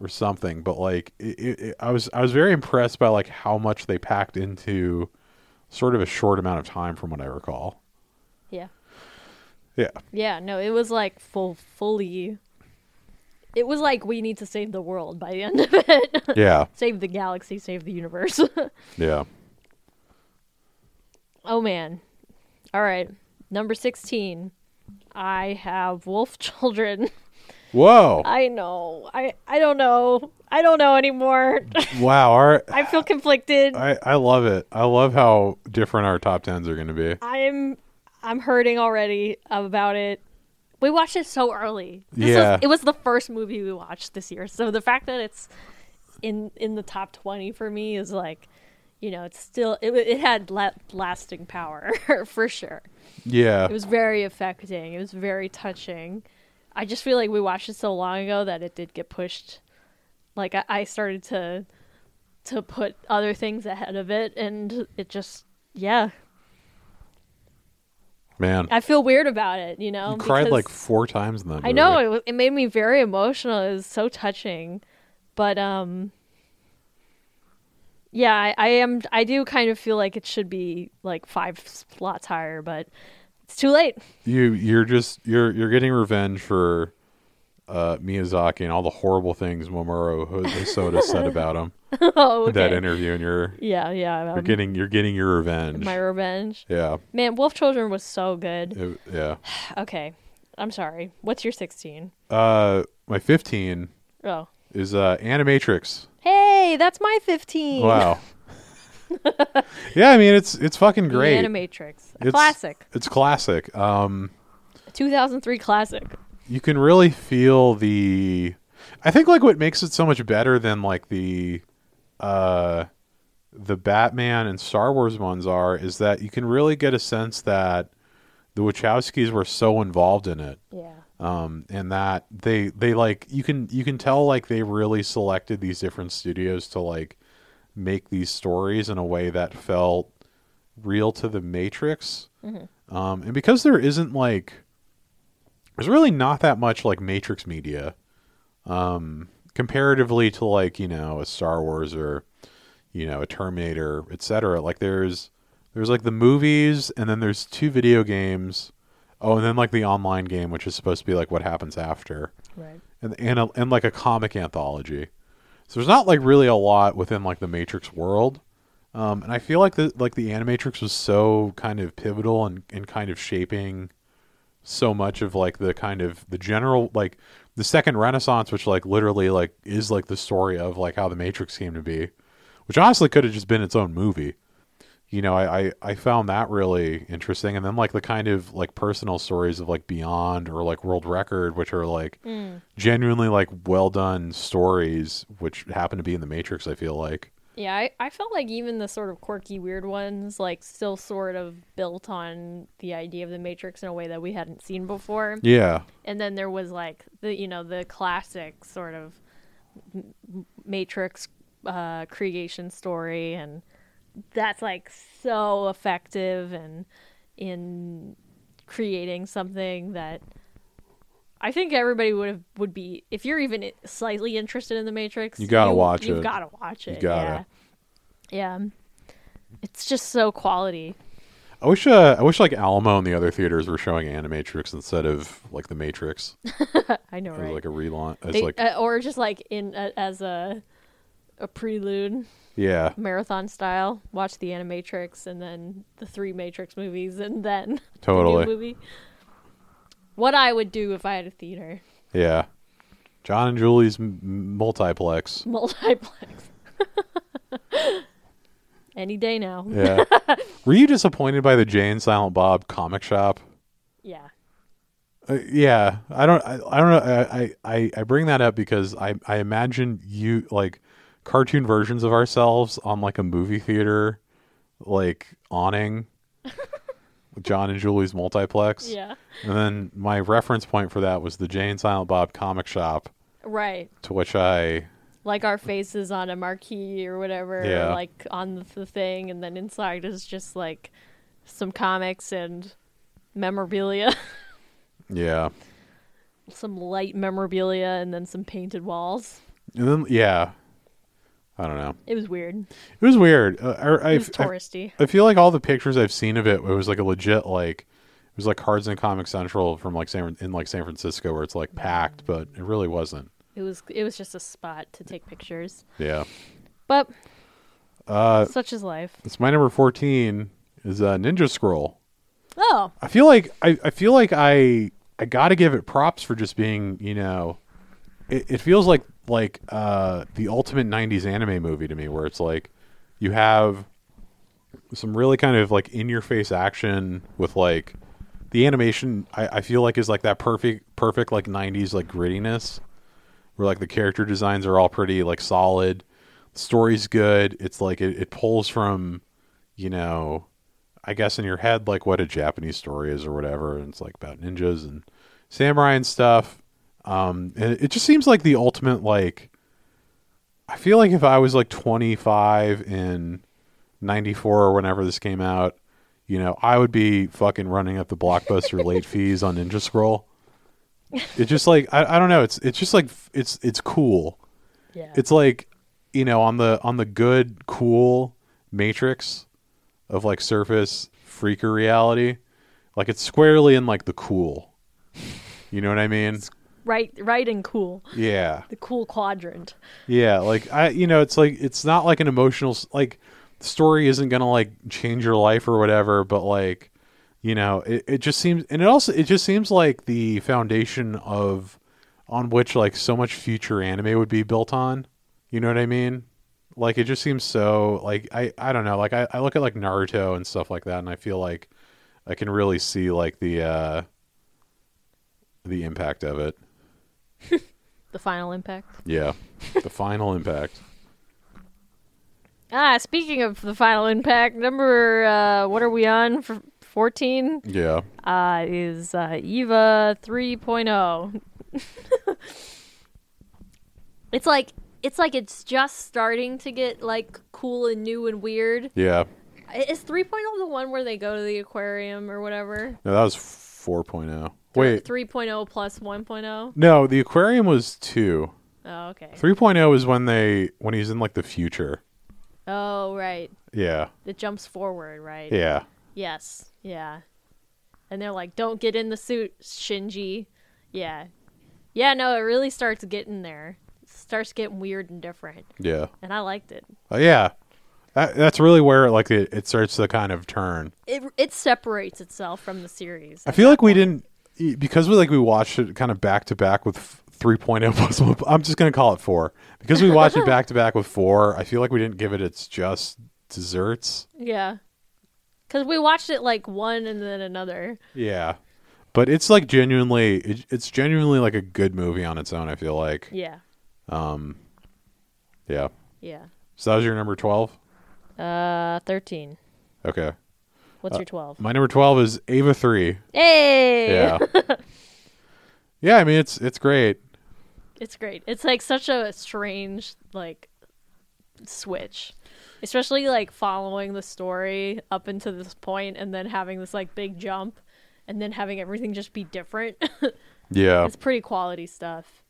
or something, but like it, it, it- I was I was very impressed by like how much they packed into sort of a short amount of time, from what I recall. Yeah. Yeah. Yeah, no, it was like full fully it was like we need to save the world by the end of it. Yeah. save the galaxy, save the universe. Yeah. oh man. All right. Number 16. I have wolf children. Whoa. I know. I I don't know. I don't know anymore. Wow, our, I feel conflicted. I I love it. I love how different our top tens are going to be. I'm I'm hurting already about it. We watched it so early. This was- Yeah. it was the first movie we watched this year. So the fact that it's in in the top 20 for me is like, you know, it's still it, it had la- lasting power for sure. Yeah, It was very affecting. It was very touching. I just feel like we watched it so long ago that it did get pushed. Like I, I started to to put other things ahead of it and it just yeah, man, I feel weird about it, you know. you cried because like four times in that. Movie. I know it, wa- it made me very emotional. It was so touching, but um, yeah, I, I am. I do kind of feel like it should be like five slots higher, but it's too late. You you're just you're you're getting revenge for uh, Miyazaki and all the horrible things Momoro Hosoda said about him oh, in that okay. interview, and you're yeah, yeah. you're um, getting you're getting your revenge. my revenge. yeah, Man, Wolf Children was so good. It- yeah. Okay, I'm sorry. What's your sixteen? Uh, my fifteen Oh, is uh, Animatrix. hey, that's my fifteen. Wow. yeah, I mean it's it's fucking The great. Animatrix, a It's- classic, It's classic. Um, 2003 classic. you can really feel the i think like what makes it so much better than like the uh the batman and star wars ones are is that you can really get a sense that the wachowskis were so involved in it Yeah. um and that they they like you can you can tell like they really selected these different studios to like make these stories in a way that felt real to the matrix um and because there isn't like there's really not that much like matrix media um comparatively to like you know a star wars or you know a terminator etc like there's there's like the movies and then there's two video games oh and then like the online game which is supposed to be like what happens after Right. and and, a, and like a comic anthology. So there's not like really a lot within like the Matrix world, um, and I feel like the like the Animatrix was so kind of pivotal and and kind of shaping so much of like the kind of the general like the second Renaissance, which like literally like is like the story of like how the Matrix came to be, which honestly could have just been its own movie. You know, I, I I found that really interesting, and then like the kind of like personal stories of like Beyond or like World Record, which are like Mm. genuinely like well done stories which happen to be in the matrix i feel like Yeah, I, I felt like even the sort of quirky, weird ones, like, still sort of built on the idea of the Matrix in a way that we hadn't seen before. yeah And then there was, like, the, you know, the classic sort of m- m- Matrix uh, creation story. And that's, like, so effective and in creating something that I think everybody would have would be if you're even slightly interested in the Matrix. You gotta watch you've it. gotta watch it. gotta. Yeah. yeah. It's just so quality. I wish, uh, I wish like Alamo and the other theaters were showing Animatrix instead of like the Matrix. I know, It was right? like a relaunch. It's They- like, uh, or just like in a, as a a prelude yeah, marathon style. Watch the Animatrix and then the three Matrix movies and then the new totally, movie. What I would do if I had a theater yeah. John and Julie's m- multiplex. multiplex. Any day now. Yeah. Were you disappointed by the Jay and Silent Bob comic shop? Yeah. Uh, yeah, I don't. I, I don't know. I, I- I I bring that up because I I imagine you like cartoon versions of ourselves on like a movie theater, like awning, with John and Julie's multiplex. Yeah. And then my reference point for that was the Jay and Silent Bob comic shop, Right. to which I Like our faces on a marquee or whatever, or, Yeah. like on the, the thing, and then inside is just like some comics and memorabilia, yeah. some light memorabilia, and then some painted walls. And then yeah, I don't know. It was weird. It was weird. Uh, I, It I, was I, touristy. I feel like all the pictures I've seen of it, it was like a legit like it was like Cards and Comic Central from like San in like San Francisco where it's like packed, but it really wasn't. It was it was just a spot to take pictures. Yeah, But Uh, such is life. it's my number fourteen is uh, Ninja Scroll. Oh, I feel like I, I feel like I I gotta give it props for just being you know, it, it feels like like uh, the ultimate '90s anime movie to me, where it's like you have some really kind of like in your face action with like the animation. I, I feel like is like that perfect perfect like '90s like grittiness, where like the character designs are all pretty like solid, story's good. It's like it, it pulls from you know I guess in your head like what a Japanese story is or whatever, and it's like about ninjas and samurai and stuff. Um, and it just seems like the ultimate like. I feel like if I was like 25 in 94 or whenever this came out, you know, I would be fucking running up the blockbuster late fees on Ninja Scroll. It's just like I, I don't know. It's it's just like f- it's it's cool yeah. it's like you know on the on the good cool matrix of like surface freaker reality like it's squarely in like the cool you know what i mean right, right, and cool. yeah The cool quadrant. yeah like i you know it's like it's not like an emotional s- like the story isn't gonna like change your life or whatever but like you know it, it just seems and it also it just seems like the foundation of on which like so much future anime would be built on you know what i mean like it just seems so like i i don't know like i, I look at like naruto and stuff like that and i feel like i can really see like the uh the impact of it The final impact. yeah the final impact Ah, speaking of the final impact, number uh, what are we on for 14? yeah Uh, is uh, Eva oh. 3.0. it's like it's like it's just starting to get like cool and new and weird. yeah I- Is 3.0 the one where they go to the aquarium or whatever? No, that was 4.0. Wait. 3.0 plus 1.0. No, the aquarium was 2. Oh, okay. 3.0 is when they when he's in like the future. Oh, right. Yeah. It jumps forward, right? Yeah. Yes. Yeah. And they're like, "Don't get in the suit, Shinji." Yeah. Yeah, no, it really starts getting there. It starts getting weird and different, Yeah. and I liked it. Uh, yeah. That, that's really where like it, it starts to kind of turn. It it separates itself from the series. I feel like we didn't e- because we like we watched it kind of back to back with f- 3.0 plus one- I'm just going to call it 4. Because we watched it back to back with 4, I feel like we didn't give it its just desserts. Yeah. Cuz we watched it like one and then another. Yeah. But it's like genuinely it, it's genuinely like a good movie on its own, I feel like. Yeah. Yeah. Yeah. So that was your number 12? Uh 13. Okay. What's your 12? My number 12 is Ava 3. Hey! Yeah. yeah, I mean it's it's great. It's great. It's like such a strange like switch. Especially like following the story up until this point and then having this like big jump and then having everything just be different. Yeah. It's pretty quality stuff.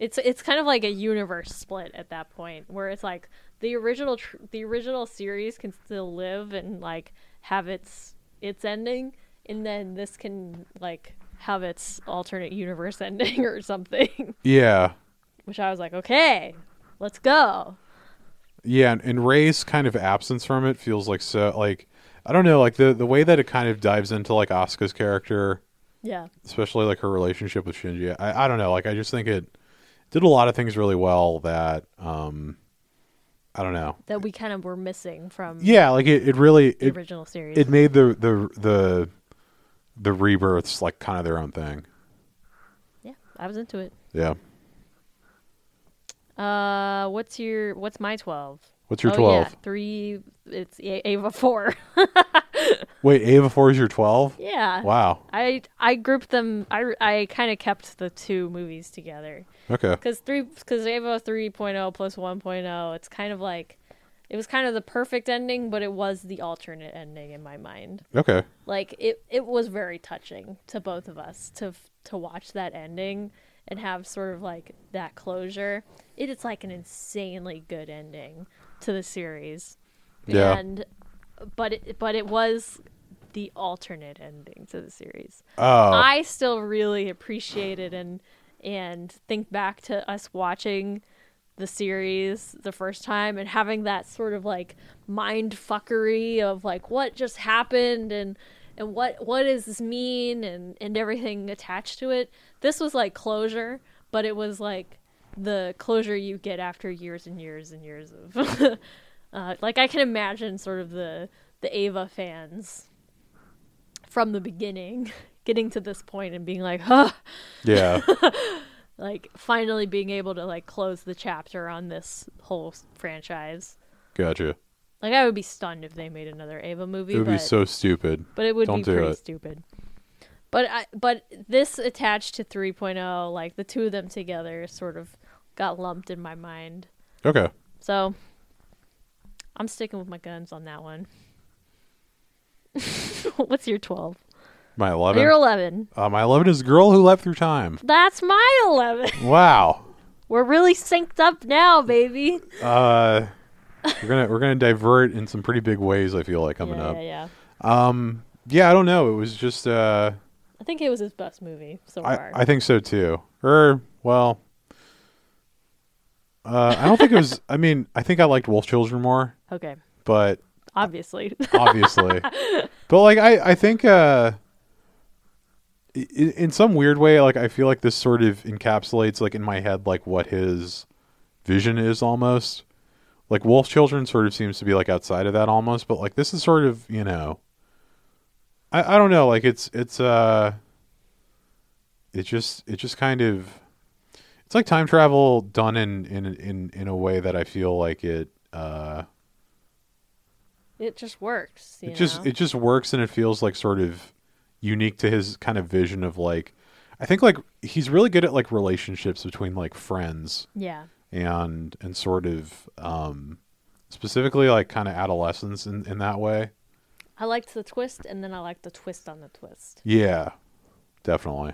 It's it's kind of like a universe split at that point, where it's like the original tr- the original series can still live and like have its its ending, and then this can like have its alternate universe ending or something. Yeah. Which I was like, okay, let's go. Yeah, and, and Ray's kind of absence from it feels like so like I don't know, like the the way that it kind of dives into like Asuka's character, Yeah, especially like her relationship with Shinji. I, I don't know, like I just think it did a lot of things really well that um I don't know. that we kind of were missing from Yeah, like it, it really the it, original series. it made the the the the rebirths like kind of their own thing. yeah, I was into it. Yeah. Uh, what's your what's my twelve? What's your Oh, twelve? yeah, three. It's A- Ava four. Wait, Ava four is your twelve? yeah. Wow. I I grouped them. I I kind of kept the two movies together Okay. because three because Ava 3.0 plus 1.0. It's kind of like it was kind of the perfect ending, but it was the alternate ending in my mind. Okay. Like it it was very touching to both of us to f- to watch that ending and have sort of like that closure. It is like an insanely good ending to the series. Yeah. And but it, but it was the alternate ending to the series. Oh. I still really appreciate it and and think back to us watching the series the first time and having that sort of like mind fuckery of like what just happened and and what what does this mean and and everything attached to it. This was like closure, but it was like the closure you get after years and years and years of uh, like I can imagine sort of the the Ava fans from the beginning getting to this point and being like huh yeah. like finally being able to like close the chapter on this whole s- franchise Gotcha. like i would be stunned if they made another ava movie It would but, be so stupid. but it would don't be do pretty it. stupid but i but this attached to 3.0 like the two of them together sort of got lumped in my mind Okay. so i'm sticking with my guns on that one what's your 12 My eleven. your 11 Uh, my eleven is girl who leapt through time. that's my 11 Wow. We're really synced up now, baby. Uh, we're gonna we're gonna divert in some pretty big ways. I feel like coming yeah, up. yeah, yeah. Yeah, I don't know. It was just uh, I think it was his best movie so I far. I think so too. Or well, uh, I don't think it was. I mean, I think I liked Wolf Children more, okay, but obviously. obviously. but like I, I think uh i- in, in some weird way, like I feel like this sort of encapsulates like in my head like what his vision is almost. Like Wolf Children sort of seems to be like outside of that almost, but like this is sort of, you know I, I don't know, like it's it's uh it just it just kind of it's like time travel done in in in in a way that I feel like it uh it just works. You it just know? it just works and it feels like sort of unique to his kind of vision of like i think like he's really good at like relationships between like friends yeah, and and sort of um specifically like kind of adolescence in, in that way I liked the twist, and then I liked the twist on the twist. yeah definitely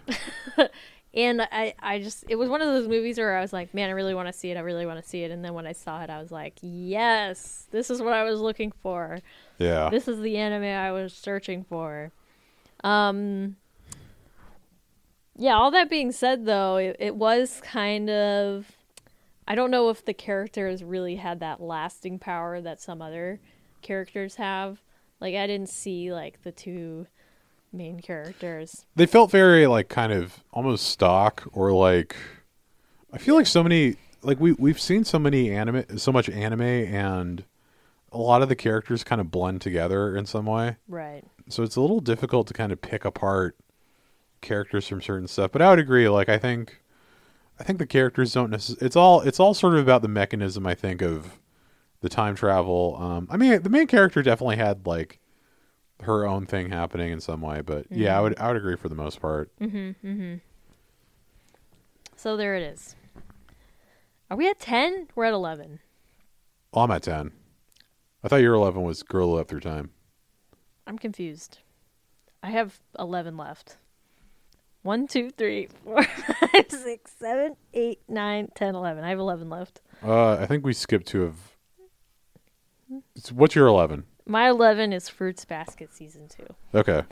And I, I just, it was one of those movies where I was like, man, I really want to see it. I really want to see it. And then when I saw it, I was like, yes, this is what I was looking for. yeah This is the anime I was searching for. Um, yeah, all that being said, though, it, it was kind of. I don't know if the characters really had that lasting power that some other characters have. Like, I didn't see, like, the two main characters. they felt very like kind of almost stock or like I feel like so many like we we've seen so many anime so much anime and a lot of the characters kind of blend together in some way. Right. So it's a little difficult to kind of pick apart characters from certain stuff, but I would agree like I think I think the characters don't necessarily it's all it's all sort of about the mechanism I think of the time travel. Um I mean the main character definitely had like her own thing happening in some way, but yeah, I would I would agree for the most part. So there it is. Are we at 10? We're at 11. Well, Oh, I'm at 10. I thought your 11 was Girl Up Through Time. I'm confused. I have 11 left. One, two, three, four, five, six, seven, eight, nine, ten, eleven. I have eleven left. Uh, I think we skipped two of. It's, what's your eleven? My eleven is Fruits Basket season two. Okay.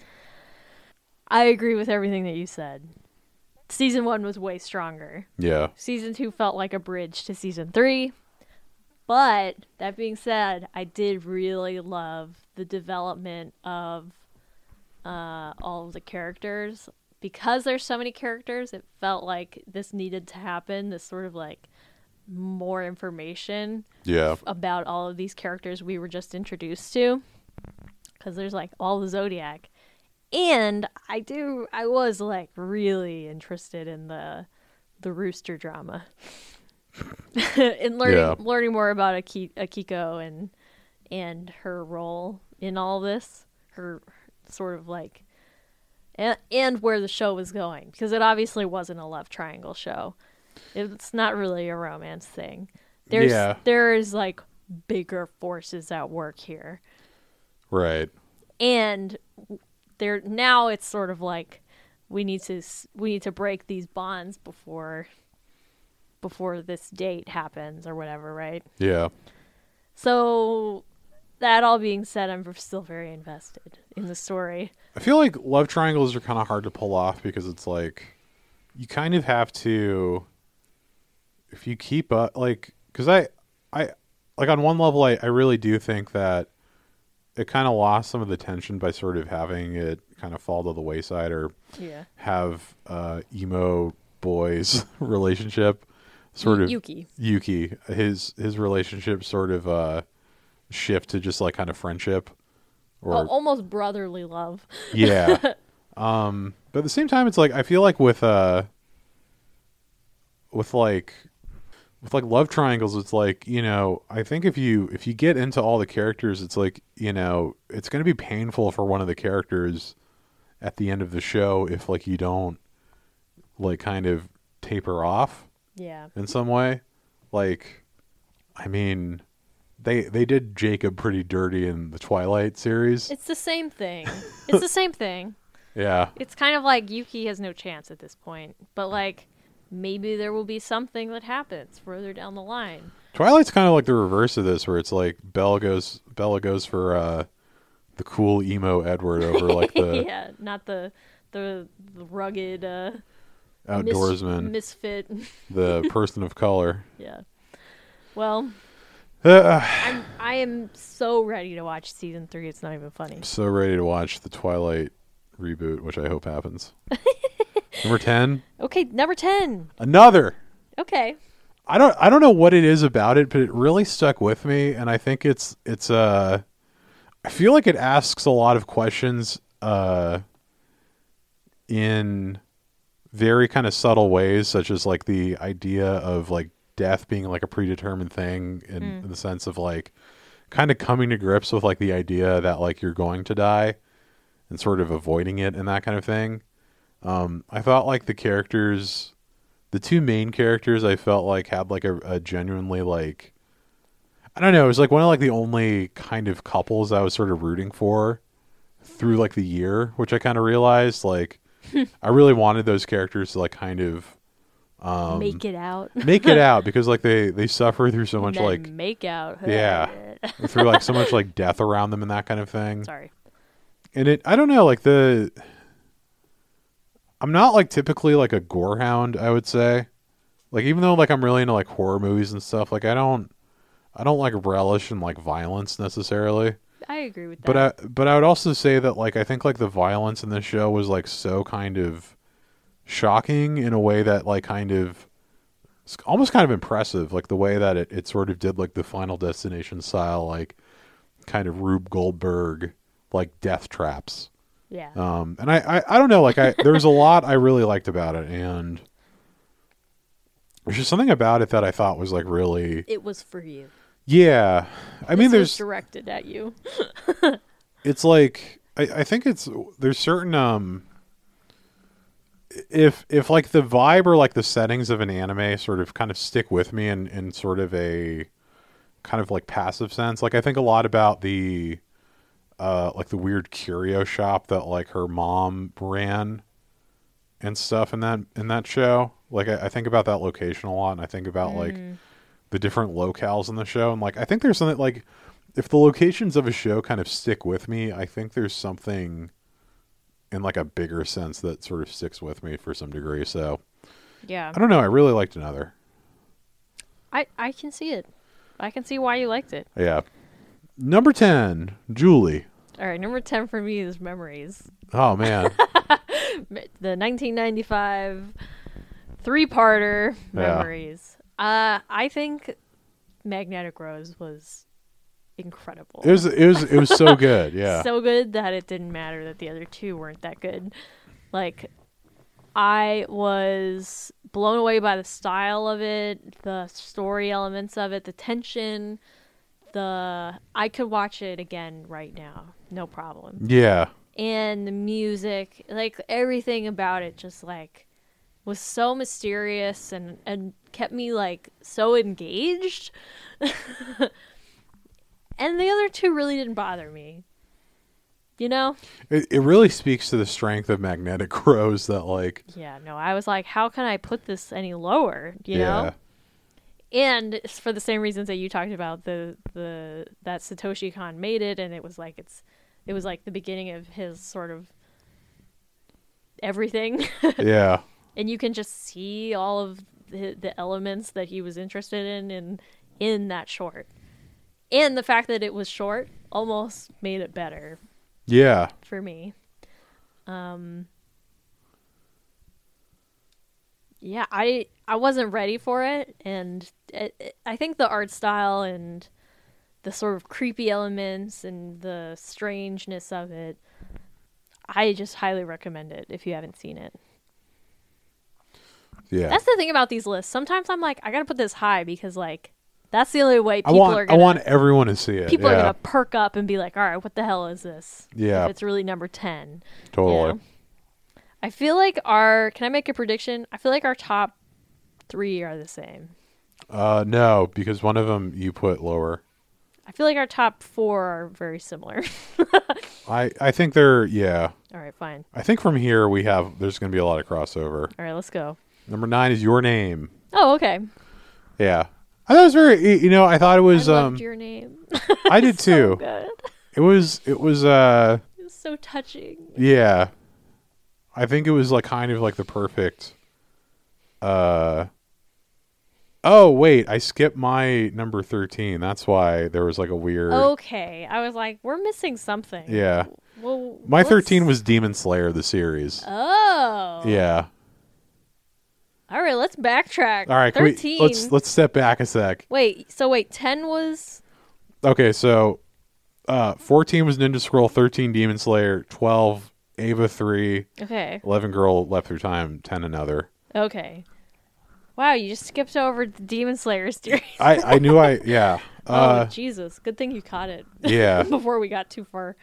I agree with everything that you said. Season one was way stronger. Yeah. Season two felt like a bridge to season three. But that being said, I did really love the development of uh, all of the characters. Because there's so many characters, it felt like this needed to happen. This sort of like more information Yeah. about all of these characters we were just introduced to because there's like all the zodiac and i do i was like really interested in the the rooster drama and learning Yeah. learning more about Aki- akiko and and her role in all this her sort of like and, and where the show was going because it obviously wasn't a love triangle show it's not really a romance thing there's Yeah. there's like bigger forces at work here Right. and there now it's sort of like we need to s- we need to break these bonds before before this date happens or whatever right Yeah. so that all being said i'm still very invested in the story I feel like love triangles are kind of hard to pull off because it's like you kind of have to if you keep up like cuz I I like on one level I I really do think that it kind of lost some of the tension by sort of having it kind of fall to the wayside or yeah have uh emo boys relationship sort of yuki Yuki his his relationship sort of uh shift to just like kind of friendship or Al- almost brotherly love yeah um but at the same time it's like i feel like with uh with like with like love triangles it's like you know i think if you if you get into all the characters it's like you know it's going to be painful for one of the characters at the end of the show if like you don't like kind of taper off yeah in some way like i mean they they did jacob pretty dirty in the twilight series it's the same thing it's the same thing yeah it's kind of like Yuki has no chance at this point, but like maybe there will be something that happens further down the line. Twilight's kind of like the reverse of this, where it's like Bella goes Bella goes for uh, the cool emo Edward over like the yeah, not the the, the rugged uh, mis- outdoorsman, misfit. the person of color. yeah. Well, Ah, I'm I am so ready to watch season three. It's not even funny. I'm so ready to watch the Twilight reboot, which I hope happens. Number ten, Okay, number ten. another. Okay. I don't I don't know what it is about it, but it really stuck with me, and I think it's it's uh I feel like it asks a lot of questions uh in very kind of subtle ways, such as like the idea of like death being like a predetermined thing in, in the sense of like kind of coming to grips with like the idea that like you're going to die and sort of avoiding it and that kind of thing. Um, I thought like the characters, the two main characters, I felt like had like a, a genuinely like, I don't know, it was like one of like the only kind of couples I was sort of rooting for through like the year, which I kind of realized like I really wanted those characters to like kind of Um, make it out. make it out because like they they suffer through so much Then like make out. Yeah. through like so much like death around them and that kind of thing. Sorry. and it i don't know like the i'm not like typically like a gore hound i would say like even though like i'm really into like horror movies and stuff like i don't i don't like relish in like violence necessarily I agree with that. but i but i would also say that like i think like the violence in this show was like so kind of shocking in a way that like kind of it's almost kind of impressive like the way that it, it sort of did like the final destination style like kind of rube goldberg like death traps yeah. um, and I, I, I don't know, like I, there was a lot I really liked about it, and there's just something about it that I thought was like really, it was for you. yeah. I mean, This was there's, directed at you. it's like I, I think it's there's certain um, if if like the vibe or like the settings of an anime sort of kind of stick with me in in sort of a kind of like passive sense. Like I think a lot about the uh like the weird curio shop that like her mom ran and stuff in that in that show. Like I, I think about that location a lot, and I think about like the different locales in the show, and like I think there's something like if the locations of a show kind of stick with me, I think there's something in like a bigger sense that sort of sticks with me for some degree. So Yeah. I don't know. I really liked another. I, I can see it. I can see why you liked it. Yeah. Number ten, Julie. All right, number 10 for me is Memories. Oh man. M- The 1995 three parter Yeah. Memories. Uh, I think Magnetic Rose was incredible. It was it was it was so good. Yeah. so good that it didn't matter that the other two weren't that good. Like I was blown away by the style of it, the story elements of it, the tension, the I could watch it again right now, no problem. yeah. And the music, like everything about it just like was so mysterious and and kept me like so engaged. and the other two really didn't bother me. You know? It it really speaks to the strength of Magnetic Rose that like Yeah, no, I was like, how can I put this any lower? You yeah. know? And it's for the same reasons that you talked about, the the that Satoshi Khan made it and it was like it's it was like the beginning of his sort of everything. Yeah. and you can just see all of the, the elements that he was interested in in in that short. And the fact that it was short almost made it better Yeah. for me. Um, yeah, I I wasn't ready for it, and it, it- I think the art style and the sort of creepy elements and the strangeness of it, I just highly recommend it if you haven't seen it. Yeah. That's the thing about these lists. Sometimes I'm like, I gotta put this high because like that's the only way I people are want gonna I want everyone to see it. people yeah. are gonna perk up and be like, all right, what the hell is this? Yeah. if it's really number ten. totally. Yeah. I feel like our can I make a prediction? I feel like our top three are the same. Uh no, because one of them you put lower. I feel like our top four are very similar. I I think they're yeah. All right, fine. I think from here we have there's going to be a lot of crossover. All right, let's go. Number 9 is your name. Oh, okay. Yeah. I thought it was very y- you know, I thought it I was um Oh. loved your name. I did so too. good. it was it was uh It's so touching. Yeah. I think it was like kind of like the perfect uh Oh wait, I skipped my number 13. That's why there was like a weird Oh, Okay, I was like, we're missing something. Yeah. Well, My let's- 13 was Demon Slayer the series. Oh. Yeah. All right, let's backtrack. All right, can we- thirteen. let's let's step back a sec. Wait. So wait, ten was Okay, so uh 14 was Ninja Scroll, 13 Demon Slayer, 12 Ava 3, okay. 11 Girl Left Through Time, 10 Another. Okay. Wow, you just skipped over the Demon Slayer series. I I knew I yeah. oh Uh Jesus! Good thing you caught it yeah. before we got too far.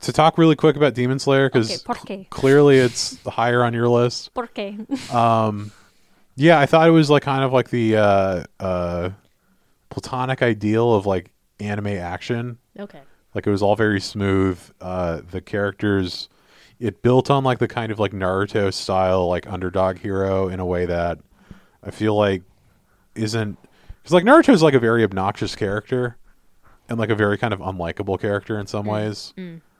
to talk really quick about Demon Slayer because Okay, por qué? clearly it's higher on your list. Porque Yeah, I thought it was like kind of like the uh, uh, platonic ideal of like anime action. okay, Like it was all very smooth. Uh, the characters, it built on like the kind of like Naruto style like underdog hero in a way that I feel like isn't because like Naruto is like a very obnoxious character and like a very kind of unlikable character in some ways.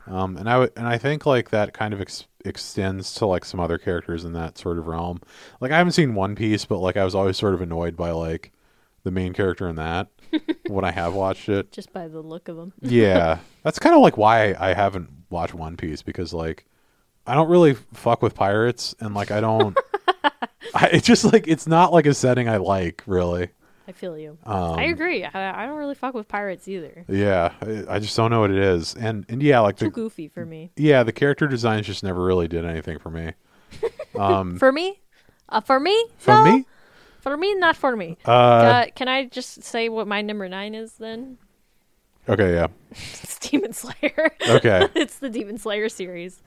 Um, and I would, and I think like that kind of ex- extends to like some other characters in that sort of realm. Like I haven't seen One Piece, but like I was always sort of annoyed by like the main character in that when I have watched it. just by the look of them. yeah, that's kind of like why I haven't watched One Piece because like I don't really fuck with pirates and like I don't. I, it's just like it's not like a setting I like really. I feel you. Um, I agree. I, I don't really fuck with pirates either. Yeah, I, I just don't know what it is, and and yeah, like Too the goofy for me. yeah the character designs just never really did anything for me. Um, For me, uh, for me, for no. me, for me, not for me. uh, uh, can I just say what my number nine is then? okay, yeah, It's Demon Slayer. okay, it's the Demon Slayer series.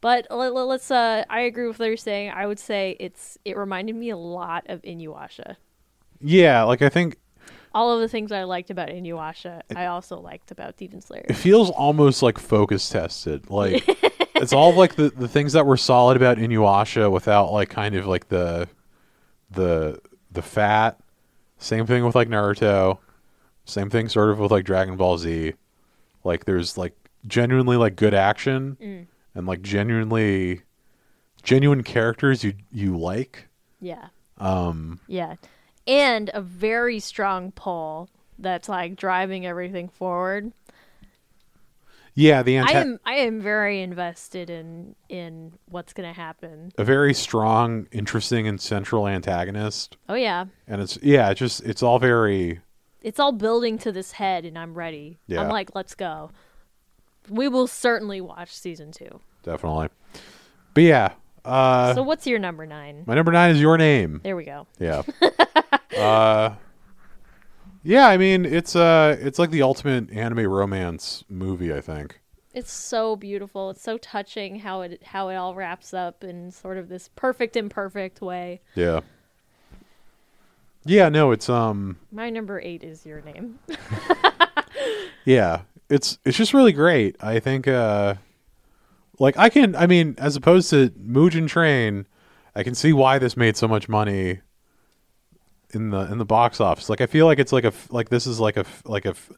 But let, let- let's. Uh, I agree with what you're saying. I would say it's. It reminded me a lot of Inuyasha. yeah, like I think All of the things I liked about Inuyasha, I also liked about Demon Slayer. it feels almost like focus tested. Like it's all of, like the, the things that were solid about Inuyasha without like kind of like the the the fat. Same thing with like Naruto. Same thing sort of with like Dragon Ball Z. Like there's like genuinely like good action Mm. and like genuinely genuine characters you you like. Yeah. Um Yeah. And a very strong pull that's like driving everything forward. yeah, the I anta- am I am very invested in in what's going to happen. a very strong, interesting and central antagonist Oh yeah. and it's yeah, it's just it's all very It's all building to this head and I'm ready. Yeah. I'm like, let's go. We will certainly watch season 2. definitely. But yeah, uh so what's your number 9? my number 9 is your name. There we go. Yeah. uh, yeah, I mean it's uh it's like the ultimate anime romance movie, I think. It's so beautiful. It's so touching how it how it all wraps up in sort of this perfect imperfect way. Yeah. Yeah, no, it's um My number 8 is your name. yeah, it's it's just really great. I think uh like I can I mean as opposed to Mugen Train, I can see why this made so much money in the in the box office. Like I feel like it's like a f- like this is like a f- like a f-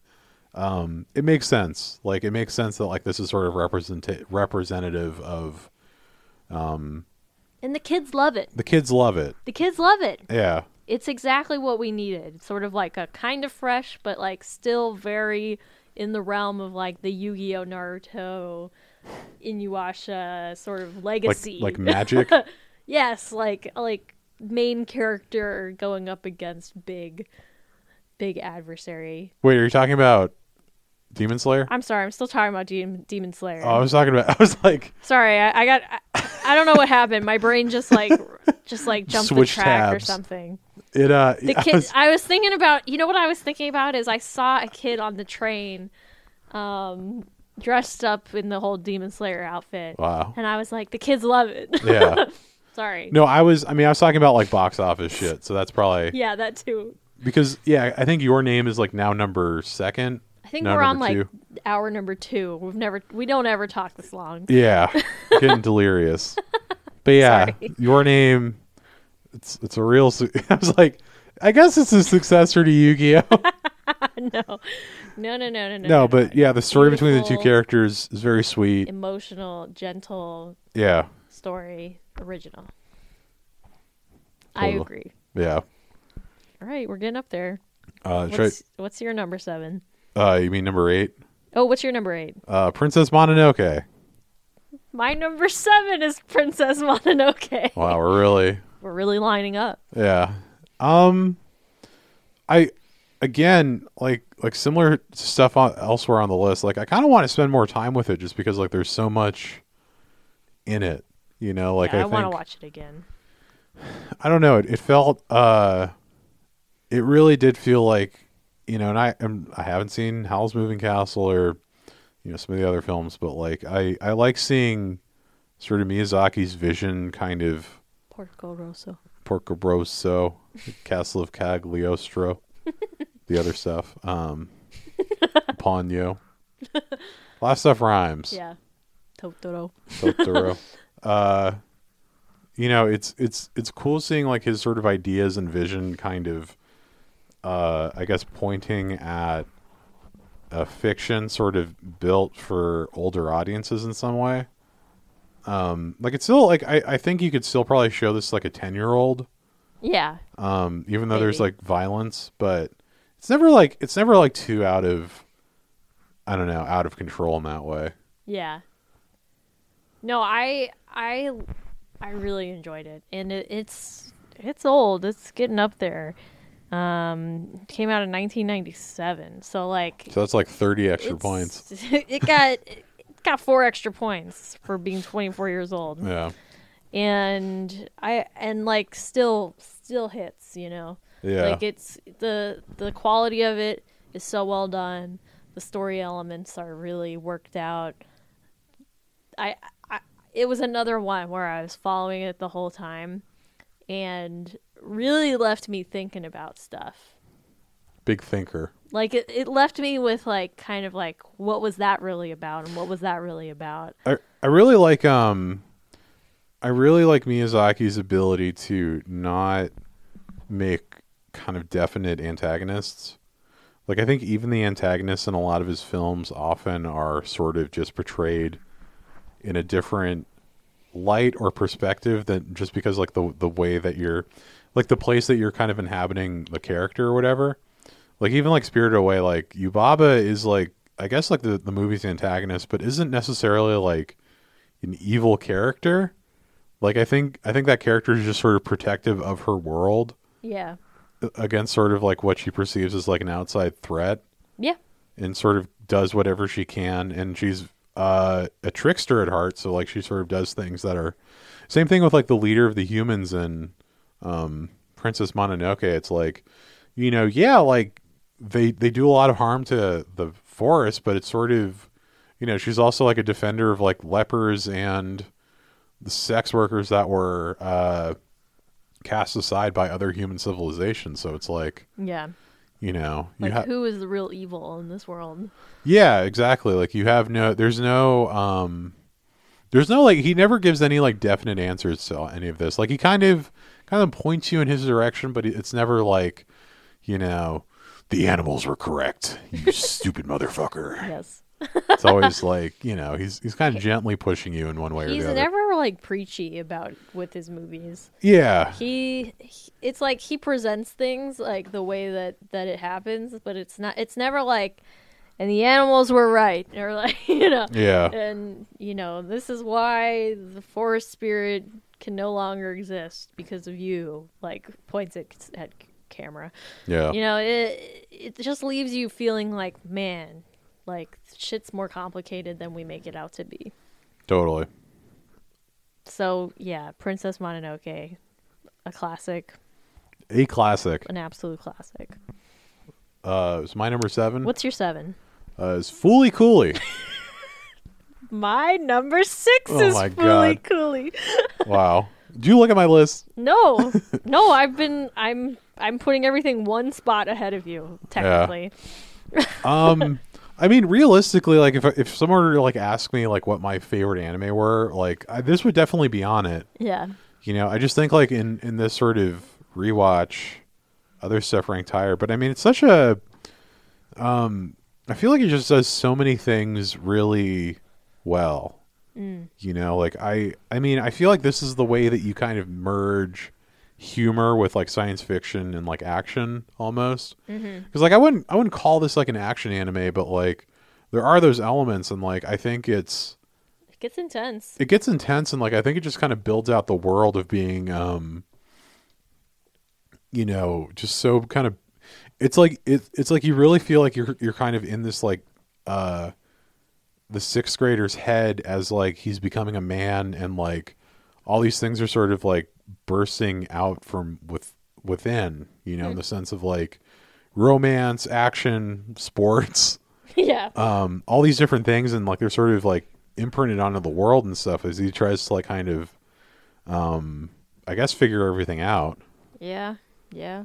um it makes sense. Like it makes sense that like this is sort of represent representative of And the kids love it. the kids love it. The kids love it. Yeah. It's exactly what we needed. Sort of like a kind of fresh, but like still very in the realm of like the Yu Gi Oh! Naruto, Inuyasha sort of Like legacy. like magic. yes, like like main character going up against big, big adversary. Wait, are you talking about Demon Slayer? I'm sorry, I'm still talking about Demon, Demon Slayer. Oh, I was talking about I was like sorry, I, I got. I, I don't know what happened. My brain just like just like jumped Switched the track or tabs. something. it uh the I kid was- I was thinking about you know what I was thinking about is I saw a kid on the train um dressed up in the whole demon slayer outfit Wow. and I was like the kids love it Yeah. sorry No, I was. I mean, I was talking about like box office shit. So that's probably yeah that too because yeah, I think your name is like now number second. I think now we're on number like two. hour number 2 we've never we don't ever talk this long yeah, getting delirious. But yeah, Sorry. your name. It's it's a real. Su- I was like, I guess it's a successor to Yu-Gi-Oh. no no no no no no no, but yeah, the story between the two Beautiful. characters is very sweet. emotional gentle Yeah, story original I Cool. agree yeah. all right we're getting up there Uh, should I- what's, what's your number 7 uh, you mean number eight? Oh, what's your number eight? Uh, Princess Mononoke. My number seven is Princess Mononoke. Wow, we're really We're really lining up. Yeah. Um I again like like similar stuff on, elsewhere on the list. Like I kind of want to spend more time with it just because like there's so much in it, you know, like Yeah, I, I, want to think watch it again. I don't know, it, it felt uh it really did feel like, you know, and I am I haven't seen Howl's Moving Castle or you know some of the other films, but like I I like seeing sort of Miyazaki's vision kind of Porco Rosso. Porco Rosso, Castle of Cagliostro, the other stuff, um, Ponyo. A lot of stuff rhymes. Yeah. Totoro. Totoro. uh, you know, it's it's it's cool seeing like his sort of ideas and vision, kind of, uh, I guess, pointing at a fiction sort of built for older audiences in some way. Um, like it's still like I, I think you could still probably show this to, like a ten year old Yeah. um, even though there's Maybe. like violence, but it's never like it's never like too out of I don't know out of control in that way. Yeah. No, I I I really enjoyed it, and it, it's it's old. It's getting up there. Um, it came out in 1997, so like So that's like 30 extra it's- points. It got it got four extra points for being 24 years old. Yeah, and I and like still still hits, you know. yeah, Like it's the the quality of it is so well done. The story elements are really worked out. I, I it was another one where I was following it the whole time and really left me thinking about stuff. big thinker. Like it, it left me with like kind of like what was that really about and what was that really about? I I I really like um I really like Miyazaki's ability to not make kind of definite antagonists. Like I think even the antagonists in a lot of his films often are sort of just portrayed in a different light or perspective than just because like the the way that you're like the place that you're kind of inhabiting the character or whatever. Like even like Spirited Away, like Yubaba is like I guess like the, the movie's antagonist, but isn't necessarily like an evil character. Like I think I think that character is just sort of protective of her world Yeah. uh, against sort of like what she perceives as like an outside threat Yeah. and sort of does whatever she can and she's uh, a trickster at heart so like she sort of does things that are same thing with like the leader of the humans and um, princess mononoke it's like you know yeah like they they do a lot of harm to the forest but it's sort of you know she's also like a defender of like lepers and the sex workers that were uh cast aside by other human civilizations so it's like Yeah. you know you Like ha- who is the real evil in this world? yeah, exactly. Like you have no there's no um there's no like he never gives any like definite answers to any of this. Like he kind of kind of points you in his direction, but it's never like, you know, the animals were correct. You stupid motherfucker. Yes. It's always like, you know, he's he's kind of gently pushing you in one way He's or the other. never like preachy about with his movies. yeah. He, he it's like he presents things like the way that that it happens, but it's not it's never like and the animals were right or like, you know. Yeah. And you know, this is why the forest spirit can no longer exist because of you. Like points at, at camera. Yeah. You know, it it just leaves you feeling like, man, like shit's more complicated than we make it out to be. Totally. So yeah, Princess Mononoke, a classic, A classic. an absolute classic. Uh it's my number 7. What's your seven? Uh is Fooly Cooley. My number six Oh is my Fooly God. Cooley. wow. Do you look at my list? No, no, I've been, I'm, I'm putting everything one spot ahead of you technically. Um, I mean, realistically, like if if someone were to like ask me like what my favorite anime were, like I, this would definitely be on it. Yeah. You know, I just think like in in this sort of rewatch, other stuff ranked higher. But I mean, it's such a, um, I feel like it just does so many things really well. You know, like I I mean, I feel like this is the way that you kind of merge humor with like science fiction and like action almost. Because like I wouldn't I wouldn't call this like an action anime, but like there are those elements, and like I think it's It gets intense. it gets intense and like I think it just kind of builds out the world of being um you know, just so kind of it's like it, it's like you really feel like you're you're kind of in this like uh the sixth grader's head as like he's becoming a man and like all these things are sort of like bursting out from with within, you know, in the sense of like romance, action, sports yeah. um, all these different things, and like they're sort of like imprinted onto the world and stuff as he tries to like kind of, um, I guess, figure everything out. Yeah, yeah.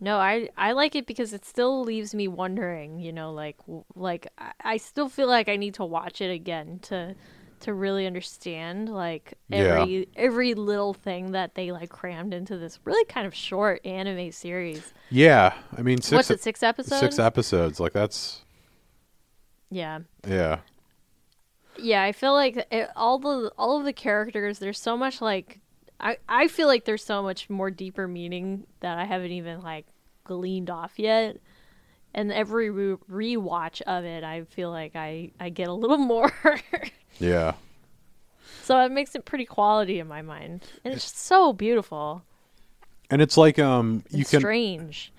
No, I I like it because it still leaves me wondering. You know, like w- like I, I still feel like I need to watch it again to to really understand like Yeah. every every little thing that they like crammed into this really kind of short anime series. Yeah, I mean, six e, What's it? Six episodes. six episodes, like that's yeah. yeah, Yeah, I feel like it, all the all of the characters. There's so much like I I feel like there's so much more deeper meaning that I haven't even like gleaned off yet. And every re- rewatch of it, I feel like I I get a little more. yeah, so it makes it pretty quality in my mind, and it's just so beautiful. and it's like um, And you can, strange.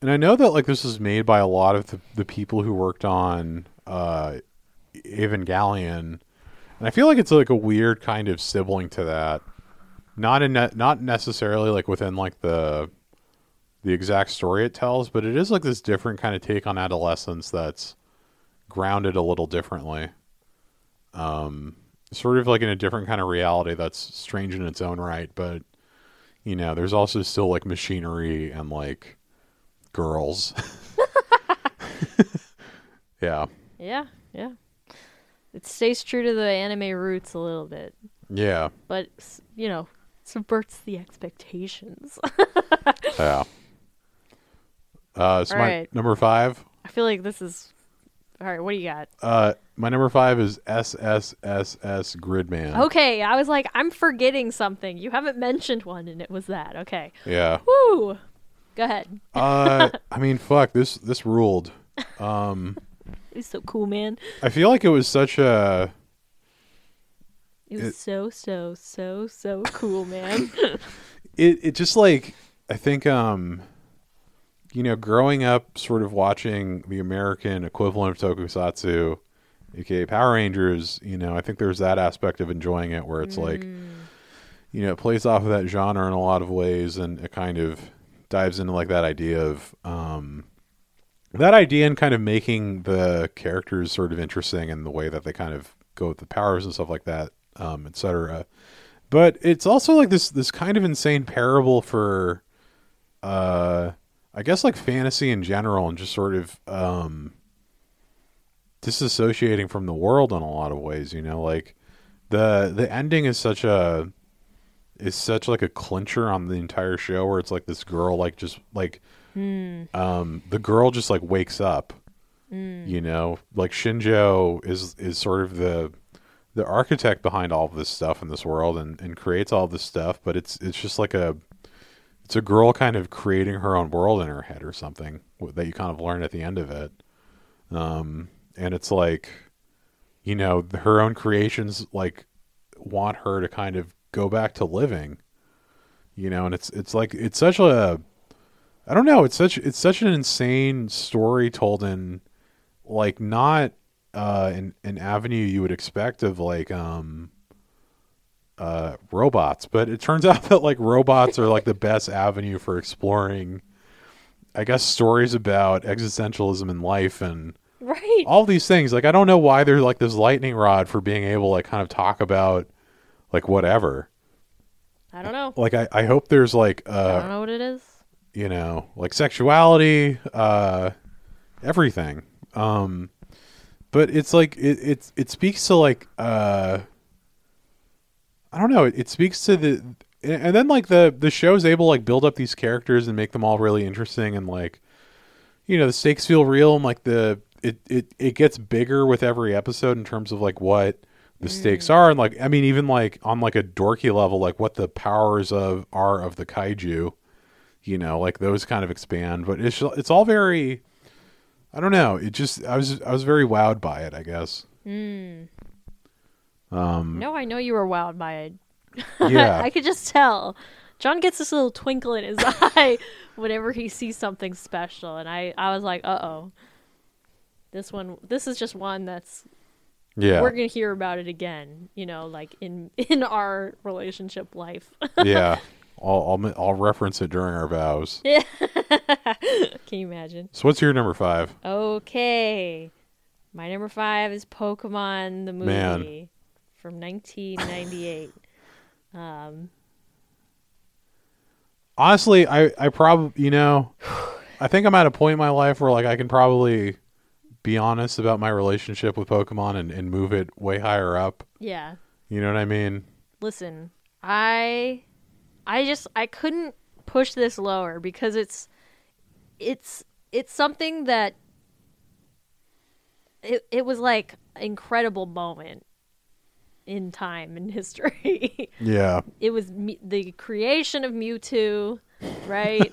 and I know that like this was made by a lot of the, the people who worked on uh, Evangelion, and I feel like it's like a weird kind of sibling to that. Not in ne- not necessarily like within like the the exact story it tells, but it is like this different kind of take on adolescence that's grounded a little differently. Um, sort of like in a different kind of reality that's strange in its own right, but you know, there's also still like machinery and like girls. yeah. Yeah, yeah. It stays true to the anime roots a little bit, Yeah. but s- you know, subverts the expectations. Yeah. Uh, so All my right. number five. I feel like this is all right. What do you got? Uh, my number five is SSSS Gridman. Okay, I was like, I'm forgetting something. You haven't mentioned one, and it was that. Okay, Yeah. woo. Go ahead. Uh, I mean, fuck this. This ruled. It was so cool, man. I feel like it was such a. It was It- so so so so cool, man. It it just like I think um. You know, growing up, sort of watching the American equivalent of tokusatsu, aka Power Rangers. You know, I think there's that aspect of enjoying it where it's like, you know, it plays off of that genre in a lot of ways, and it kind of dives into like that idea of um, that idea and kind of making the characters sort of interesting and the way that they kind of go with the powers and stuff like that, um, etc. But it's also like this this kind of insane parable for, uh, I guess like fantasy in general and just sort of um, disassociating from the world in a lot of ways. You know, like the the ending is such a is such like a clincher on the entire show where it's like this girl like just like um the girl just like wakes up you know like shinjo is is sort of the the architect behind all of this stuff in this world and and creates all this stuff but it's it's just like a it's a girl kind of creating her own world in her head or something wh- that you kind of learn at the end of it um and it's like you know her own creations like want her to kind of go back to living you know and it's it's like it's such a i don't know it's such it's such an insane story told in like not uh an, an avenue you would expect of like um uh robots but it turns out that like robots are like the best avenue for exploring i guess stories about existentialism in life and right. all these things like i don't know why they're like this lightning rod for being able to like kind of talk about like whatever I don't know. like i, I hope there's like I uh don't know what it is. you know like sexuality uh everything um but it's like it it, it speaks to like uh i don't know it, it speaks to the and and then like the the show's able to like build up these characters and make them all really interesting and like you know the stakes feel real and like the it it, it gets bigger with every episode in terms of like what the stakes are and like i mean even like on like a dorky level like what the powers of are of the kaiju you know like those kind of expand but it's it's all very i don't know it just i was i was very wowed by it i guess um, No, I know you were wowed by it. yeah I could just tell. John gets this little twinkle in his eye whenever he sees something special, and I, I was like, uh oh. This one, this is just one that's yeah we're gonna hear about it again. You know, like in in our relationship life. yeah I'll, I'll mi- i'll reference it during our vows Can you imagine? so what's your number five Okay, my number five is Pokemon the movie Man. from 1998. honestly i i probably you know i think i'm at a point in my life where like i can probably be honest about my relationship with pokemon and, and move it way higher up yeah, you know what i mean listen i i just i couldn't push this lower because it's it's it's something that it, it was like incredible moment in time in history yeah it was me- the creation of Mewtwo, right?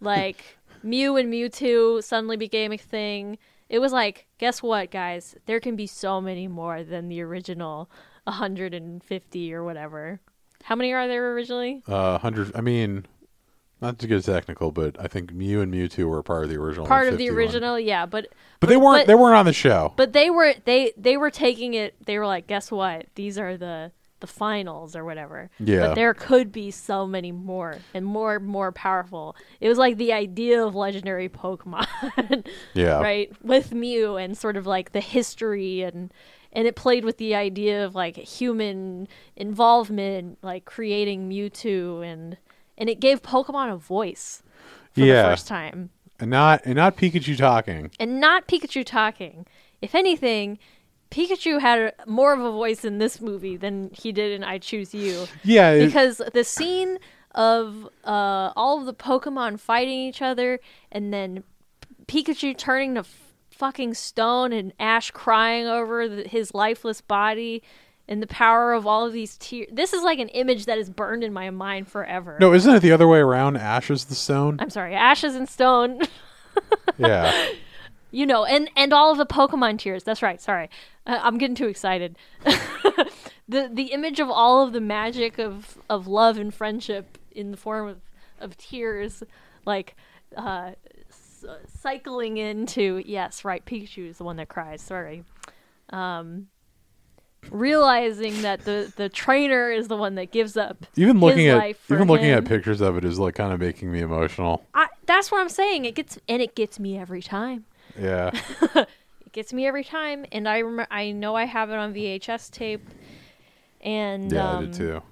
like Mew and Mewtwo suddenly became a thing. It was like, guess what, guys? There can be so many more than the original 150 or whatever. How many are there originally? uh hundred i mean not to get technical but i think mew and mewtwo were part of the original Part of the 51. original, yeah, but but they weren't but- they weren't on the show but they were they they were taking it. They were like, guess what? These are the the finals or whatever. Yeah. But there could be so many more and more more powerful. It was like the idea of legendary Pokemon. yeah right with mew and sort of like the history and and it played with the idea of like human involvement like creating mewtwo and and it gave pokemon a voice for the Yeah. first time and not and not pikachu talking and not pikachu talking if anything Pikachu had more of a voice in this movie than he did in I Choose You Yeah, it- because the scene of uh, all of the Pokemon fighting each other and then Pikachu turning to f- fucking stone and Ash crying over the, his lifeless body and the power of all of these tears. This is like an image that is burned in my mind forever. no, isn't it the other way around? Ash is the stone. I'm sorry, ashes and stone. yeah, you know, and and all of the Pokemon tears. That's right. Sorry, uh, I'm getting too excited. the the image of all of the magic of of love and friendship in the form of of tears, like. uh s- cycling into yes right pikachu is the one that cries sorry um realizing that the the trainer is the one that gives up even looking his at life for even looking him. at pictures of it is like kind of making me emotional. I, that's what i'm saying it gets and it gets me every time Yeah, it gets me every time and i rem- i know i have it on vhs tape and yeah, I um, did too.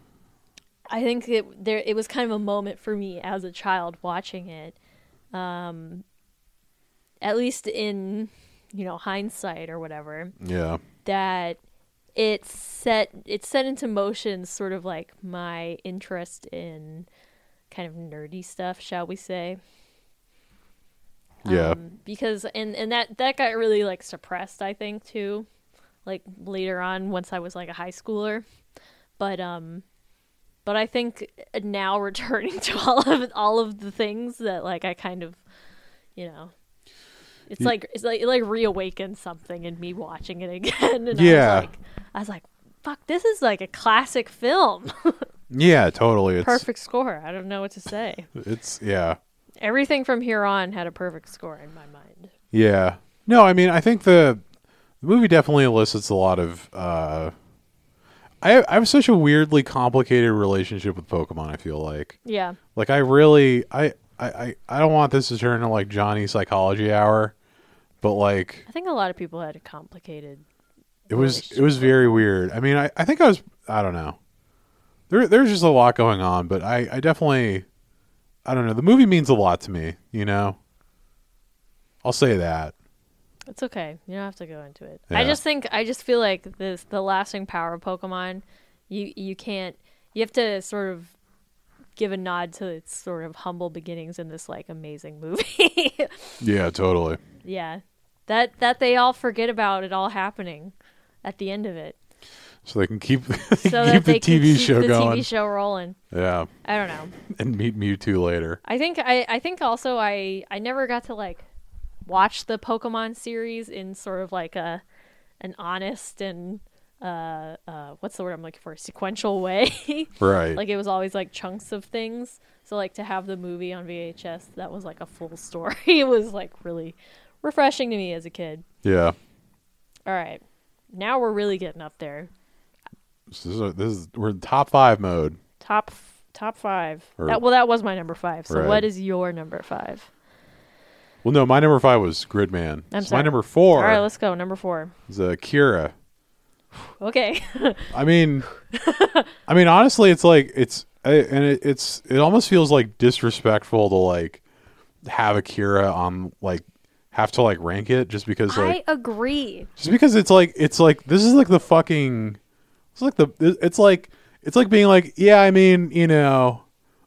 I think it there it was kind of a moment for me as a child watching it. Um, at least in you know hindsight or whatever, Yeah, that it set it set into motion sort of like my interest in kind of nerdy stuff, shall we say? yeah, Um, because and and that that got really like suppressed, I think too, like later on once I was like a high schooler, but um, but I think now returning to all of all of the things that like I kind of, you know. It's You- like it's like it like reawakens something in me watching it again. And Yeah. I was like, I was like, fuck, this is like a classic film. yeah, totally. It's perfect score. I don't know what to say. It's yeah. Everything from here on had a perfect score in my mind. Yeah. No, I mean, I think the, the movie definitely elicits a lot of. Uh, I I have such a weirdly complicated relationship with Pokemon. I feel like Yeah. like I really I I I, I don't want this to turn into like Johnny Psychology Hour, but like I think a lot of people had a complicated. it was it was very weird. I mean, I I think I was I don't know. There there's just a lot going on, but I I definitely I don't know. The movie means a lot to me. You know, I'll say that. It's okay. You don't have to go into it. Yeah. I just think I just feel like this the lasting power of Pokemon. You you can't. You have to sort of give a nod to its sort of humble beginnings in this like amazing movie. Yeah, totally. yeah, that that they all forget about it all happening at the end of it, so they can keep, they so can that keep they the can TV keep show the going. TV show rolling. Yeah, I don't know. and meet Mewtwo later. I think I, I think also I I never got to like watch the Pokemon series in sort of like a an honest and uh, uh what's the word I'm looking for sequential way. Right. like it was always like chunks of things. So like to have the movie on VHS that was like a full story it was like really refreshing to me as a kid. yeah. All right, now we're really getting up there. So this is, this is we're in top five mode. Top f- top five. Or- that, well, that was my number five. So Right. what is your number five? Well, no, my number five was Gridman. I'm so sorry. My number four All right, let's go. Number four. is Akira. Okay. I mean, I mean, honestly, it's like it's I- and it, it's it almost feels like disrespectful to like have Akira on like have to like rank it just because like I agree. just because it's like it's like this is like the fucking it's like the it's like it's like being like yeah i mean you know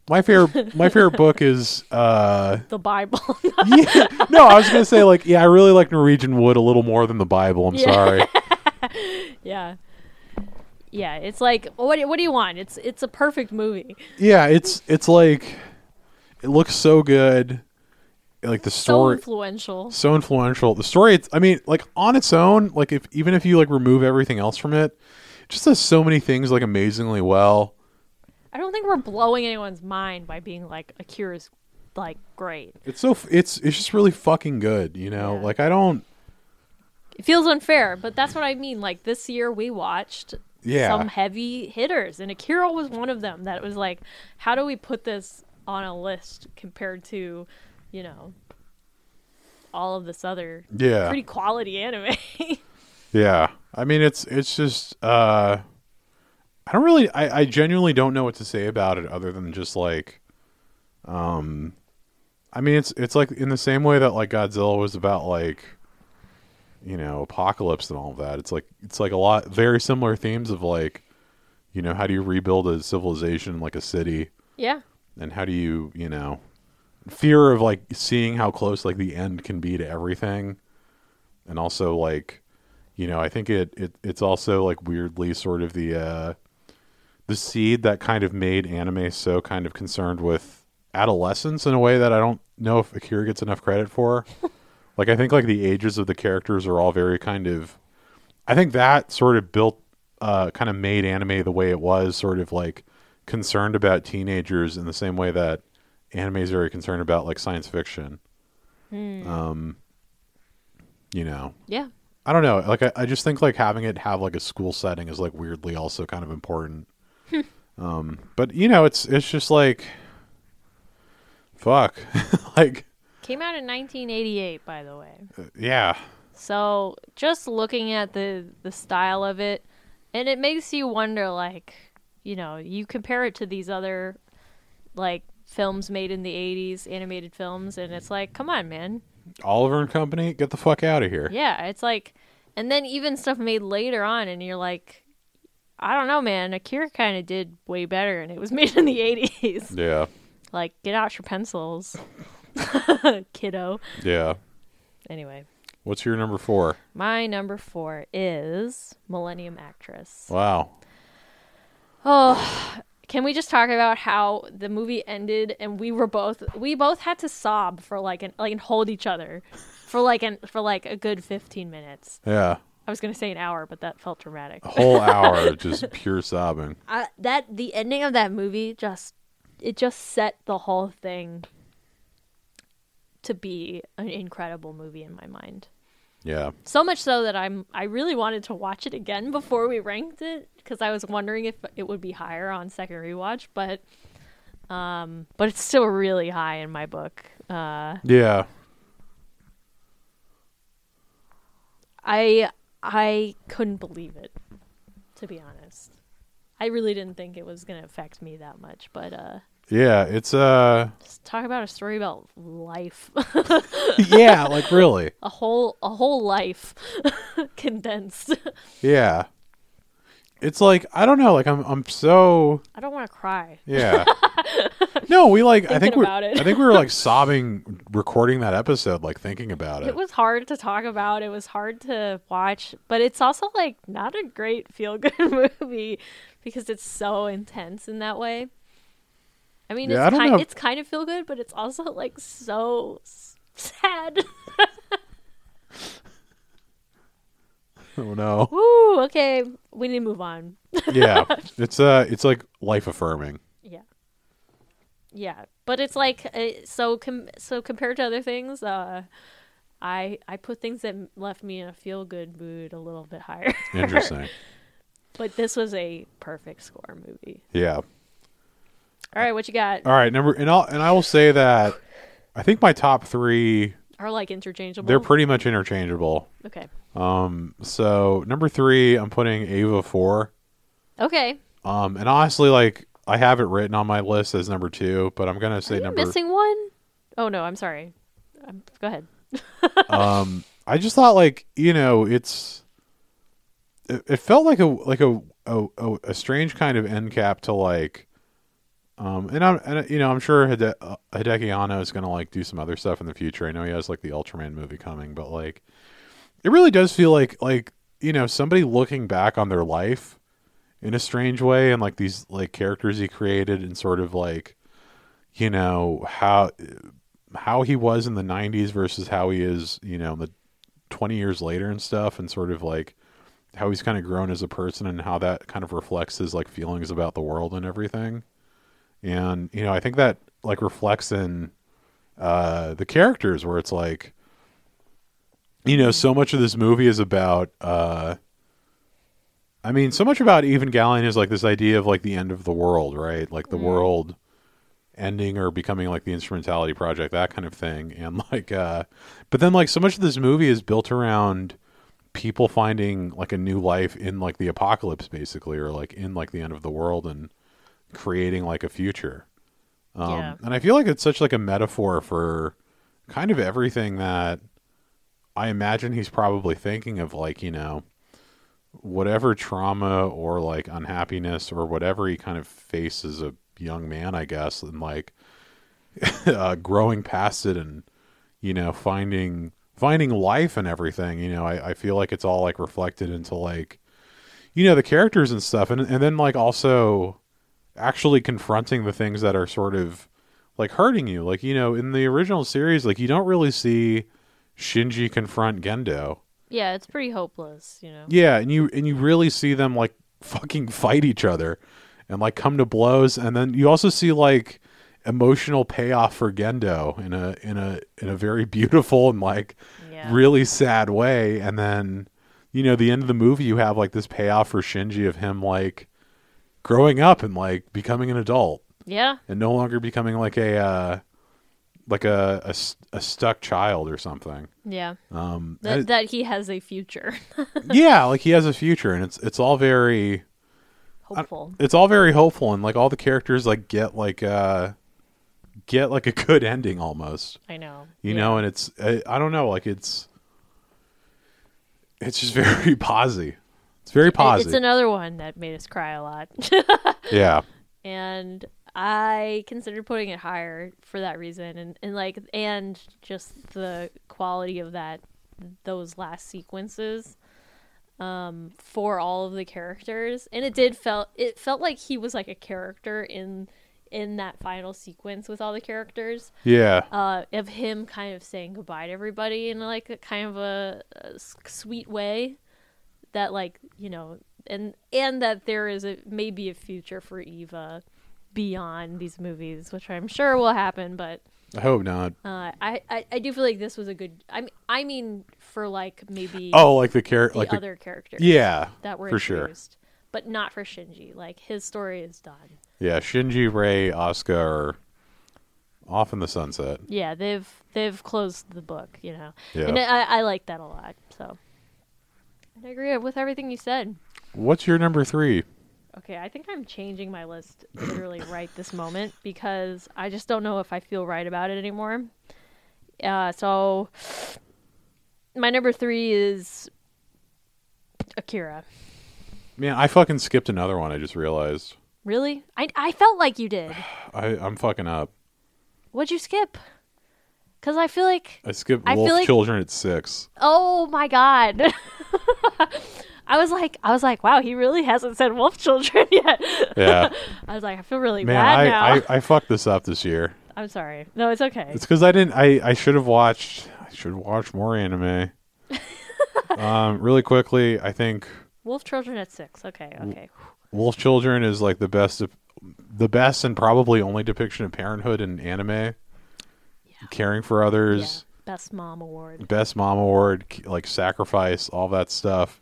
my favorite my favorite book is uh The Bible. yeah, no i was gonna say like yeah i really like norwegian wood a little more than the bible i'm Yeah. sorry yeah. Yeah, it's like what what do you want? It's it's a perfect movie. yeah it's it's like it looks so good like the So story influential. so influential. The story, it's, I mean, like on its own, like if even if you like remove everything else from it, it just does so many things like amazingly well. I don't think we're blowing anyone's mind by being like Akira's like great. It's so f- it's it's just really fucking good, you know. Yeah. Like I don't, It feels unfair, but that's what I mean. Like this year we watched Yeah. some heavy hitters and Akira was one of them that was like how do we put this on a list compared to, you know, all of this other yeah, pretty quality anime. yeah. I mean, it's it's just uh, I don't really, I I genuinely don't know what to say about it other than just like, um, I mean, it's it's like in the same way that like Godzilla was about like, you know apocalypse and all of that it's like it's like a lot very similar themes of like you know how do you rebuild a civilization like a city Yeah. and how do you you know fear of like seeing how close like the end can be to everything and also like you know i think it, it it's also like weirdly sort of the uh the seed that kind of made anime so kind of concerned with adolescence in a way that i don't know if akira gets enough credit for like i think like the ages of the characters are all very kind of i think that sort of built uh kind of made anime the way it was sort of like concerned about teenagers in the same way that anime is very concerned about like science fiction um you know Yeah. i don't know like I, I just think like having it have like a school setting is like weirdly also kind of important um but you know it's it's just like fuck like Came out in 1988, by the way. yeah So just looking at the the style of it, and it makes you wonder, like, you know, you compare it to these other like films made in the 80s, animated films, and it's like, come on, man. Oliver and Company, get the fuck out of here. Yeah, it's like, and then even stuff made later on, and you're like, I don't know, man. Akira kind of did way better, and it was made in the 80s. Yeah. Like, get out your pencils, kiddo. Yeah. Anyway, What's your number four? my number four is Millennium Actress. Wow. Oh, can we just talk about how the movie ended and we were both we both had to sob for like an like and hold each other for like an for like a good 15 minutes. Yeah. I was going to say an hour, but that felt dramatic. A whole hour of just pure sobbing. Uh, Oh. that the ending of that movie just it just set the whole thing to be an incredible movie in my mind. Yeah. So much so that I'm I really wanted to watch it again before we ranked it because I was wondering if it would be higher on second rewatch, but um but it's still really high in my book. Uh Yeah. I I couldn't believe it to be honest. I really didn't think it was going to affect me that much, but uh Yeah. It's uh just talk about a story about life. Yeah, like really. a whole a whole life condensed. Yeah. It's like I don't know, like I'm I'm so I don't want to cry. yeah. No, we like I think Thinking we about it. I think we were like sobbing recording that episode, like thinking about it. It was hard to talk about. It was hard to watch, but it's also like not a great feel good movie because it's so intense in that way. I mean, it's, Yeah, I don't kind, know if- it's kind of feel good, but it's also like so s- sad. oh no. Woo, okay, we need to move on. Yeah. It's uh it's like life affirming. Yeah. Yeah, but it's like uh, so com- so compared to other things, uh I I put things that m- left me in a feel good mood a little bit higher. Interesting. but this was a perfect score movie. Yeah. All right, what you got? All right, number and I'll and I will say that I think my top three Are like interchangeable? they're pretty much interchangeable. Okay. Um, so number three, I'm putting Ava four. Okay. Um, and honestly, like I have it written on my list as number two, but I'm gonna say Are you number. missing one? Oh no, I'm sorry. Um, go ahead. um, I just thought like you know it's it, it felt like a like a, a a a strange kind of end cap to like. Um, and I'm, and you know, I'm sure Hide- uh, Hideki Anno is gonna like do some other stuff in the future. I know he has like the Ultraman movie coming, but like, it really does feel like like you know somebody looking back on their life in a strange way, and like these like characters he created, and sort of like, you know how how he was in the 90s versus how he is, you know, the 20 years later and stuff and sort of like how he's kind of grown as a person and how that kind of reflects his like feelings about the world and everything. And you know, I think that like reflects in uh the characters where it's like you know, so much of this movie is about uh I mean, so much about Evangelion is like this idea of like the end of the world, right? Like the world ending or becoming like the instrumentality project that kind of thing and like uh but then like so much of this movie is built around people finding like a new life in like the apocalypse basically or like in like the end of the world and creating like a future um Yeah. and i feel like it's such like a metaphor for kind of everything that I imagine he's probably thinking of like, you know, whatever trauma or like unhappiness or whatever he kind of faces a young man, I guess, and like uh, growing past it and you know finding finding life and everything. You know, I, I feel like it's all like reflected into like you know the characters and stuff, and and then like also actually confronting the things that are sort of like hurting you. Like you know in the original series, like you don't really see Shinji confront Gendo. Yeah, it's pretty hopeless, you know. Yeah, and you and you really see them like fucking fight each other and like come to blows and then you also see like emotional payoff for Gendo in a in a in a very beautiful and like Yeah. really sad way and then you know the end of the movie you have like this payoff for Shinji of him like growing up and like becoming an adult yeah. and no longer becoming like a uh like a a, s- a stuck child or something Yeah. um That, that- that he has a future. yeah like he has a future and it's it's all very Hopeful. it's all very hopeful and like all the characters like get like uh get like a good ending almost I know. you Yeah. know and it's I, I don't know like it's it's just very posy it's very It- posy It's another one that made us cry a lot. yeah and I considered putting it higher for that reason and, and like and just the quality of that those last sequences um for all of the characters and it did felt it felt like he was like a character in in that final sequence with all the characters yeah uh of him kind of saying goodbye to everybody in like a kind of a, a s- sweet way that like you know and and that there is a maybe a future for Eva beyond these movies which I'm sure will happen but i hope not uh I I, I do feel like this was a good I mean, I mean for like maybe oh like the character the like the- other characters yeah that were for sure introduced but not for Shinji like his story is done yeah shinji ray asuka are off in the sunset yeah they've they've closed the book you know Yeah. and I, I like that a lot so and i agree with everything you said what's your number three okay i think i'm changing my list literally right this moment because i just don't know if i feel right about it anymore uh, so my number three is akira man i fucking skipped another one i just realized really i, I felt like you did I, i'm fucking up what'd you skip because i feel like i skipped I feel wolf like- children at six Oh my god. I was like I was like, wow, he really hasn't said wolf children yet. yeah I was like, I feel really Man, bad I, now. I, I fucked this up this year. I, am sorry. No, it's okay. It's because I didn't. I, I should have watched. I should watch more anime. um, really quickly, I think wolf children at six. Okay, okay. Wolf Children is like the best, of- the best and probably only depiction of parenthood in anime. Caring for Yeah. others, Best mom award. best mom award, c- like sacrifice, all that stuff.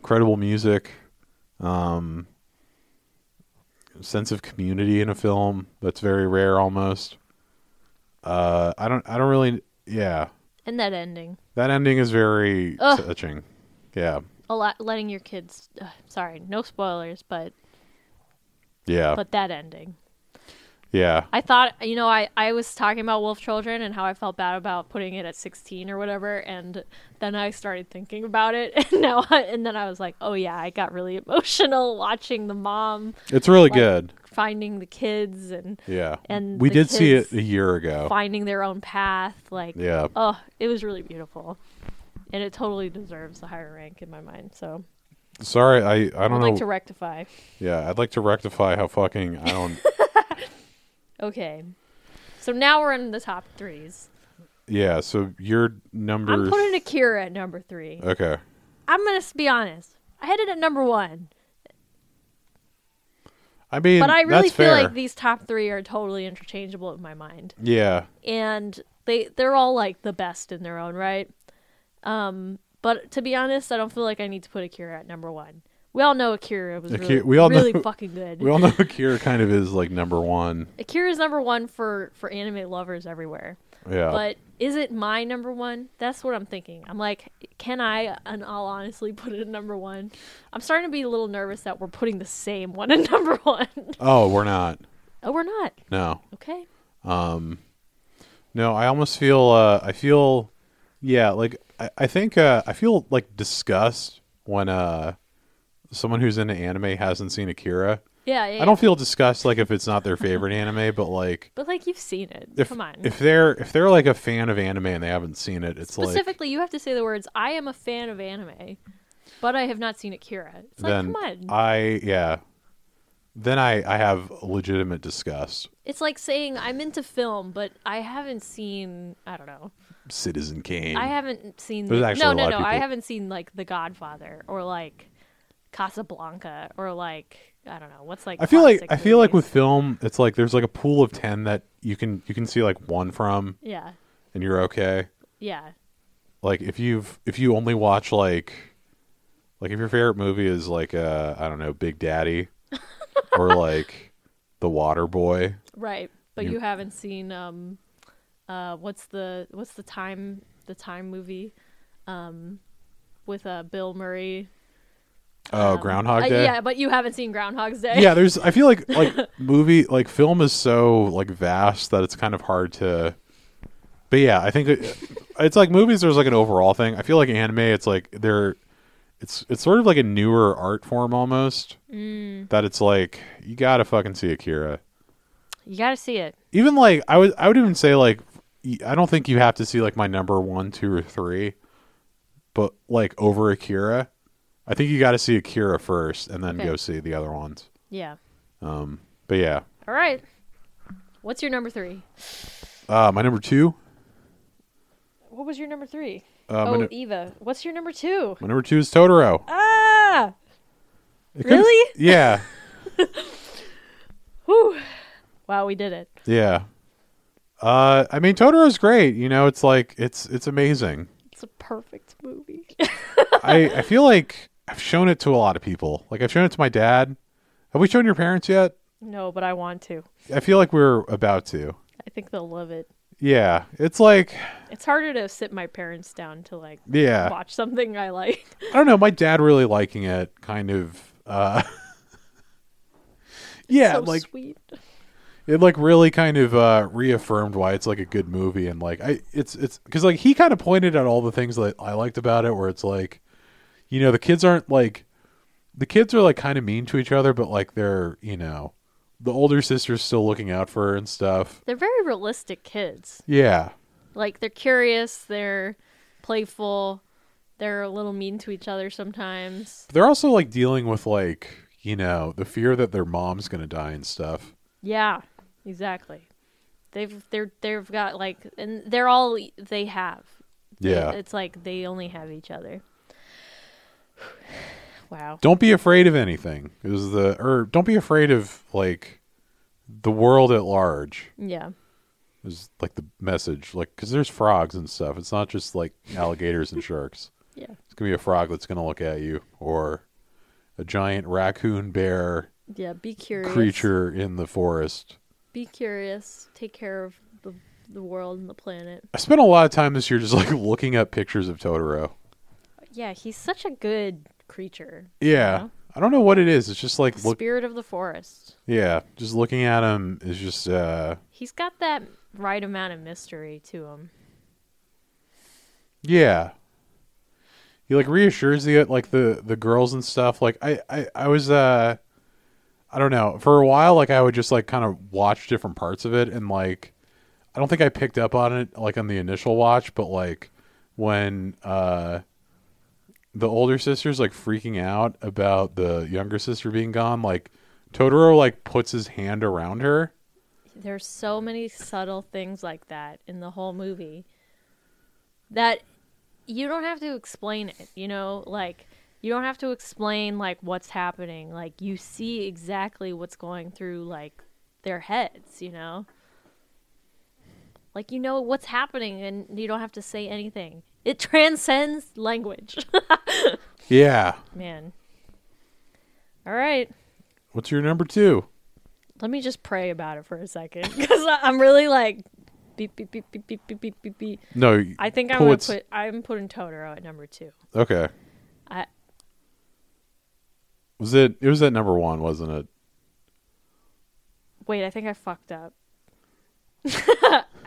Incredible music, um, sense of community in a film that's very rare almost. Uh, I don't. I don't really. Yeah, And that ending. that ending is very Ugh. touching. Yeah, A lot letting your kids uh, sorry, no spoilers, but yeah, but that ending. yeah. I thought, you know, I, I was talking about Wolf Children and how I felt bad about putting it at 16 or whatever, and then I started thinking about it, and now, I, and then I was like, oh yeah, I got really emotional watching the mom It's really Like- good. finding the kids and Yeah, and we the did see it kids a year ago. finding their own path. Like, Yeah, oh, it was really beautiful, and it totally deserves a higher rank in my mind. So sorry. I I I would don't like know. to rectify. yeah, I'd like to rectify how fucking I don't. Okay, so now we're in the top threes. yeah, so your number. I'm putting Akira at number three. okay. I'm gonna s- be honest. I had it at number one, I mean, but I really that's feel fair. like these top three are totally interchangeable in my mind, yeah, and they they're all like the best in their own right. Um, but to be honest, I don't feel like I need to put Akira at number one. We all know Akira was Akira- really, we all know- really fucking good. we all know Akira kind of is like number one. Akira's number one for for anime lovers everywhere. Yeah, But is it my number one? That's what I'm thinking. I'm like, can I, and I'll honestly put it at number one? I'm starting to be a little nervous that we're putting the same one at number one. oh, we're not. Oh, we're not. No, Okay. no. I almost feel. uh I feel. Yeah, like I, I think uh, I feel like disgust when uh, someone who's into anime hasn't seen Akira. Yeah, yeah. I don't feel disgust like if it's not their favorite anime, but like But like you've seen it. if Come on. if they're if they're like a fan of anime and they haven't seen it, it's like Specifically, you have to say the words "I am a fan of anime, but I have not seen Akira." It's like, then come on. I yeah, then I I have legitimate disgust. it's like saying I'm into film, but I haven't seen. I don't know. Citizen Kane. I haven't seen. There's the- actually no, a no, lot no. of I people- haven't seen like The Godfather or like Casablanca or like I don't know what's like. I feel like classic I feel like with movies? film, it's like there's like a pool of ten that you can you can see like one from Yeah, and you're okay. yeah, Like if you've if you only watch like like if your favorite movie is like uh I don't know Big Daddy or like The Water Boy. right. But You- you, haven't seen um, uh, what's the what's the time the time movie, um, with uh Bill Murray. Oh, um, Groundhog uh, Day. yeah, but you haven't seen Groundhog's Day. yeah, there's I feel like like movie like film is so like vast that it's kind of hard to But yeah, I think it, it's like movies there's like an overall thing. I feel like anime it's like they're it's it's sort of like a newer art form almost that it's like you got to fucking see Akira. you gotta see it. Even like I would I would even say like y- I don't think you have to see like my number 1, 2 or 3 but like over Akira. I think you got to see Akira first and then Okay. go see the other ones. Yeah. But yeah, All right. What's your number three? Uh, my number two. What was your number three? Uh, oh, my, nu- Eva. What's your number two? my number two is Totoro. Ah. It could've- really? Yeah, Whew. Wow, we did it. yeah. Uh, I mean, Totoro's great. You know, it's like it's it's amazing. It's a perfect movie. I I feel like I've shown it to a lot of people. Like I've shown it to my dad. Have we shown your parents yet? no, but I want to. I feel like we're about to. I think they'll love it. Yeah, it's like It's harder to sit my parents down to like yeah. watch something I like. I don't know. My dad really liking it. Kind of. Uh, yeah, so like sweet. it like really kind of uh reaffirmed why it's like a good movie and like i it's it's because like he kind of pointed out all the things that i liked about it where it's like you know the kids aren't like the kids are like kind of mean to each other but like they're you know the older sister's still looking out for her and stuff They're very realistic kids. yeah Like they're curious, they're playful, they're a little mean to each other sometimes. they're also like dealing with like you know the fear that their mom's gonna die and stuff Yeah, exactly. They've they're they've got like and they're all e, they have. yeah It's like they only have each other. Wow. don't be afraid of anything is the or don't be afraid of like the world at large Yeah. is like the message like because there's frogs and stuff it's not just like alligators and sharks Yeah. it's gonna be a frog that's gonna look at you or a giant raccoon bear Yeah, be curious. creature in the forest Be curious. Take care of the the world and the planet. i spent a lot of time this year just like looking up pictures of totoro Yeah, he's such a good creature. yeah Yeah. i don't know what it is it's just like look Spirit of the forest. yeah just looking at him is just uh He's got that right amount of mystery to him. Yeah. He like reassures the like the the girls and stuff. Like I I I was uh I don't know. For a while like I would just like kind of watch different parts of it and like I don't think I picked up on it like on the initial watch, but like when uh the older sister's like freaking out about the younger sister being gone, like Totoro like puts his hand around her. There's so many subtle things like that in the whole movie that you don't have to explain it, you know, like you don't have to explain like what's happening. Like you see exactly what's going through like their heads, you know? Like you know what's happening and you don't have to say anything. It transcends language. Yeah. Man. All right. What's your number two? Let me just pray about it for a second because I'm really like beep beep beep beep beep beep beep beep. beep. No, I think I'm pull gonna its- put I'm putting Totoro at number two. Okay. I Was it? It was at number one, wasn't it? wait, I think I fucked up.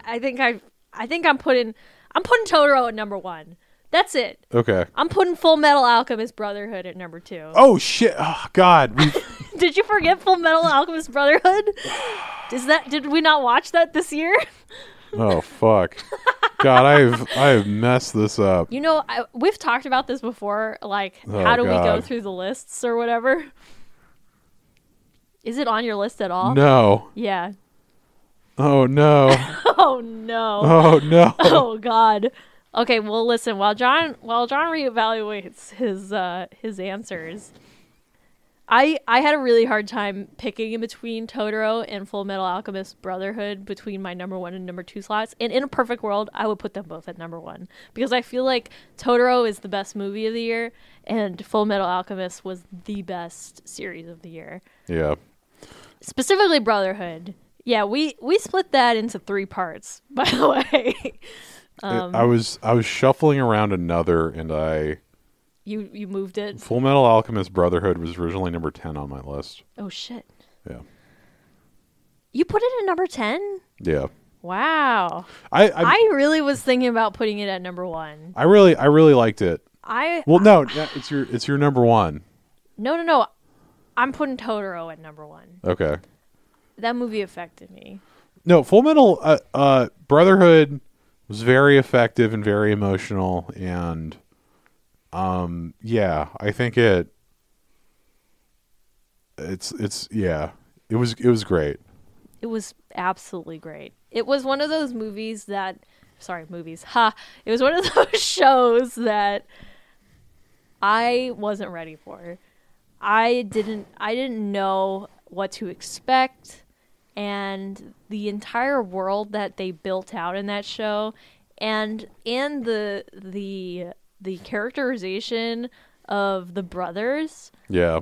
I think I I think I'm putting I'm putting Totoro at number one That's it. Okay. I'm putting Full Metal Alchemist Brotherhood at number two. Oh shit! Oh god, we Did you forget Full Metal Alchemist Brotherhood? Is that did we not watch that this year? Oh fuck. God, I've I've messed this up. You know, I, we've talked about this before. Like, Oh, how do we go God. through the lists or whatever? Is it on your list at all? No. Yeah. Oh no. Oh no. Oh no. Oh God. Okay. Well, listen. While John while John reevaluates his uh, his answers, I I had a really hard time picking in between Totoro and Full Metal Alchemist Brotherhood between my number one and number two slots. And in a perfect world, I would put them both at number one because I feel like Totoro is the best movie of the year, and Full Metal Alchemist was the best series of the year Yeah. specifically Brotherhood. Yeah, we we split that into three parts. By the way, Um, I was I was shuffling around another and I you you moved it. Full Metal Alchemist Brotherhood was originally number 10 on my list. Oh shit! Yeah. You put it at number ten. Yeah. Wow, I I, I, I really was thinking about putting it at number one. really I really liked it. I Well, no, no, it's your it's your number 1. no no no, I'm putting Totoro at number one. Okay. That movie affected me. No, Full Metal uh, uh, Brotherhood was very effective and very emotional, and um, yeah, I think it. It's it's yeah, it was it was great. It was absolutely great. It was one of those movies that, sorry, movies, ha! It was one of those shows that I wasn't ready for. I didn't, I didn't know what to expect, and the entire world that they built out in that show, and and the the the characterization of the brothers Yeah,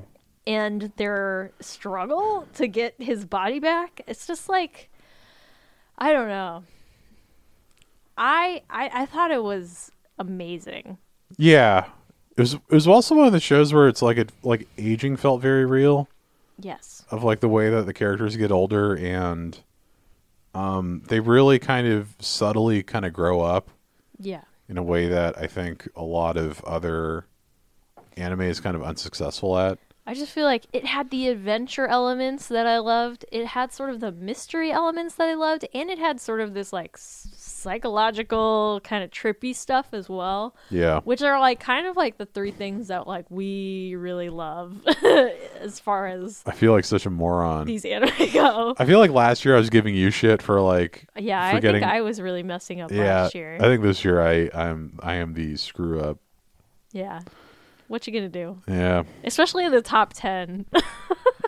and their struggle to get his body back it's just like i don't know i i, I thought it was amazing yeah. It was it was also one of the shows where it's like it like aging felt very real yes of like the way that the characters get older and um they really kind of subtly kind of grow up yeah in a way that I think a lot of other anime is kind of unsuccessful at. i just feel like it had the adventure elements that i loved it had sort of the mystery elements that i loved and it had sort of this like s- psychological kind of trippy stuff as well Yeah. which are like kind of like the three things that like we really love as far as I feel like such a moron. these anime go I feel like last year I was giving you shit for like Yeah, forgetting. I think I was really messing up yeah, last year. I think this year I I'm I am the screw up. yeah. What you gonna do? Yeah. Especially in the top ten.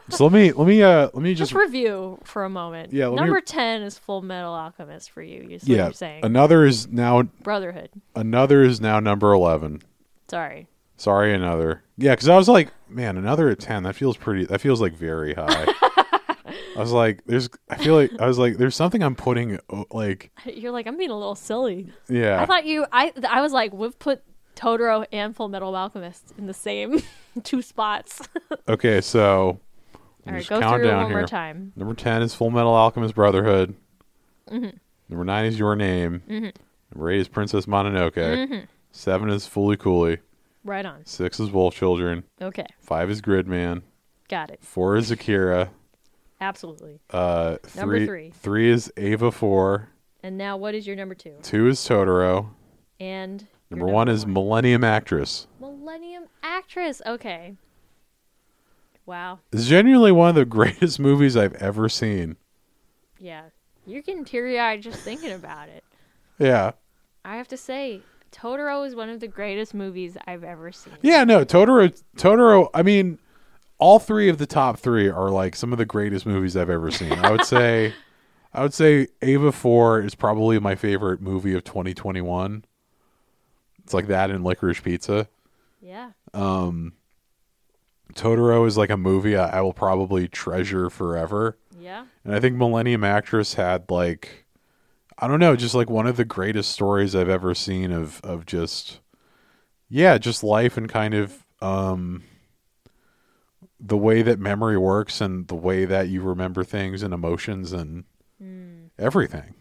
So let me let me uh let me Just just, review for a moment. Yeah, let me- Number ten is Full Metal Alchemist for you. You see what yeah. you're saying? Another is now Brotherhood. another is now number 11. Sorry. Sorry, another. Yeah, because I was like, man, another at ten. That feels pretty. That feels like very high. I was like, there's. I feel like I was like, there's something I'm putting o- like, You're like I'm being a little silly. yeah, I thought you. I I was like we've put Totoro and Full Metal Alchemist in the same two spots. okay. So, All right, just go count through it down one more here. time. number ten is Full Metal Alchemist Brotherhood. Mm-hmm. Number nine is Your Name. Number eight is Princess Mononoke. Mm-hmm. Seven is Fully Cooley. Right on. Six is Wolf Children. Okay, Five is Gridman. got it. Four is Akira. Absolutely. Uh, three, Number three. Three is Ava Four. And now, what is your number two? Two is Totoro. And your Number one is Millennium Actress. Millennium Actress. Okay. Wow. It's genuinely one of the greatest movies I've ever seen. Yeah. You're getting teary eyed just thinking about it. Yeah. I have to say, Totoro is one of the greatest movies I've ever seen. Yeah, no, Totoro Totoro, I mean, all three of the top 3 are like some of the greatest movies I've ever seen. I would say I would say Ava 4 is probably my favorite movie of 2021. It's like that and Licorice Pizza. Yeah. Totoro is like a movie I, I will probably treasure forever. Yeah. And I think Millennium Actress had like I don't know, just like one of the greatest stories I've ever seen of of just yeah, just life and kind of um the way that memory works and the way that you remember things and emotions and everything.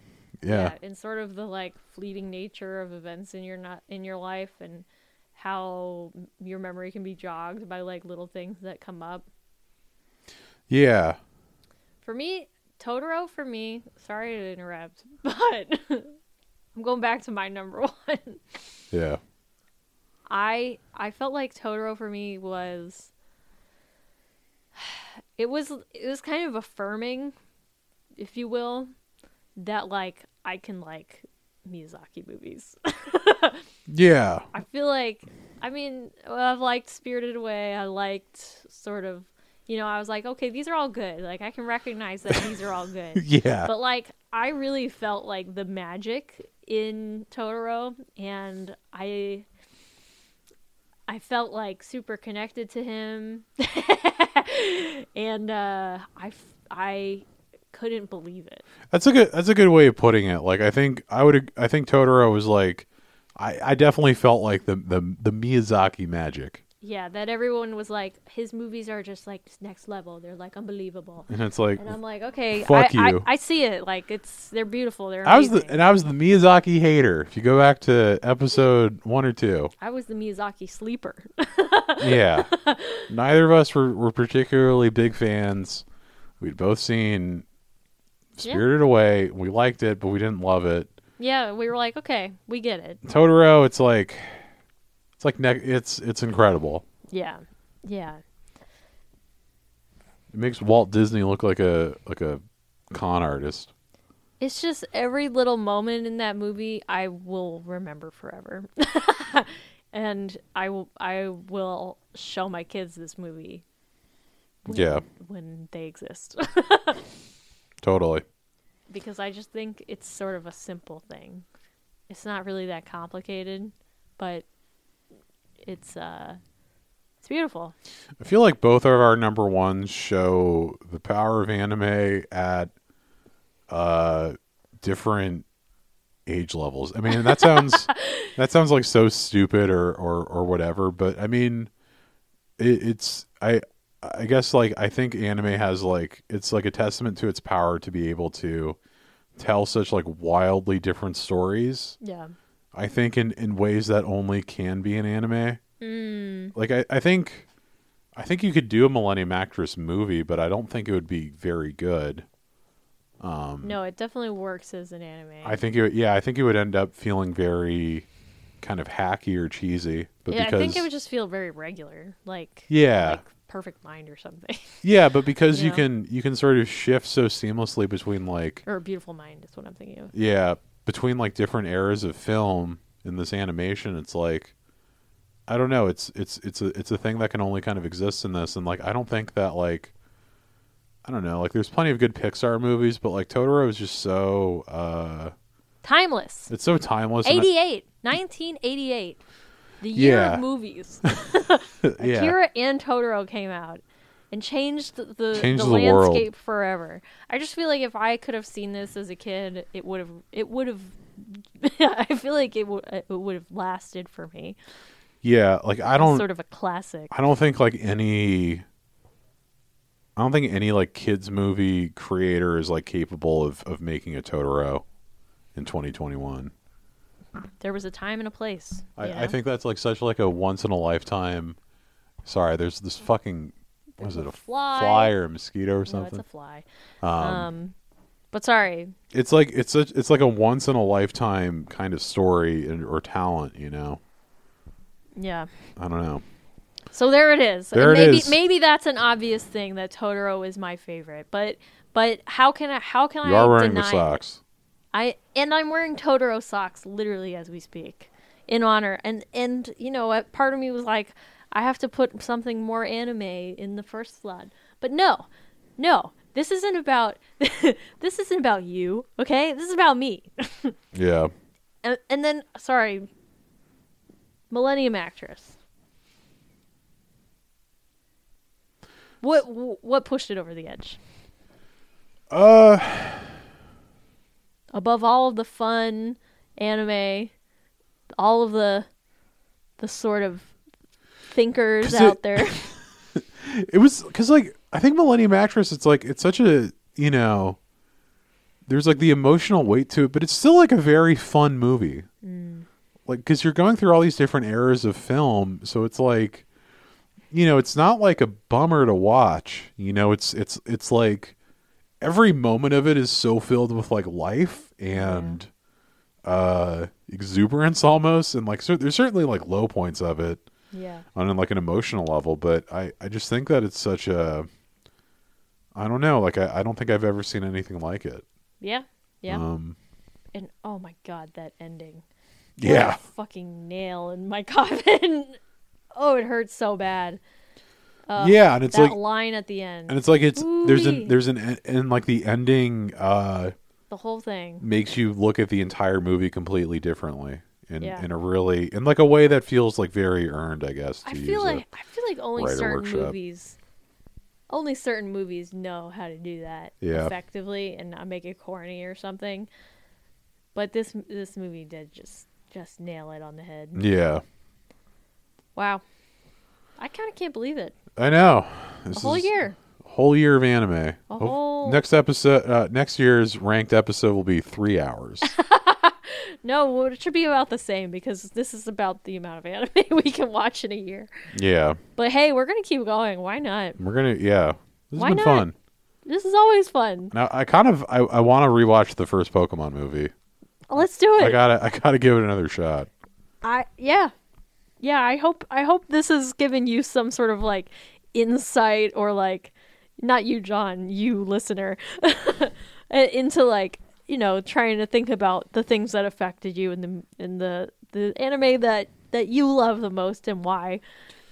Yeah. and sort of the like fleeting nature of events in your not in your life and how m- your memory can be jogged by like little things that come up Yeah. for me totoro for me sorry to interrupt but i'm going back to my number one Yeah. i i felt like totoro for me was it was it was kind of affirming if you will that like i can like miyazaki movies Yeah. I feel like, I mean, I've liked Spirited Away. I liked sort of, you know, I was like, okay, these are all good. Like, I can recognize that these are all good. Yeah. But, like, I really felt like the magic in Totoro, and I. I felt like super connected to him, and uh, I, f- I couldn't believe it. That's a good that's a good way of putting it. Like I think I would I think Totoro was like I, I definitely felt like the, the the Miyazaki magic. Yeah, that everyone was like, his movies are just like next level. They're like unbelievable. And it's like And I'm like, okay, Fuck I, you. I, I see it. Like it's they're beautiful. They're I was amazing. the and I was the Miyazaki hater. If you go back to episode one or two. I was the Miyazaki sleeper. Yeah. Neither of us were, were particularly big fans. We'd both seen Spirited Away. We liked it, but we didn't love it. yeah, we were like, okay, we get it. Totoro, it's like it's like ne- it's it's incredible. Yeah, yeah, It makes Walt Disney look like a like a con artist. It's just every little moment in that movie I will remember forever. and I will I will show my kids this movie Yeah, when they exist totally. because I just think it's sort of a simple thing. It's not really that complicated, but it's uh it's beautiful. I feel like both of our number ones show the power of anime at uh different age levels. I mean, that sounds that sounds like so stupid or or or whatever, but I mean it, it's I I guess like I think anime has like it's like a testament to its power to be able to tell such like wildly different stories. Yeah. I think in in ways that only can be in anime. Mm, Like I, I think I think you could do a Millennium Actress movie, but I don't think it would be very good. no, it definitely works as an anime. Um, I think it would- yeah, I think it would end up feeling very kind of hacky or cheesy. But yeah, because I think it would just feel very regular, like Yeah. like Perfect Mind or something, yeah, but because you Yeah. can you can sort of shift so seamlessly between like or Beautiful Mind is what I'm thinking of. yeah, between like different eras of film in this animation, it's like I don't know, it's it's it's a it's a thing that can only kind of exist in this and like I don't think that like I don't know, like there's plenty of good Pixar movies, but like Totoro is just so uh Timeless. it's so timeless. and I- 88, 1988, the year Yeah. of movies. yeah. Akira and Totoro came out and changed the, the, Changed the the world. landscape forever. I just feel like if I could have seen this as a kid, it would have it would have. I feel like it would it would have lasted for me. Yeah, like I don't Sort of a classic. I don't think like any I don't think any like kids movie creator is like capable of of making a Totoro in 2021. There was a time and a place. I, you I know? think that's like such like a once in a lifetime. Sorry, there's this fucking what is it a fly. fly or a mosquito or no, it's something? a fly. Um, but sorry, it's, like it's such it's like a once in a lifetime kind of story and, or talent, you know. yeah. I don't know. So there it is. And There it maybe is. maybe that's an obvious thing that Totoro is my favorite, but but how can I how can You I are wearing deny the socks. I and I'm wearing Totoro socks literally as we speak in honor. And and you know, a part of me was like I have to put something more anime in the first slot. But no. No. This isn't about this isn't about you, okay? This is about me. Yeah. and, and then sorry. Millennium actress. What what pushed it over the edge? Uh above all of the fun anime, all of the the sort of thinkers 'Cause it- out there. it was because like i think millennium actress it's like it's such a you know there's like the emotional weight to it, but it's still like a very fun movie. Like, because you're going through all these different eras of film, so it's like, you know, it's not like a bummer to watch. You know, it's it's it's like every moment of it is so filled with like life and uh exuberance almost, and like cer- there's certainly like low points of it Yeah. on like an emotional level but i i just think that it's such a i don't know like i, I don't think i've ever seen anything like it Yeah. Yeah. um and oh my god, that ending. yeah That fucking nail in my coffin. oh, it hurts so bad. yeah and it's Uh, that like line at the end. and it's like it's there's an Ooh-wee. there's an en- and like the ending uh the whole thing. makes you look at the entire movie completely differently in Yeah. in a really in like a way that feels like very earned i guess to I use feel a- like I feel like only writer certain workshop. movies only certain movies know how to do that Yeah. effectively and not make it corny or something. But this this movie did just just nail it on the head. yeah Wow. I kind of can't believe it. i know this A whole is year. whole year of anime Hope- whole- next episode uh, next year's ranked episode will be three hours No, well, it should be about the same because this is about the amount of anime we can watch in a year. yeah But hey, we're going to keep going. Why not? We're gonna yeah. This Why has been not? fun. This is always fun. Now I kind of I, I wanna rewatch the first Pokemon movie. Let's do I it. gotta I gotta give it another shot. I yeah. Yeah, I hope I hope this has given you some sort of like insight or like not you John, you listener into like, you know, trying to think about the things that affected you in the in the the anime that that you love the most and why.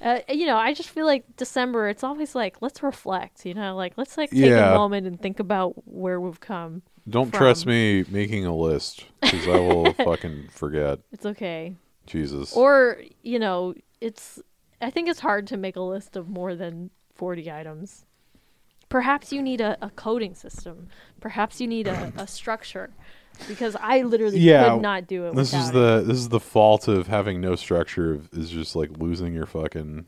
Uh, you know, I just feel like December. It's always like let's reflect. You know, like let's like take Yeah. a moment and think about where we've come. Don't From- trust me making a list because I will fucking forget. It's okay. Jesus. Or, you know, it's I think it's hard to make a list of more than 40 items. Perhaps you need a, a coding system. Perhaps you need a, a structure because I literally Yeah, could not do it this is without it. the this is the fault of having no structure of, is just like losing your fucking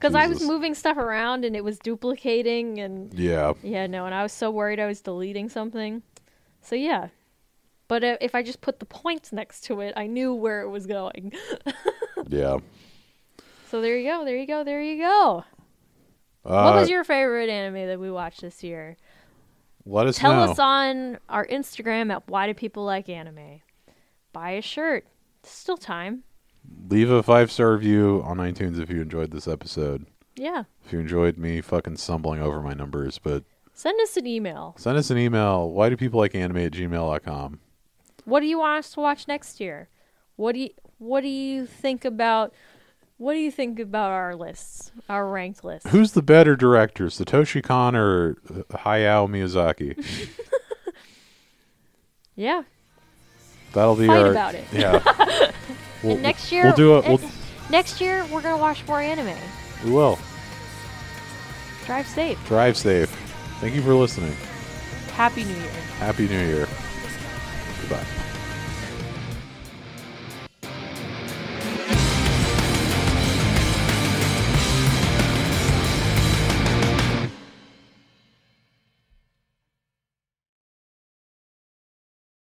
Cuz I was Jesus. moving stuff around and it was duplicating and yeah yeah, no, and I was so worried I was deleting something. So yeah. But i- if I just put the points next to it, I knew where it was going. yeah. So there you go, there you go, there you go. Uh, what was your favorite anime that we watched this year? let us Tell know. us on our Instagram at Why Do People Like Anime. Buy a shirt. It's still time. Leave a five star review on iTunes if you enjoyed this episode. Yeah. If you enjoyed me fucking stumbling over my numbers, but Send us an email. send us an email. Why do people like anime at gmail.com? What do you want us to watch next year? What do you What do you think about What do you think about our lists, our ranked lists? Who's the better director, Satoshi Kon or uh, Hayao Miyazaki? Yeah. That'll be Fight our about it. yeah. We'll- And next year we'll do it. We'll, next- next year we're gonna watch more anime. we will Drive safe. drive safe. Thank you for listening. Happy New Year. Happy New Year. Goodbye.